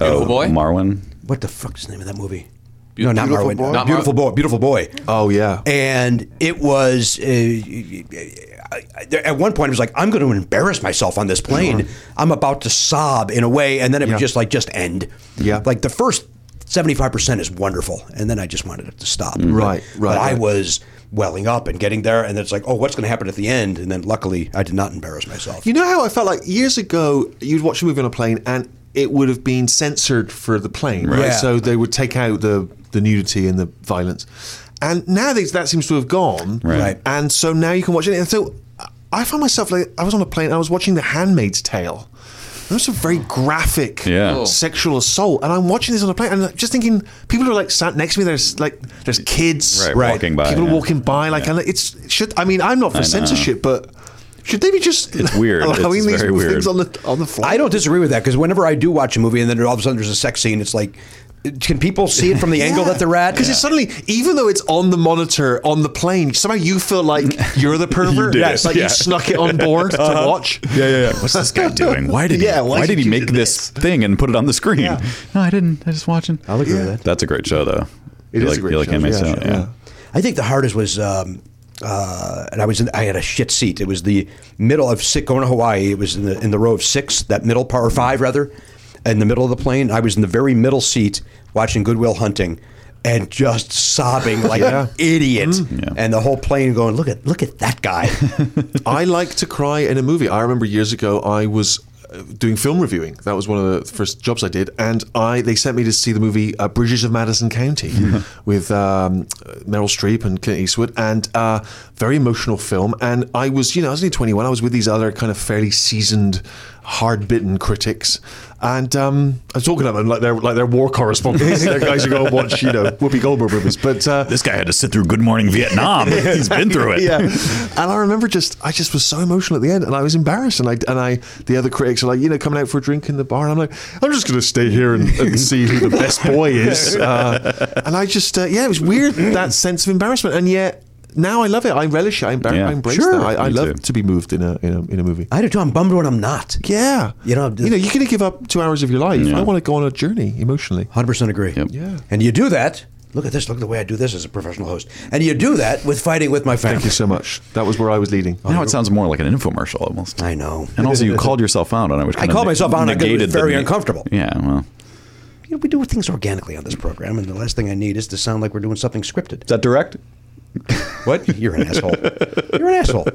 Oh, Beautiful boy. Marwin. what the fuck's the name of that movie? Beautiful- no, not Beautiful Marwin. Boy? Not Beautiful boy. Beautiful boy. Oh, yeah. And it was. Uh, I- I- at one point, it was like, I'm going to embarrass myself on this plane. I'm about to sob in a way, and then it Yeah. would just like just end. Yeah. Like the first 75 percent is wonderful, and then I just wanted it to stop. Right, But- right, But I right. was welling up and getting there, and it's like, oh, what's going to happen at the end? And then luckily, I did not embarrass myself. You know how I felt like years ago, you'd watch a movie on a plane and it would have been censored for the plane, right? Yeah. So they would take out the, the nudity and the violence. And now they- that seems to have gone. Right. And so now you can watch it. And so I found myself like, I was on a plane, I was watching The Handmaid's Tale. There was a very graphic Yeah. Oh. sexual assault. And I'm watching this on a plane and just thinking, people are like sat next to me, there's like, there's kids. Right, Right. walking by, People yeah. are walking by. Like, and it's, should, I mean, I'm not for censorship, but should they be just It's weird. It's allowing these very weird. things on the on the fly. I don't disagree with that because whenever I do watch a movie and then all of a sudden there's a sex scene, it's like, can people see it from the angle that they're at? because it's suddenly even though it's on the monitor on the plane, somehow you feel like you're the pervert. did Yeah, it, it's like yeah. Uh-huh. you snuck it on board to watch. Yeah, yeah, yeah. What's this guy doing? Why did Yeah, he? why Why, did did he you make do this thing and put it on the screen? No, I didn't. I was just watching. I'll agree with that. That's a great show, though. It you is like, a great you like show, Handmaid's yeah, Tale? yeah. Yeah. I think the hardest was, um, uh, and I was in, I had a shit seat. It was the middle of six, going to Hawaii. It was in the in the row of six, that middle part or five rather, in the middle of the plane. I was in the very middle seat watching Goodwill Hunting. And just sobbing like an idiot, Mm. and the whole plane going, "Look at, look at that guy." I like to cry in a movie. I remember years ago I was uh, doing film reviewing. That was one of the first jobs I did, and I they sent me to see the movie uh, Bridges of Madison County with um, Meryl Streep and Clint Eastwood, and uh, very emotional film. And I was, you know, I was only twenty one. I was with these other kind of fairly seasoned, hard bitten critics. And um, I'm talking about them like they're like they're war correspondents. they're guys who go and watch, you know, Whoopi Goldberg movies. But uh, This guy had to sit through Good Morning Vietnam. He's been through it. yeah. And I remember just, I just was so emotional at the end, and I was embarrassed. And I, and I, the other critics are like, you know, coming out for a drink in the bar, and I'm like, I'm just going to stay here and, and see who the best boy is. Uh, and I just, uh, yeah, it was weird that sense of embarrassment, and yet. Now I love it. I relish it. I, embar- Yeah. I embrace Sure. that. I, I Me love too. to be moved in a, in a in a movie. I do too. I'm bummed when I'm not. Yeah, You know, you know, you're going to give up two hours of your life. Yeah. I want to go on a journey emotionally. Hundred percent agree. Yeah. And you do that. Look at this. Look at the way I do this as a professional host. And you do that with fighting with my family. Thank you so much. That was where I was leading. Now it sounds more like an infomercial almost. I know. And also, you called yourself out on it, which I kinda called ne- myself out on it 'cause it was negated the very ne- uncomfortable. Yeah, well, You know, we do things organically on this program, and the last thing I need is to sound like we're doing something scripted. is that direct? What? You're an asshole. You're an asshole.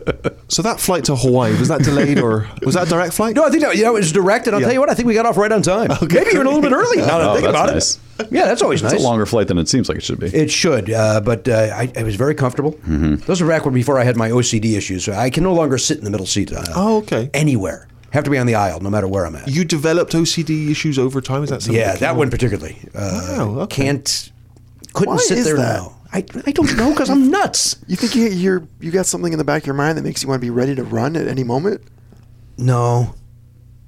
So that flight to Hawaii was that delayed or was that a direct flight? No, I think that you know, it was direct, and I'll Yeah. tell you what, I think we got off right on time. Maybe even a little bit early. Now that I Oh, think that's about nice. it. Yeah, that's always It's nice. a longer flight than it seems like it should be. It should, uh, but uh, I, I was very comfortable. Those were back when before I had my OCD issues. So I can no longer sit in the middle seat. Uh, Oh, okay. Anywhere, have to be on the aisle, no matter where I'm at. You developed OCD issues over time. Is that something? yeah, that came one on? particularly. Uh, Wow, okay. Can't, couldn't Why sit is there that? now. I, I don't know because I'm nuts. You think you, you're you got something in the back of your mind that makes you want to be ready to run at any moment? No,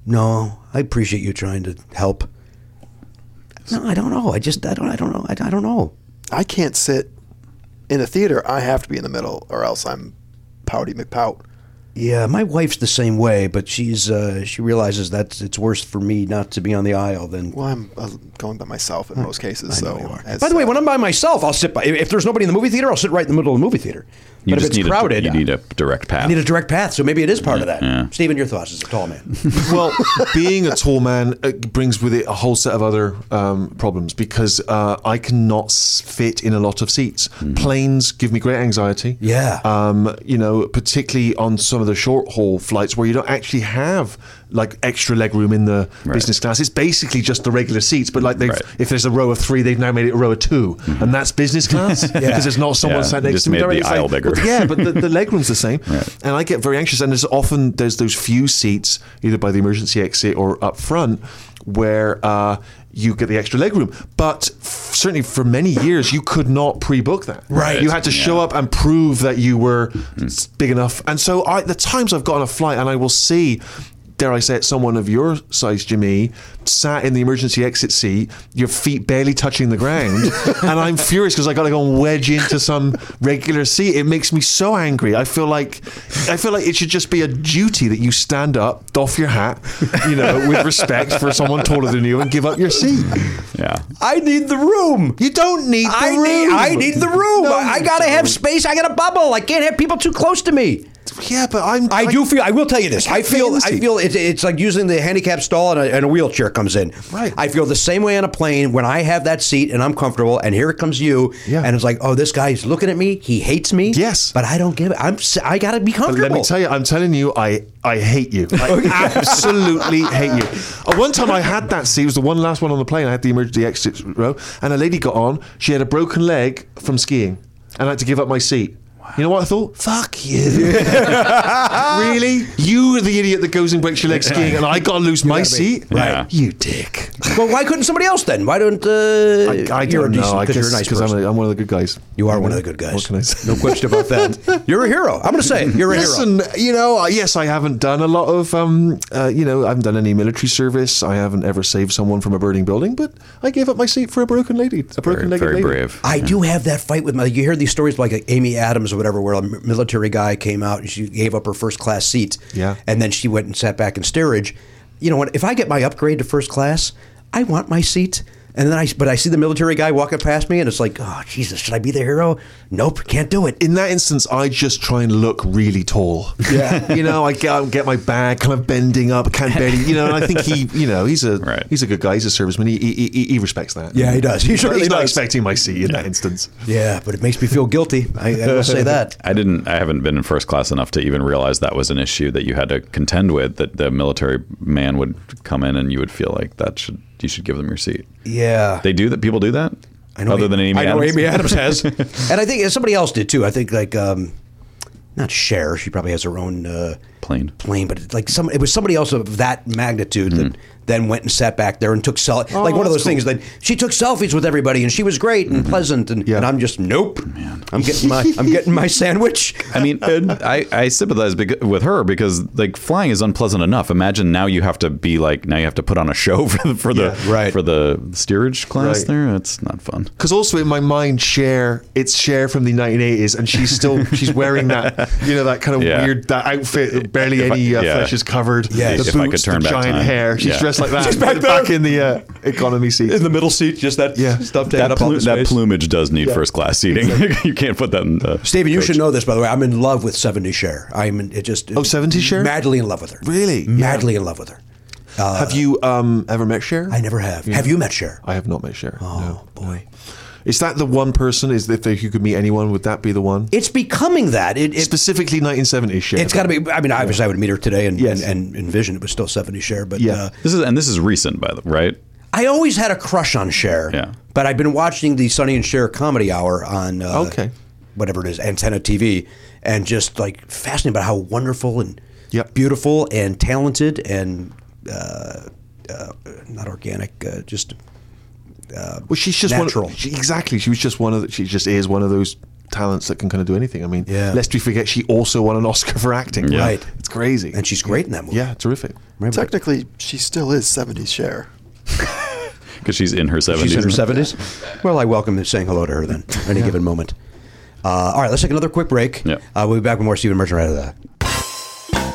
no. I appreciate you trying to help. No, I don't know. I just I don't I don't know. I, I don't know. I can't sit in a theater. I have to be in the middle, or else I'm pouty McPout. Yeah, my wife's the same way, but she's uh, she realizes that it's worse for me not to be on the aisle than. Well, I'm uh, going by myself in most cases. Hmm. I know So, you are. as- by the way, when I'm by myself, I'll sit by. If there's nobody in the movie theater, I'll sit right in the middle of the movie theater. you but if just it's need crowded, a, you need a direct path. I need a direct path, so maybe it is part of that. Stephen, your thoughts as a tall man. well, being a tall man uh, brings with it a whole set of other um, problems because uh, I cannot s- fit in a lot of seats. Planes give me great anxiety. Hmm. Yeah. Uh, Um, you know, particularly on some of the short haul flights where you don't actually have like extra leg room in the business class. It's basically just the regular seats, but like they've, Right. Mm-hmm. if there's a row of three, they've now made it a row of 2 and that's business class because there's not someone Yeah, sat they next just to me. made directly. the It's like, aisle bigger. well, yeah, but the, the leg room's the same. And I get very anxious. And there's often there's those few seats either by the emergency exit or up front where uh, you get the extra leg room. But f- certainly for many years, you could not pre-book that. Right. You had to show up and Hmm. prove that you were s- big enough. And so I, the times I've got on a flight and I will see. dare I say it, someone of your size, Jimmy, sat in the emergency exit seat, your feet barely touching the ground, and I'm furious because I got to go and wedge into some regular seat. It makes me so angry. I feel like I feel like it should just be a duty that you stand up, doff your hat, you know, with respect for someone taller than you, and give up your seat. Yeah. I need the room. You don't need the I room. Need, I need the room. No, I you gotta have don't. space. I gotta bubble. I can't have people too close to me. Yeah, but I'm. I do feel. I will tell you this. I I feel. can't I feel. It's, it's like using the handicap stall and a, and a wheelchair comes in. Right. I feel the same way on a plane when I have that seat and I'm comfortable, and here comes you. Yeah. And it's like, oh, this guy is looking at me. He hates me. Yes. But I don't give. it. I'm. s- I gotta be But comfortable. let me tell you, I'm telling you, I, I hate you. I absolutely hate you. Uh, one time I had that seat, it was the one last one on the plane. I had the emergency exit row, and a lady got on. She had a broken leg from skiing, and I had to give up my seat. You know what I thought? Fuck you. really? You are the idiot that goes and breaks your leg skiing, and I got to lose my seat? Yeah. You dick. well, why couldn't somebody else then? Why don't? Uh, I, I you're a don't know. decent- I 'cause guess you're a nice because person. I'm, a- I'm one of the good guys. You are one of the good guys. What can I say? No question about that. You're a hero. I'm gonna say it. You're a hero. Listen, you know, uh, yes, I haven't done a lot of, um, uh, you know, I haven't done any military service. I haven't ever saved someone from a burning building, but I gave up my seat for a broken lady, a Very, broken legged very lady. brave. I do have that fight with my. You hear these stories like Amy Adams or whatever, where a military guy came out and she gave up her first class seat. Yeah. And then she went and sat back in steerage. You know what? If I get my upgrade to first class, I want my seat. And then I, but I see the military guy walking past me, and it's like, oh Jesus, should I be the hero? Nope, can't do it. In that instance, I just try and look really tall. Yeah, you know, I get out and get my bag, kind of bending up, can't barely, you know. And I think he, you know, he's a Right. he's a good guy. He's a serviceman. He he, he, he respects that. Yeah, he does. He He's not- certainly he's not does. expecting my seat in that instance. Yeah, but it makes me feel guilty. I, I will say that. I didn't. I haven't been in first class enough to even realize that was an issue that you had to contend with. That the military man would come in and you would feel like that should you should give them your seat. Yeah. They do that. People do that. I know Other than Amy I know Adams. Amy Adams has, and I think and somebody else did too. I think like um, not Cher, she probably has her own uh, Plane. plane, but it's like some it was somebody else of that magnitude that Hmm. then went and sat back there and took self like one of those things that she took selfies with everybody and she was great and pleasant and, Mm-hmm. Yeah. and I'm just nope, I'm getting my I'm getting my sandwich. I mean, I, I sympathize becau- with her because like flying is unpleasant enough. Imagine now you have to be like now you have to put on a show for the for the Yeah, right. for the steerage class. Right. There, it's not fun. Because also in my mind, Cher, it's Cher from the 1980s, and she's still she's wearing that you know that kind of Yeah. weird that outfit, barely If I- any uh, yeah. flesh is covered. Yes. the If boots, I could turn the back giant time. hair. She's Yeah. dressed like that. She's back back, in the uh, economy seat. the middle seat, just that Yeah. taken That, all plu- the that space. plumage does need first class seating. you can't put that in. The Steven, you should know this by the way. I'm in love with 70 Cher. I'm in, it just Oh, 70 Cher? madly in love with her. Really? madly in love with her. have you um, ever met Cher? I never have. Have you met Cher? I have not met Cher. Oh Oh. boy. Is that the one person? Is if they, you could meet anyone, would that be the one? It's becoming that. It, it, Specifically, 1970s Cher. it's got to be. I mean, obviously, I would meet her today and, Yes. and, and envision it was still 70 share. But Yeah. uh, This is and this is recent, by the right. I always had a crush on Cher. Yeah. But I've been watching the Sonny and Cher comedy hour on uh, Okay. whatever it is, Antenna TV, and just like fascinated about how wonderful and Yep. beautiful and talented and uh, uh, not organic, uh, just Well, she's just Natural. One of, she, exactly. She was just one of. The, she just is one of those talents that can kind of do anything. I mean, Yeah. lest we forget, she also won an Oscar for acting. Yeah. Right. It's crazy. and she's great in that movie. yeah, terrific. Technically, she still is 70s share. Because she's in her seventies. She's in her seventies. Well, I welcome him saying hello to her then, at any given moment. Uh, all right, let's take another quick break. Yeah. Uh, we'll be back with more Stephen Merchant right after that.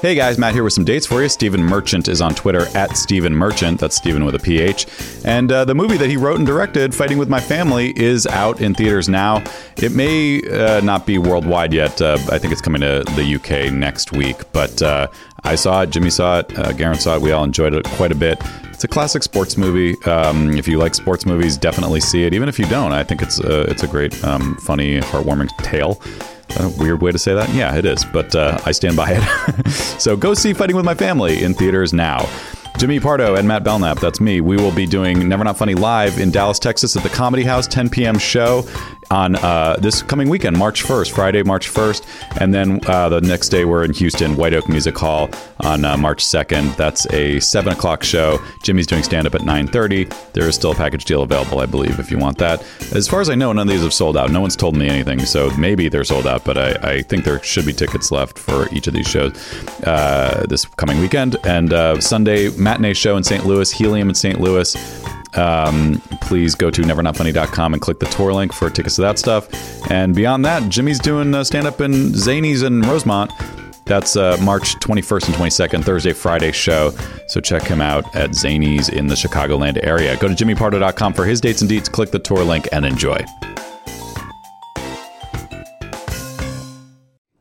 Hey guys, Matt here with some dates for you. Stephen Merchant is on Twitter at Stephen Merchant. That's Stephen with a PH. And uh, the movie that he wrote and directed, Fighting with My Family, is out in theaters now. It may uh, not be worldwide yet. Uh, I think it's coming to the UK next week. But uh, I saw it, Jimmy saw it, uh, Garen saw it. We all enjoyed it quite a bit. It's a classic sports movie. Um, if you like sports movies, definitely see it. Even if you don't, I think it's a, it's a great, um, funny, heartwarming tale. Is that a weird way to say that? Yeah, it is, but uh, I stand by it. so go see Fighting with My Family in theaters now. Jimmy Pardo and Matt Belknap, that's me. We will be doing Never Not Funny live in Dallas, Texas at the Comedy House, 10 p.m. show. on uh, this coming weekend, March 1st, Friday, March 1st. And then uh, the next day, we're in Houston, White Oak Music Hall on uh, March 2nd. That's a 7 o'clock show. Jimmy's doing stand-up at 9.30. There is still a package deal available, I believe, if you want that. As far as I know, none of these have sold out. No one's told me anything, so maybe they're sold out. But I, I think there should be tickets left for each of these shows uh, this coming weekend. And uh, Sunday, matinee show in St. Louis, Helium in St. Louis um, please go to nevernotfunny.com and click the tour link for tickets to that stuff. And beyond that, Jimmy's doing uh, stand up in Zanies in Rosemont. That's uh, March 21st and 22nd, Thursday, Friday show. So check him out at Zanies in the Chicagoland area. Go to jimmypardo.com for his dates and deets. Click the tour link and enjoy.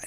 I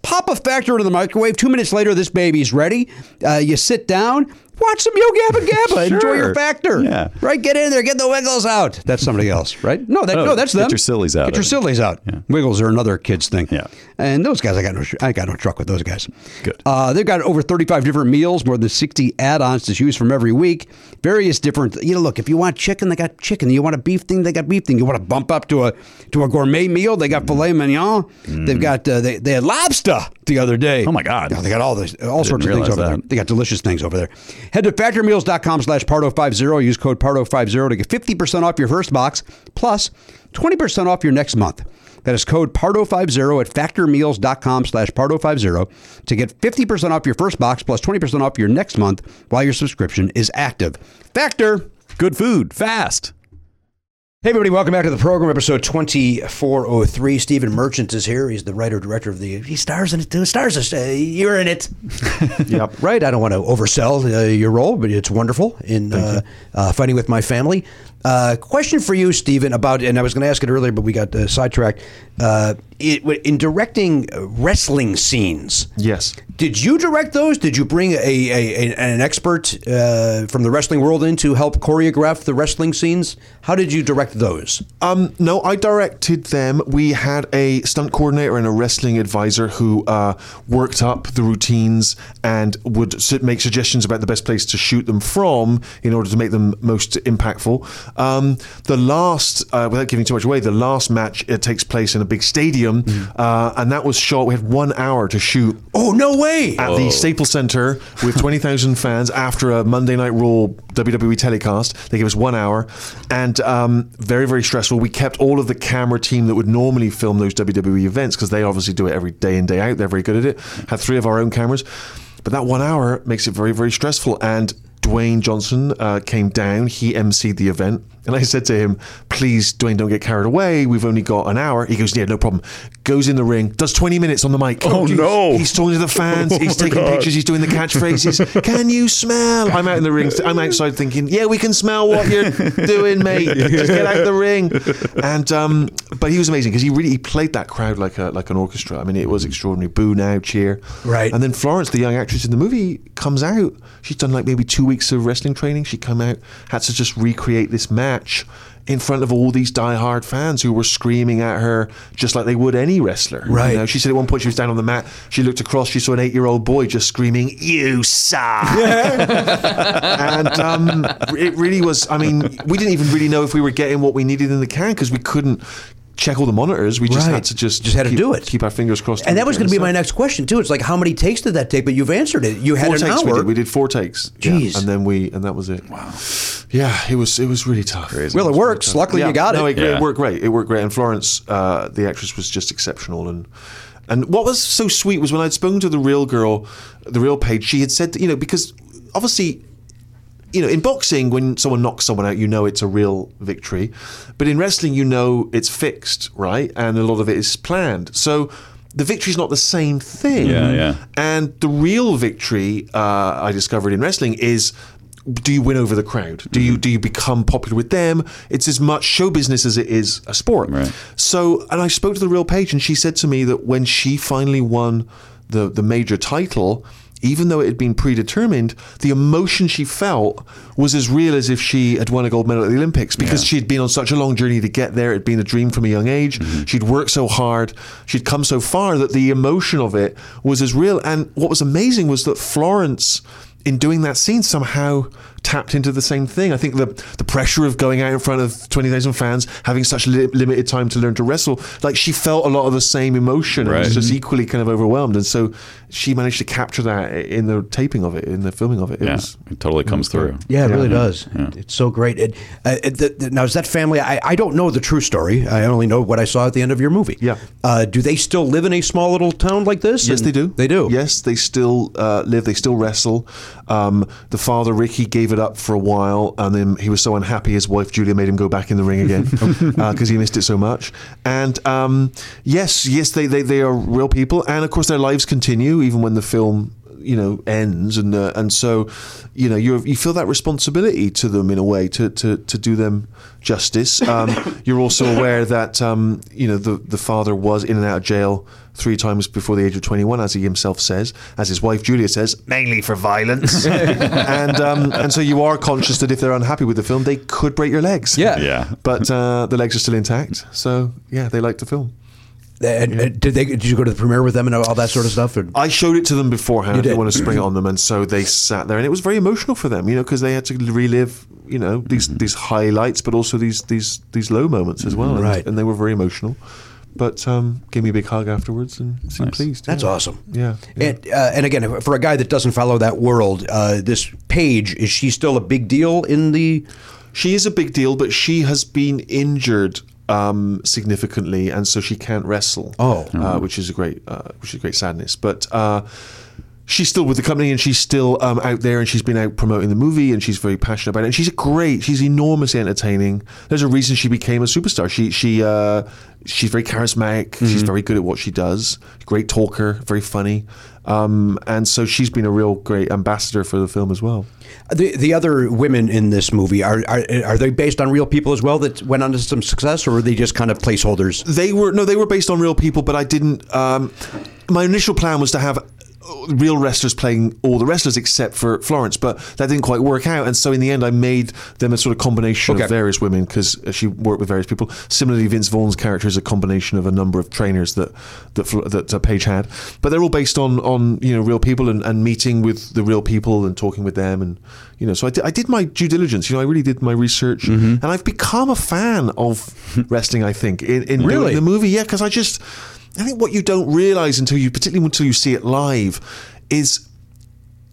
pop a Factor into the microwave. Two minutes later, this baby's ready. Uh, you sit down, watch some Yo Gabba Gabba, enjoy Sure. your Factor. Yeah. Right. Get in there, get the Wiggles out. That's somebody else, right? No, that, Oh, no, that's get them. your sillies out, Get your I think. sillies out. Wiggles are another kids thing. Yeah. And those guys, I got no, I got no truck with those guys. Good. Uh, they've got over 35 different meals, more than 60 add-ons to choose from every week. Various different, you know, look, if you want chicken, they got chicken. You want a beef thing, they got beef thing. You want to bump up to a to a gourmet meal, they Mm. got filet mignon. They've got uh, they, they had lobster the other day. Oh, my God. Yeah, they got all this all sorts of didn't things over realize there. that. They got delicious things over there. Head to factormeals.com slash pardo50. Use code pardo50 to get 50% off your first box plus 20% off your next month. That is code pardo50 at factormeals.com slash pardo50 to get 50% off your first box plus 20% off your next month while your subscription is active. Factor. Good food, fast. Hey, everybody, welcome back to the program, episode 2403. Stephen Merchant is here. He's the writer director of the. He stars in it too. Stars, is- uh, you're in it. yep. Right? I don't want to oversell uh, your role, but it's wonderful in uh, uh, Fighting with My Family. Uh, question for you, Stephen, about, and I was going to ask it earlier, but we got uh, sidetracked. Uh, it, in directing uh, wrestling scenes, Yes. did you direct those? Did you bring a, a, a- an expert uh, from the wrestling world in to help choreograph the wrestling scenes? How did you direct those? Um, no, I directed them. We had a stunt coordinator and a wrestling advisor who uh, worked up the routines and would su- make suggestions about the best place to shoot them from in order to make them most impactful. Um, the last, uh, without giving too much away, the last match it takes place in a big stadium, uh, and that was shot. We had one hour to shoot. Oh no way! at the Staples Center with 20,000 fans after a Monday Night Raw WWE telecast. They gave us one hour and um, very, very stressful. We kept all of the camera team that would normally film those WWE events because they obviously do it every day in, day out. They're very good at it. Had three of our own cameras. But that one hour makes it very, very stressful. And Dwayne Johnson uh, came down. He emceed the event. And I said to him, please, Dwayne, don't get carried away. We've only got an hour. He goes, yeah, no problem. Goes in the ring, does 20 minutes on the mic. Oh, geez. no. He's talking to the fans. Oh, he's my taking God. pictures. He's doing the catchphrases. can you smell? I'm out in the ring. I'm outside thinking, yeah, we can smell what you're doing, mate. Just get out the ring. And um, but he was amazing because he really he played that crowd like a like an orchestra. I mean, it was extraordinary. Boo now, cheer. Right. And then Florence, the young actress in the movie, comes out. She's done like maybe two weeks of wrestling training. She come out had to just recreate this match. In front of all these diehard fans who were screaming at her just like they would any wrestler. you Right. know? She said at one point she was down on the mat. She looked across. She saw an eight-year-old boy just screaming, "You suck!" and um, it really was. I mean, we didn't even really know if we were getting what we needed in the can because we couldn't check all the monitors. We just Right. had to just Just had to keep- do it. Keep our fingers crossed. And that was going to be my next question too. It's like how many takes did that take? But you've answered it. You had Four an takes hour. we did. We did four takes. Yeah. Jeez. And then we and that was it. Wow. Yeah, it was it was really tough. Well, it works. Luckily, Yeah. you got No, it. it, it worked great. It worked great. And Florence, uh, the actress, was just exceptional. And and what was so sweet was when I'd spoken to the real girl, the real Paige. She had said, that, you know, because obviously. You know, in boxing, when someone knocks someone out, you know it's a real victory. But in wrestling, you know it's fixed, right? And a lot of it is planned. So the victory's not the same thing. Yeah, yeah. And the real victory uh, I discovered in wrestling is do you win over the crowd? Do you do you become popular with them? It's as much show business as it is a sport. Right. So, and I spoke to the real Paige, and she said to me that when she finally won the the major title, even though it had been predetermined, the emotion she felt was as real as if she had won a gold medal at the Olympics because she had been on such a long journey to get there. It had been a dream from a young age. She'd worked so hard. She'd come so far that the emotion of it was as real. And what was amazing was that Florence in doing that scene somehow tapped into the same thing. I think the the pressure of going out in front of 20,000 fans, having such li- limited time to learn to wrestle, like she felt a lot of the same emotion and was Right. Mm-hmm. just equally kind of overwhelmed. And so she managed to capture that i- in the taping of it, in the filming of it. It Yeah, was it totally comes through. Yeah, it really does. It's so great. It, uh, it, the, the- now, is that family? I, I don't know the true story. I only know what I saw at the end of your movie. Yeah. Uh, do they still live in a small little town like this? Yes, And they do. They do. Yes, they still uh, live. They still wrestle. Um, the father Ricky gave it up for a while, and then he was so unhappy. His wife Julia made him go back in the ring again because he missed it so much. And um, yes, yes, they, they they are real people, and of course their lives continue even when the film you know ends and uh, and so you know you you feel that responsibility to them in a way to to, to do them justice um, you're also aware that um, you know the the father was in and out of jail three times before the age of 21 as he himself says as his wife Julia says mainly for violence and um, and so you are conscious that if they're unhappy with the film they could break your legs Yeah. Yeah. but uh, the legs are still intact so yeah they like the film And, uh, did they? Did you go to the premiere with them and all that sort of stuff? Or- I showed it to them beforehand. You I didn't did. want to spring it on them, and so they sat there, and it was very emotional for them, you know, because they had to relive, you know, these Mm-hmm. these highlights, but also these these these low moments as well. And, Right. and they were very emotional, but um, gave me a big hug afterwards and seemed pleased. That's yeah. awesome. Yeah, yeah. And, uh, and again, for a guy that doesn't follow that world, uh, this Paige is she still a big deal in the? She is a big deal, but she has been injured um, significantly, and so she can't wrestle. Oh. uh, which is a great, uh, which is a great sadness. But uh, she's still with the company and she's still um, out there and she's been out promoting the movie and she's very passionate about it. And she's great. She's enormously entertaining. There's a reason she became a superstar. She she uh, she's very charismatic. She's Mhm. very good at what she does. Great talker. Very funny. Um, and so she's been a real great ambassador for the film as well. The the other women in this movie are are, are they based on real people as well that went on to some success, or are they just kind of placeholders? They were no, they were based on real people, but I didn't. Um, my initial plan was to have uh, real wrestlers playing all the wrestlers except for Florence, but that didn't quite work out. And so in the end, I made them a sort of combination Okay. of various women because she worked with various people. Similarly, Vince Vaughn's character is a combination of a number of trainers that that Fl- that uh, Paige had, but they're all based on on you know real people and, and meeting with the real people and talking with them and you know. So I di- I did my due diligence. You know, I really did my research, and I've become a fan of wrestling. I think in, in doing Really? the movie, yeah, because I just I think what you don't realize until you particularly until you see it live is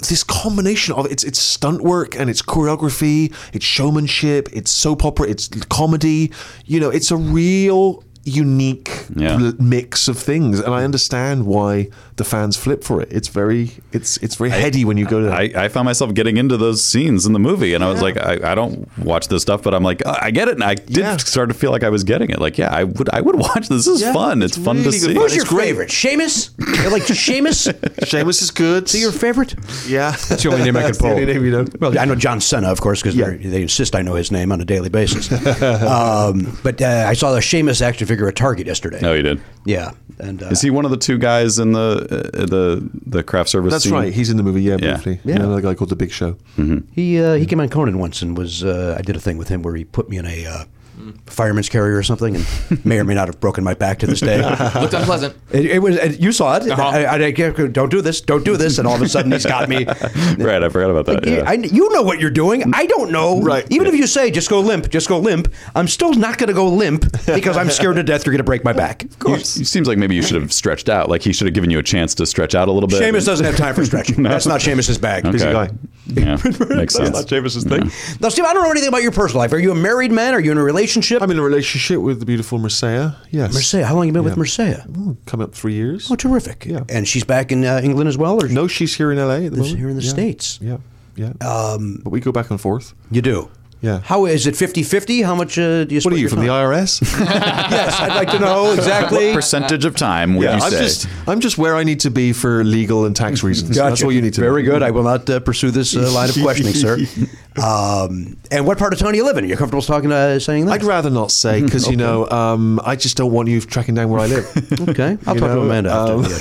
this combination of it's it's stunt work and it's choreography, it's showmanship, it's soap opera, it's comedy. You know, it's a real unique Yeah. bl- mix of things, and I understand why the fans flip for it. It's very it's it's very heady when you go to that. I, I found myself getting into those scenes in the movie, and I was like, I, I don't watch this stuff, but I'm like, "Uh, I I get it, and I did start to feel like I was getting it. Like, yeah, I would, I would watch this. This is Yeah, fun. It's, fun to really good see. fun. Who's It's your great. favorite? Seamus? You like Seamus? Seamus is good. Is he your favorite? yeah, That's the only name I can That's the pull. only name you know. Well, I know John Cena, of course, because they insist I know his name on a daily basis. um, but uh, I saw the Seamus action figure at Target yesterday. No, you did. Yeah, and uh, Is he one of the two guys in the uh, the the craft service? That's scene? right. He's in the movie. Yeah, Yeah. briefly. Yeah. Yeah, another guy called the Big Show. He uh, he came on Conan once and was uh, I did a thing with him where he put me in a uh, fireman's carrier or something and may or may not have broken my back to this day. Looked unpleasant. it, it was it, you saw it. Uh-huh. I, I, I kept going, don't do this, don't do this, and all of a sudden he's got me. right. I forgot about that. You- yeah. I, you know what you're doing. I don't know. Right. Even if you say just go limp, just go limp, I'm still not going to go limp because I'm scared to death you're going to break my back. Of You- it seems like maybe you should have stretched out. Like he should have given you a chance to stretch out a little bit. Seamus doesn't have time for stretching. That's not Seamus's bag. Okay. guy. Yeah, makes sense. Seamus's thing. Now, Steve, I don't know anything about your personal life. Are you a married man? Are you in a relationship? I'm in a relationship with the beautiful Mircea. Yes, Mircea, how long you been with Yeah. Mircea? Oh, coming up three years. Oh, terrific! Yeah. and she's back in uh, England as well, or No, she's here in LA at the This- moment. here in the Yeah. States. Yeah. Yeah. but we go back and forth. You do. Yeah. How is it 50-50? How much uh, do you? What Split are you your from the time? IRS? yes, I'd like to know exactly. What percentage of time would you I'm say? just I'm just where I need to be for legal and tax reasons. That's Gotcha. all you need to Very know. good. I will not uh, pursue this uh, line of questioning, sir. Um, and what part of town do you live in? Are you comfortable talking uh, saying that? I'd rather not say because you know um, I just don't want you tracking down where I live. okay, I'll You talk to know, Amanda after. um, yeah,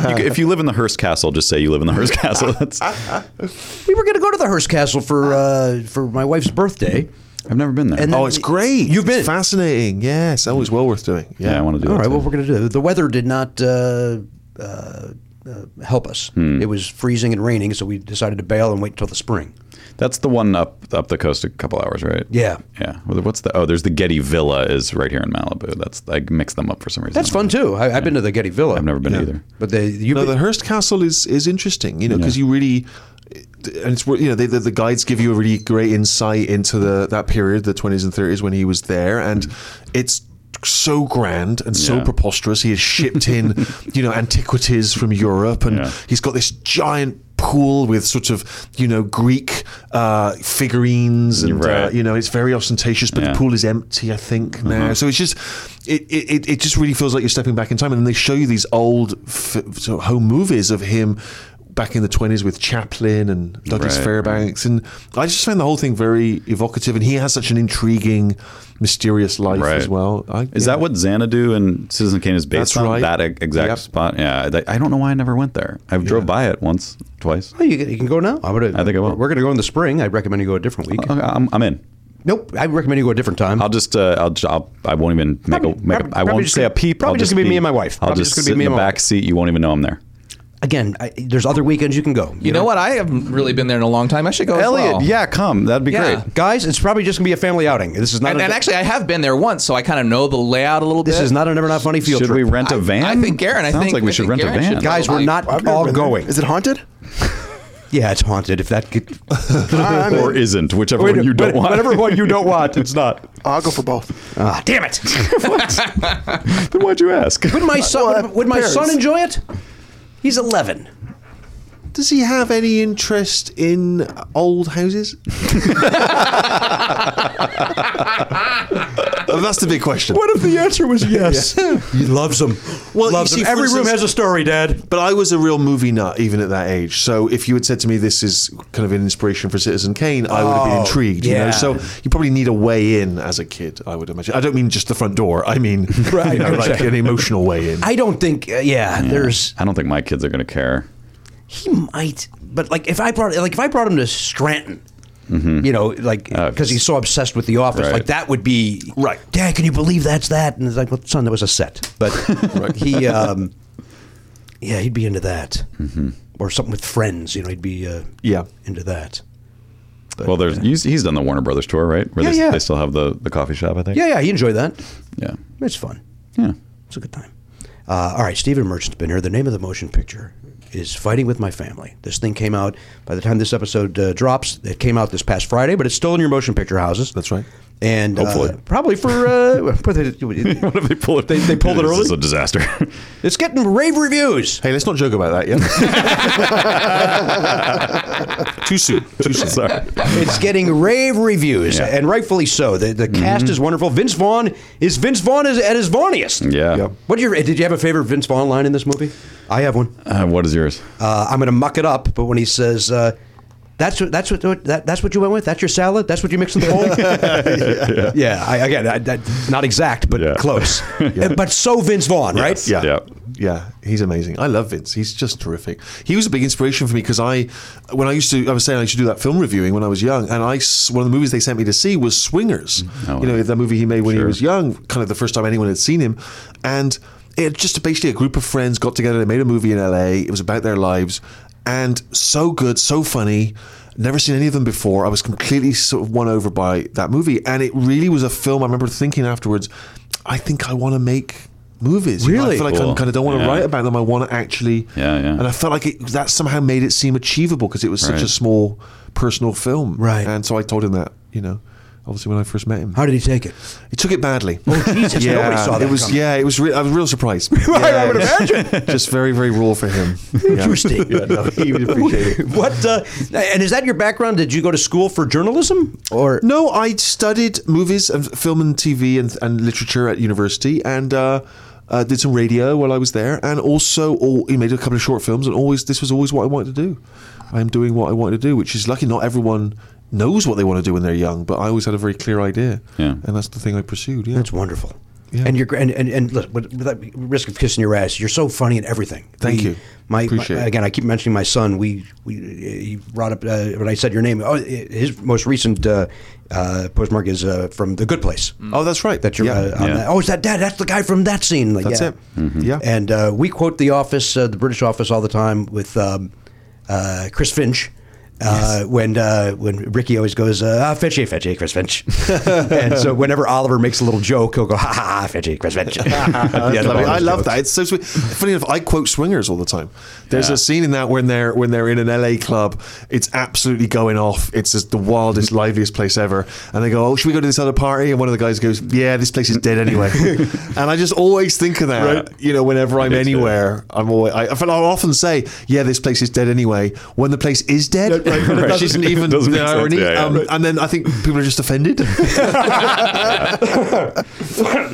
sure. You c- if you live in the Hearst Castle, just say you live in the Hearst Castle. That's, I've we were going to go to the Hearst Castle for uh, for my wife's birthday. never been there. And oh, it's great. You've been. It's fascinating. Yes, always well worth doing. yeah, I want to do. All that right. too. Well, we're going to do that. The weather did not uh, uh, uh, help us. Hmm. It was freezing and raining, so we decided to bail and wait until the spring. That's the one up up the coast a couple hours, right? Yeah. Yeah. Well, What's the? Oh, there's the Getty Villa is right here in Malibu. That's I mixed them up for some reason. That's fun too. I, I've been to the Getty Villa. I've never been either. But they, you no, the Hearst Castle is is interesting, you know, because you really. And it's wor- you know they, the, the guides give you a really great insight into the that period, the twenties and thirties when he was there, and it's so grand and so Yeah. preposterous. He has shipped in you know antiquities from Europe, and Yeah. he's got this giant pool with sort of you know Greek uh, figurines, and uh, Right. you know it's very ostentatious, but Yeah. Uh-huh. the pool is empty, I think now. So it's just it, it it- it just really feels like you're stepping back in time, and then they show you these old f- sort of home movies of him back in the 20s with Chaplin and Douglas Right, Fairbanks and I just found the whole thing very evocative and he has such an intriguing mysterious life Right. as well I, Is yeah. that what Xanadu and Citizen Kane is based That's on? right. That e- exact Yep. spot. Yeah. I- I don't know why I never went there. I've drove by it once, twice. Oh, you, you can go now. I'm gonna, I think I will. We're going to go in the spring. I recommend you go a different week. Okay, I'm, I'm in. nope. I recommend you go a different time. I'll just, uh, I'll, j- I'll, I won't even make Probably- a, make probably- a I probably won't just say a gonna- peep. probably I'll just just gonna be be- me and my wife. I'll Probably just, just gonna be sit me in and the my back wife. seat. You won't even know I'm there. Again, I, there's other weekends you can go. You know what? I haven't really been there in a long time. I should go. as Elliot, well. yeah, come. That'd be Yeah. great. guys, it's probably just going to be a family outing. This is not. And, a, and actually, I have been there once, so I kind of know the layout a little bit. this is not a never not funny field should trip. we rent a I- van? I think Garen, I Sounds think- like we I should think rent Garen a van. should- guys, we're not I've never all been there. going. Is it haunted? Yeah, it's haunted. If that could, or isn't, whichever one you don't want. whatever one you don't want, it's not. I'll go for both. Ah, damn it! then why'd you ask? Would my son? would my son parents. enjoy it? He's 11. Does he have any interest in old houses? That's the big question. What if the answer was yes? He loves them. Well, Loves you 'em. see, Every for room instance- has a story, Dad. But I was a real movie nut even at that age. So if you had said to me this is kind of an inspiration for Citizen Kane, I would have been Oh, intrigued. You yeah. know, so you probably need a way in as a kid. I would imagine. I don't mean just the front door. I mean, Right, you know, like exactly. an emotional way in. I don't think. Uh, yeah, there's. I don't think my kids are going to care. He might, but like if I brought like if I brought him to Scranton. You know, like because he's so obsessed with the office, Right. like that would be Uh, right. Dad, can you believe that's that? And it's like, well, son, that was a set. But he, um, yeah, he'd be into that, or something with friends. You know, he'd be uh, Yeah. into that. Well, there's he's, he's done the Warner Brothers tour, right? Where Yeah, they, yeah. they still have the, the coffee shop, I think. Yeah, yeah, he enjoyed that. Yeah. It's fun. Yeah. It's a good time. Uh, all right, Stephen Merchant's been here. The name of the motion picture is Fighting with My Family. This thing came out by the time this episode uh, drops. It came out this past Friday, but it's still in your motion picture houses. That's right. And uh, Hopefully. probably for uh, what they- what if they pull it? They- they pulled it This early? is a disaster. it's getting rave reviews. Hey, let's not joke about that yet. Too soon. Too soon. Sorry. It's getting rave reviews, Yeah. Mm-hmm. and rightfully so. The, the cast is wonderful. Vince Vaughn is Vince Vaughn is at his Vaughniest. Yeah. What your did you have a favorite Vince Vaughn line in this movie? I have one. Uh, what is yours? uh, I'm going to muck it up. But when he says, uh, "That's what that's what that, that's what you went with. That's your salad. That's what you mixed in the bowl." yeah, I, again, I, that, not exact, but Yeah. close. But so Vince Vaughn, right? Yeah. Yeah. yeah. he's amazing. I love Vince. He's just terrific. He was a big inspiration for me because I, when I used to, I was saying I used to do that film reviewing when I was young, and I s- one of the movies they sent me to see was Swingers. Oh, you know, yeah. the movie he made when he was young, kind of the first time anyone had seen him, and it just basically a group of friends got together. They made a movie in L.A. It was about their lives, and so good, so funny. Never seen any of them before. I was completely sort of won over by that movie, and it really was a film. I remember thinking afterwards, I think I want to make movies. you know? Really? I feel like Cool. I kind of don't want to Yeah. write about them. I want to actually. Yeah, yeah. And I felt like it, that somehow made it seem achievable because it was such Right. a small personal film. Right. And so I told him that, you know, obviously when I first met him. How did he take it? He took it badly. Oh, Jesus, yeah, nobody saw that It was coming. yeah, it was. Re- I was real surprised. I would imagine. Just very, very raw for him. Yeah. Interesting. Yeah, no, he would appreciate it. What? Uh, and is that your background? Did you go to school for journalism, or No, I studied movies and film and TV and, and literature at university, and uh, uh, did some radio while I was there, and also all, you made a couple of short films. And always, this was always what I wanted to do. I'm doing what I wanted to do, which is lucky. Not everyone knows what they want to do when they're young, but I always had a very clear idea, Yeah. and that's the thing I pursued. Yeah, That's wonderful. And you're and and, and look, with- without risk of kissing your ass, you're so funny in everything. Thank you. My, Appreciate my- it. again, I keep mentioning my son. We we he brought up uh, when I said your name. Oh, his most recent uh, uh, postmark is uh, from The Good Place. oh, that's right. That you're yeah. uh, on Yeah. that. Oh, is that dad? That's the guy from that scene. Like, That's yeah. it. Mhm. Yeah. And uh, we quote the office, uh, the British office, all the time with um, uh, Chris Finch. Uh, When uh, when Ricky always goes, uh, ah, Finchy, Finchy, Chris Finch. and so whenever Oliver makes a little joke, he'll go, ha ha, ha Finchy, Chris Finch. I yeah, love it. I love that. It's so sweet. Funny enough, I quote swingers all the time. There's Yeah. a scene in that when they're when they're in an LA club. It's absolutely going off. It's just the wildest, liveliest place ever. And they go, "Oh, should we go to this other party?" And one of the guys goes, "Yeah, this place is dead anyway." and I just always think of that. You know, whenever I'm It is, yeah. anywhere, I'm always. I, I feel- I'll often say, "Yeah, this place is dead anyway." When the place is dead, right, when it Right. doesn't even Doesn't the make sense. irony. Yeah, yeah. um, And then I think people are just offended.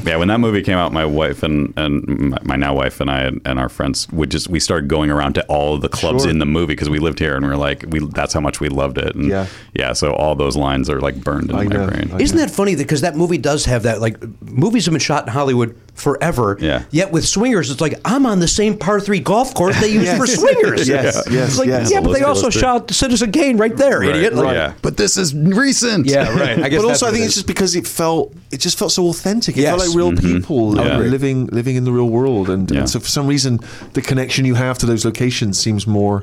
Yeah, when that movie came out, my wife and and my, my now wife and I and our friends would just we started going around to all of the clubs in the movie because we lived here and we are like we that's how much we loved it. And Yeah. yeah. So all those lines are like burned in I my know. brain. I- Isn't that funny? Because that movie does have that. Like, movies have been shot in Hollywood forever. Yeah. Yet with swingers, it's like I'm on the same par three golf course they use for swingers. Yes, yes, It's like, yes. Yeah, but they Listed, also listed. shot Citizen Kane right there, Right, idiot. Like, right. Yeah. But this is recent. Yeah, right. I guess but that's also, I what think it is. it's just because it felt it just felt so authentic. It Yes. felt like real people Yeah. uh, living living in the real world, and, Yeah. and so for some reason, the connection you have to those locations seems more,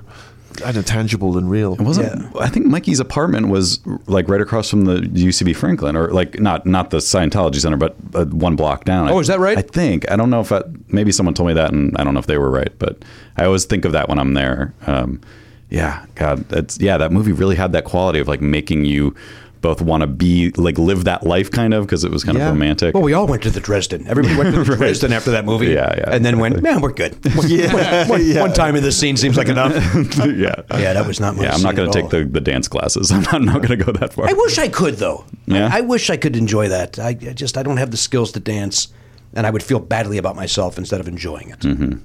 I don't know, tangible than real. It wasn't. I think Mikey's apartment was like right across from the UCB Franklin, or like not not the Scientology Center, but uh, one block down. Oh, is that right? I think. I don't know if I, maybe someone told me that, and I don't know if they were right, but I always think of that when I'm there. Um, yeah, God, that's yeah. That movie really had that quality of like making you both want to be like live that life kind of because it was kind Yeah. of romantic. Well, we all went to the Dresden. Everybody went to the Dresden after that movie. Yeah, yeah, And then went, man, we're good. One- Yeah, one- yeah. one time in this scene seems like enough. yeah, Yeah, that was not my Yeah, I'm scene not going at to take all. the, the dance classes. I'm not, I'm not going to go that far. oh. I wish I could though. Yeah? I, I wish I could enjoy that. I, I just I don't have the skills to dance, and I would feel badly about myself instead of enjoying it. Mm-hmm.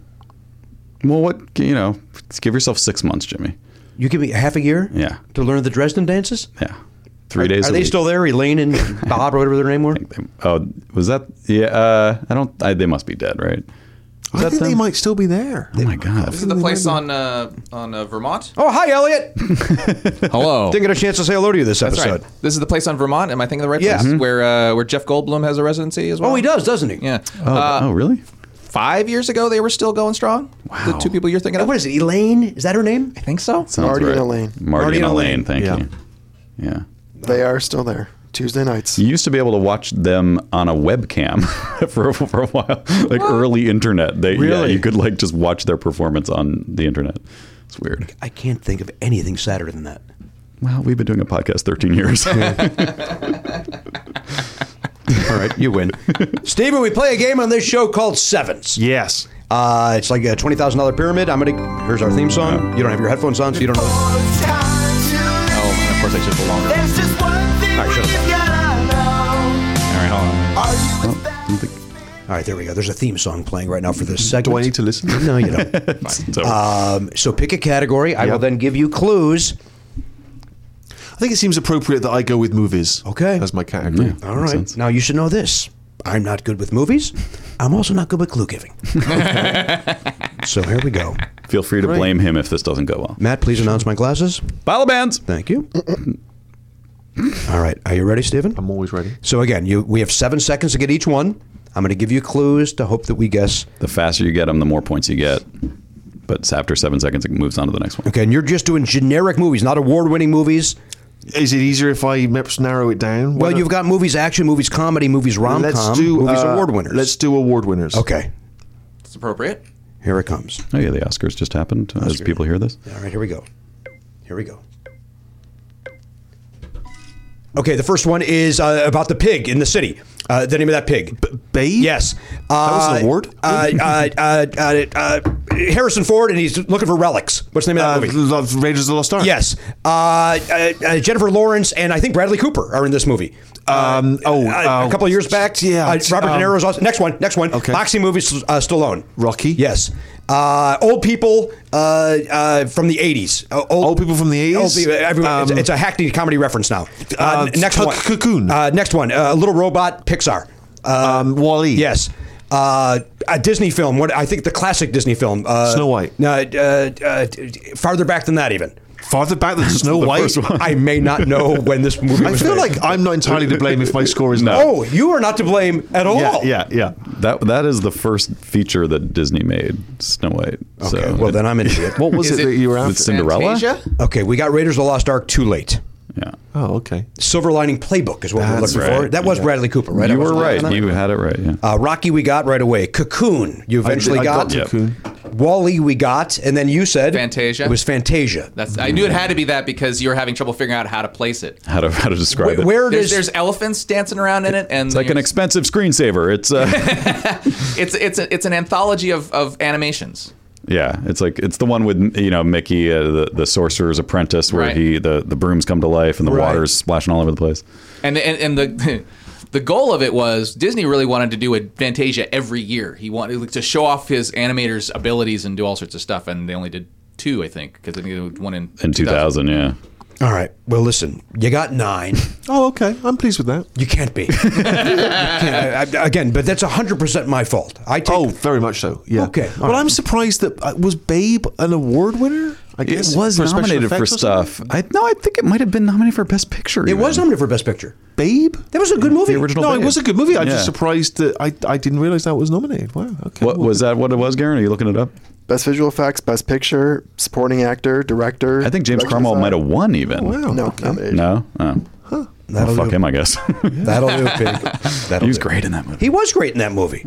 Well, what you know, give yourself six months, Jimmy. You give me half a year Yeah, to learn the Dresden dances. yeah, three days. Are a they week. still there, Elaine and Bob or whatever their name were? Oh, was that? Yeah, uh, I don't. I, they must be dead, right? I think they might still be there. Oh my god! This is the place on uh, on uh, Vermont. Oh, hi, Elliot. Oh. Hello. Didn't get a chance to say hello to you this That's episode. right. This is the place on Vermont. Am I thinking of the right Yeah. Mm-hmm. place? Where uh, where Jeff Goldblum has a residency as well. Oh, he does, doesn't he? Yeah. Oh, Uh, oh, really? Five years ago, they were still going strong. The Wow. two people you're thinking Uh, of. What is it? Elaine? Is that her name? I think so. Sounds Marty and right. Elaine. Marty, and Elaine. Thank Yeah. you. Yeah. They are still there Tuesday nights. You used to be able to watch them on a webcam for, for a while, like early internet. They, Yeah, Really? you could like just watch their performance on the internet. It's weird. I can't think of anything sadder than that. Well, we've been doing a podcast 13 years. All right, you win. Steven, we play a game on this show called Sevens. Yes. Uh, it's like a $20,000 pyramid. I'm going to. Here's our theme song. You don't have your headphones on, so you don't know. Oh, and of course I took the longer. All right, hold on. All right, there we go. There's a theme song playing right now for this segment. Do I need to listen? No, you don't. so, um, so pick a category. I will Yep. then give you clues. I think it seems appropriate that I go with movies. Okay. As my category. Uh, Yeah. All Makes right. sense. Now you should know this. I'm not good with movies. I'm also not good with clue giving. so here we go. feel free to blame him if this doesn't go well. Matt, please announce my glasses. Bottle bands. Thank you. All right. Are you ready, Stephen? I'm always ready. So again, you we have seven seconds to get each one. I'm going to give you clues to hope that we guess. The faster you get them, the more points you get. But it's after seven seconds, it moves on to the next one. Okay, and you're just doing generic movies, not award-winning movies. Is it easier if I perhaps narrow it down? Why Well, not- you've got movies, action movies, comedy movies, rom-com, Let's do movies, uh, award winners. Let's do award winners. Okay, It's appropriate. here it comes. Oh yeah, the Oscars just happened. As people hear this, All right, here we go. Here we go. Okay, the first one is uh, about the pig in the city. Uh, the name of that pig. Babe. Yes. Uh, was an award? Uh, uh, uh, uh, uh, Harrison Ford, and he's looking for relics. What's the name Uh, of that movie? Love- Raiders of the Lost Ark. Yes. Uh, uh, uh, Jennifer Lawrence and I think Bradley Cooper are in this movie. Um, oh, Uh, a uh, couple of years back. yeah, Uh, Robert um, De Niro's also. Next one. Next one. Okay. Boxing movie, S- uh, Stallone. Rocky? Yes. Uh, old people uh, uh, from the 80s. Uh, Old people from the 80s? Old people, everyone, it's, Um, it's a hackney comedy reference now. Uh, Uh, n- next Coc- one. Cocoon. Uh, next one. Uh, Little Robot, Pixar. Uh, Um, Wally. yes. Uh, a Disney film. What I think the classic Disney film. Uh, Snow White. No, uh, uh, farther back than that, even. Farther back than Snow The White. first one. I may not know when this movie. I was feel made. like I'm not entirely to blame if my score is low. oh, you are not to blame at all. Yeah, yeah, yeah. that that is the first feature that Disney made, Snow White. Okay, so well then I'm an idiot. What was Is it, it- that you were with after? Cinderella. Fantasia? Okay, we got Raiders of the Lost Ark too late. Yeah, Oh, okay. Silver Lining Playbook is what we we're That's looking for. right. That was Yeah. Bradley Cooper, right? you I were wasn't right. on that? You had it right. Yeah. Uh, Rocky, we got right away. Cocoon, you eventually I got. got Cocoon. Wally, we got, and then you said Fantasia. It was Fantasia. That's. I knew it had to be that because you were having trouble figuring out how to place it. how to how to describe Wh- it? where There's, does there's elephants dancing around in it, and It's like an expensive screensaver. It's uh, it's it's a, it's an anthology of, of animations. yeah. It's like it's the one with you know Mickey, uh, the the sorcerer's apprentice, where Right. he the the brooms come to life and the Right. water's splashing all over the place. And and, and the the goal of it was Disney really wanted to do a Fantasia every year. He wanted to show off his animators' abilities and do all sorts of stuff, and they only did two, I think, because they did one in In 2000, yeah. all right. Well, listen, you got nine. Oh, okay. I'm pleased with that. You can't be. You can't- I- I- again, but that's hundred percent my fault. I take. Oh, very much so. Yeah. Okay. Well, I'm surprised that uh, was Babe an award winner. I guess It was for special nominated for effects or something? stuff. I no, I think it might have been nominated for Best Picture. it even. was nominated for Best Picture. Babe. That was a good movie. The original No, Babe. it was a good movie. I'm Yeah. just surprised that I, I didn't realize that was nominated. Wow. Okay. What was that? What it was, Garen? Are you looking it up? Best visual effects, best picture, supporting actor, director. I think James production Cromwell design. might have won even. Wow. No, okay. nominated. No. Oh. Well, That'll fuck do. him, I guess. That'll do, pig. That'll he was do. great in that movie. He was great in that movie.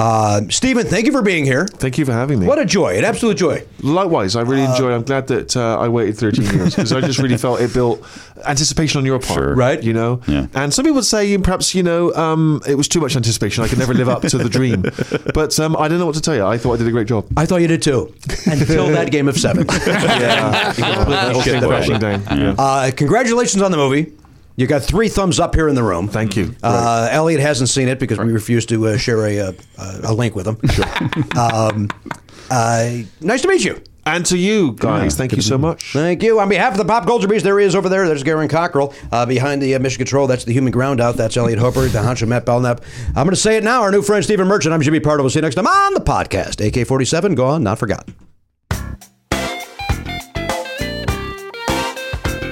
Uh, Stephen, thank you for being here. Thank you for having me. What a joy, an absolute joy. Likewise, I really enjoyed. I'm glad that uh, I waited 13 years because I just really felt it built anticipation on your part, Sure. right? You know, and some people would say perhaps you know um, it was too much anticipation. I could never live up to the dream, but um, I don't know what to tell you. I thought I did a great job. I thought you did too. Until that game of seven. Yeah, Yeah. All came crashing down. Yeah. Uh, congratulations on the movie. You got three thumbs up here in the room. Thank you. Uh, Elliot hasn't seen it because we refused to uh, share a, uh, a link with him. um, uh, nice to meet you. And to you guys, thank you so much. Thank you. On behalf of the Pop Culture Beast, there he is over there. There's Garen Cockrell. Uh, behind the uh, Michigan Troll, that's the Human Ground Out. That's Elliot Hooper, the Hunch of Matt Belknap. I'm going to say it now. Our new friend, Stephen Merchant. I'm Jimmy Pardo. We'll see you next time on the podcast. AK 47, gone, not forgotten.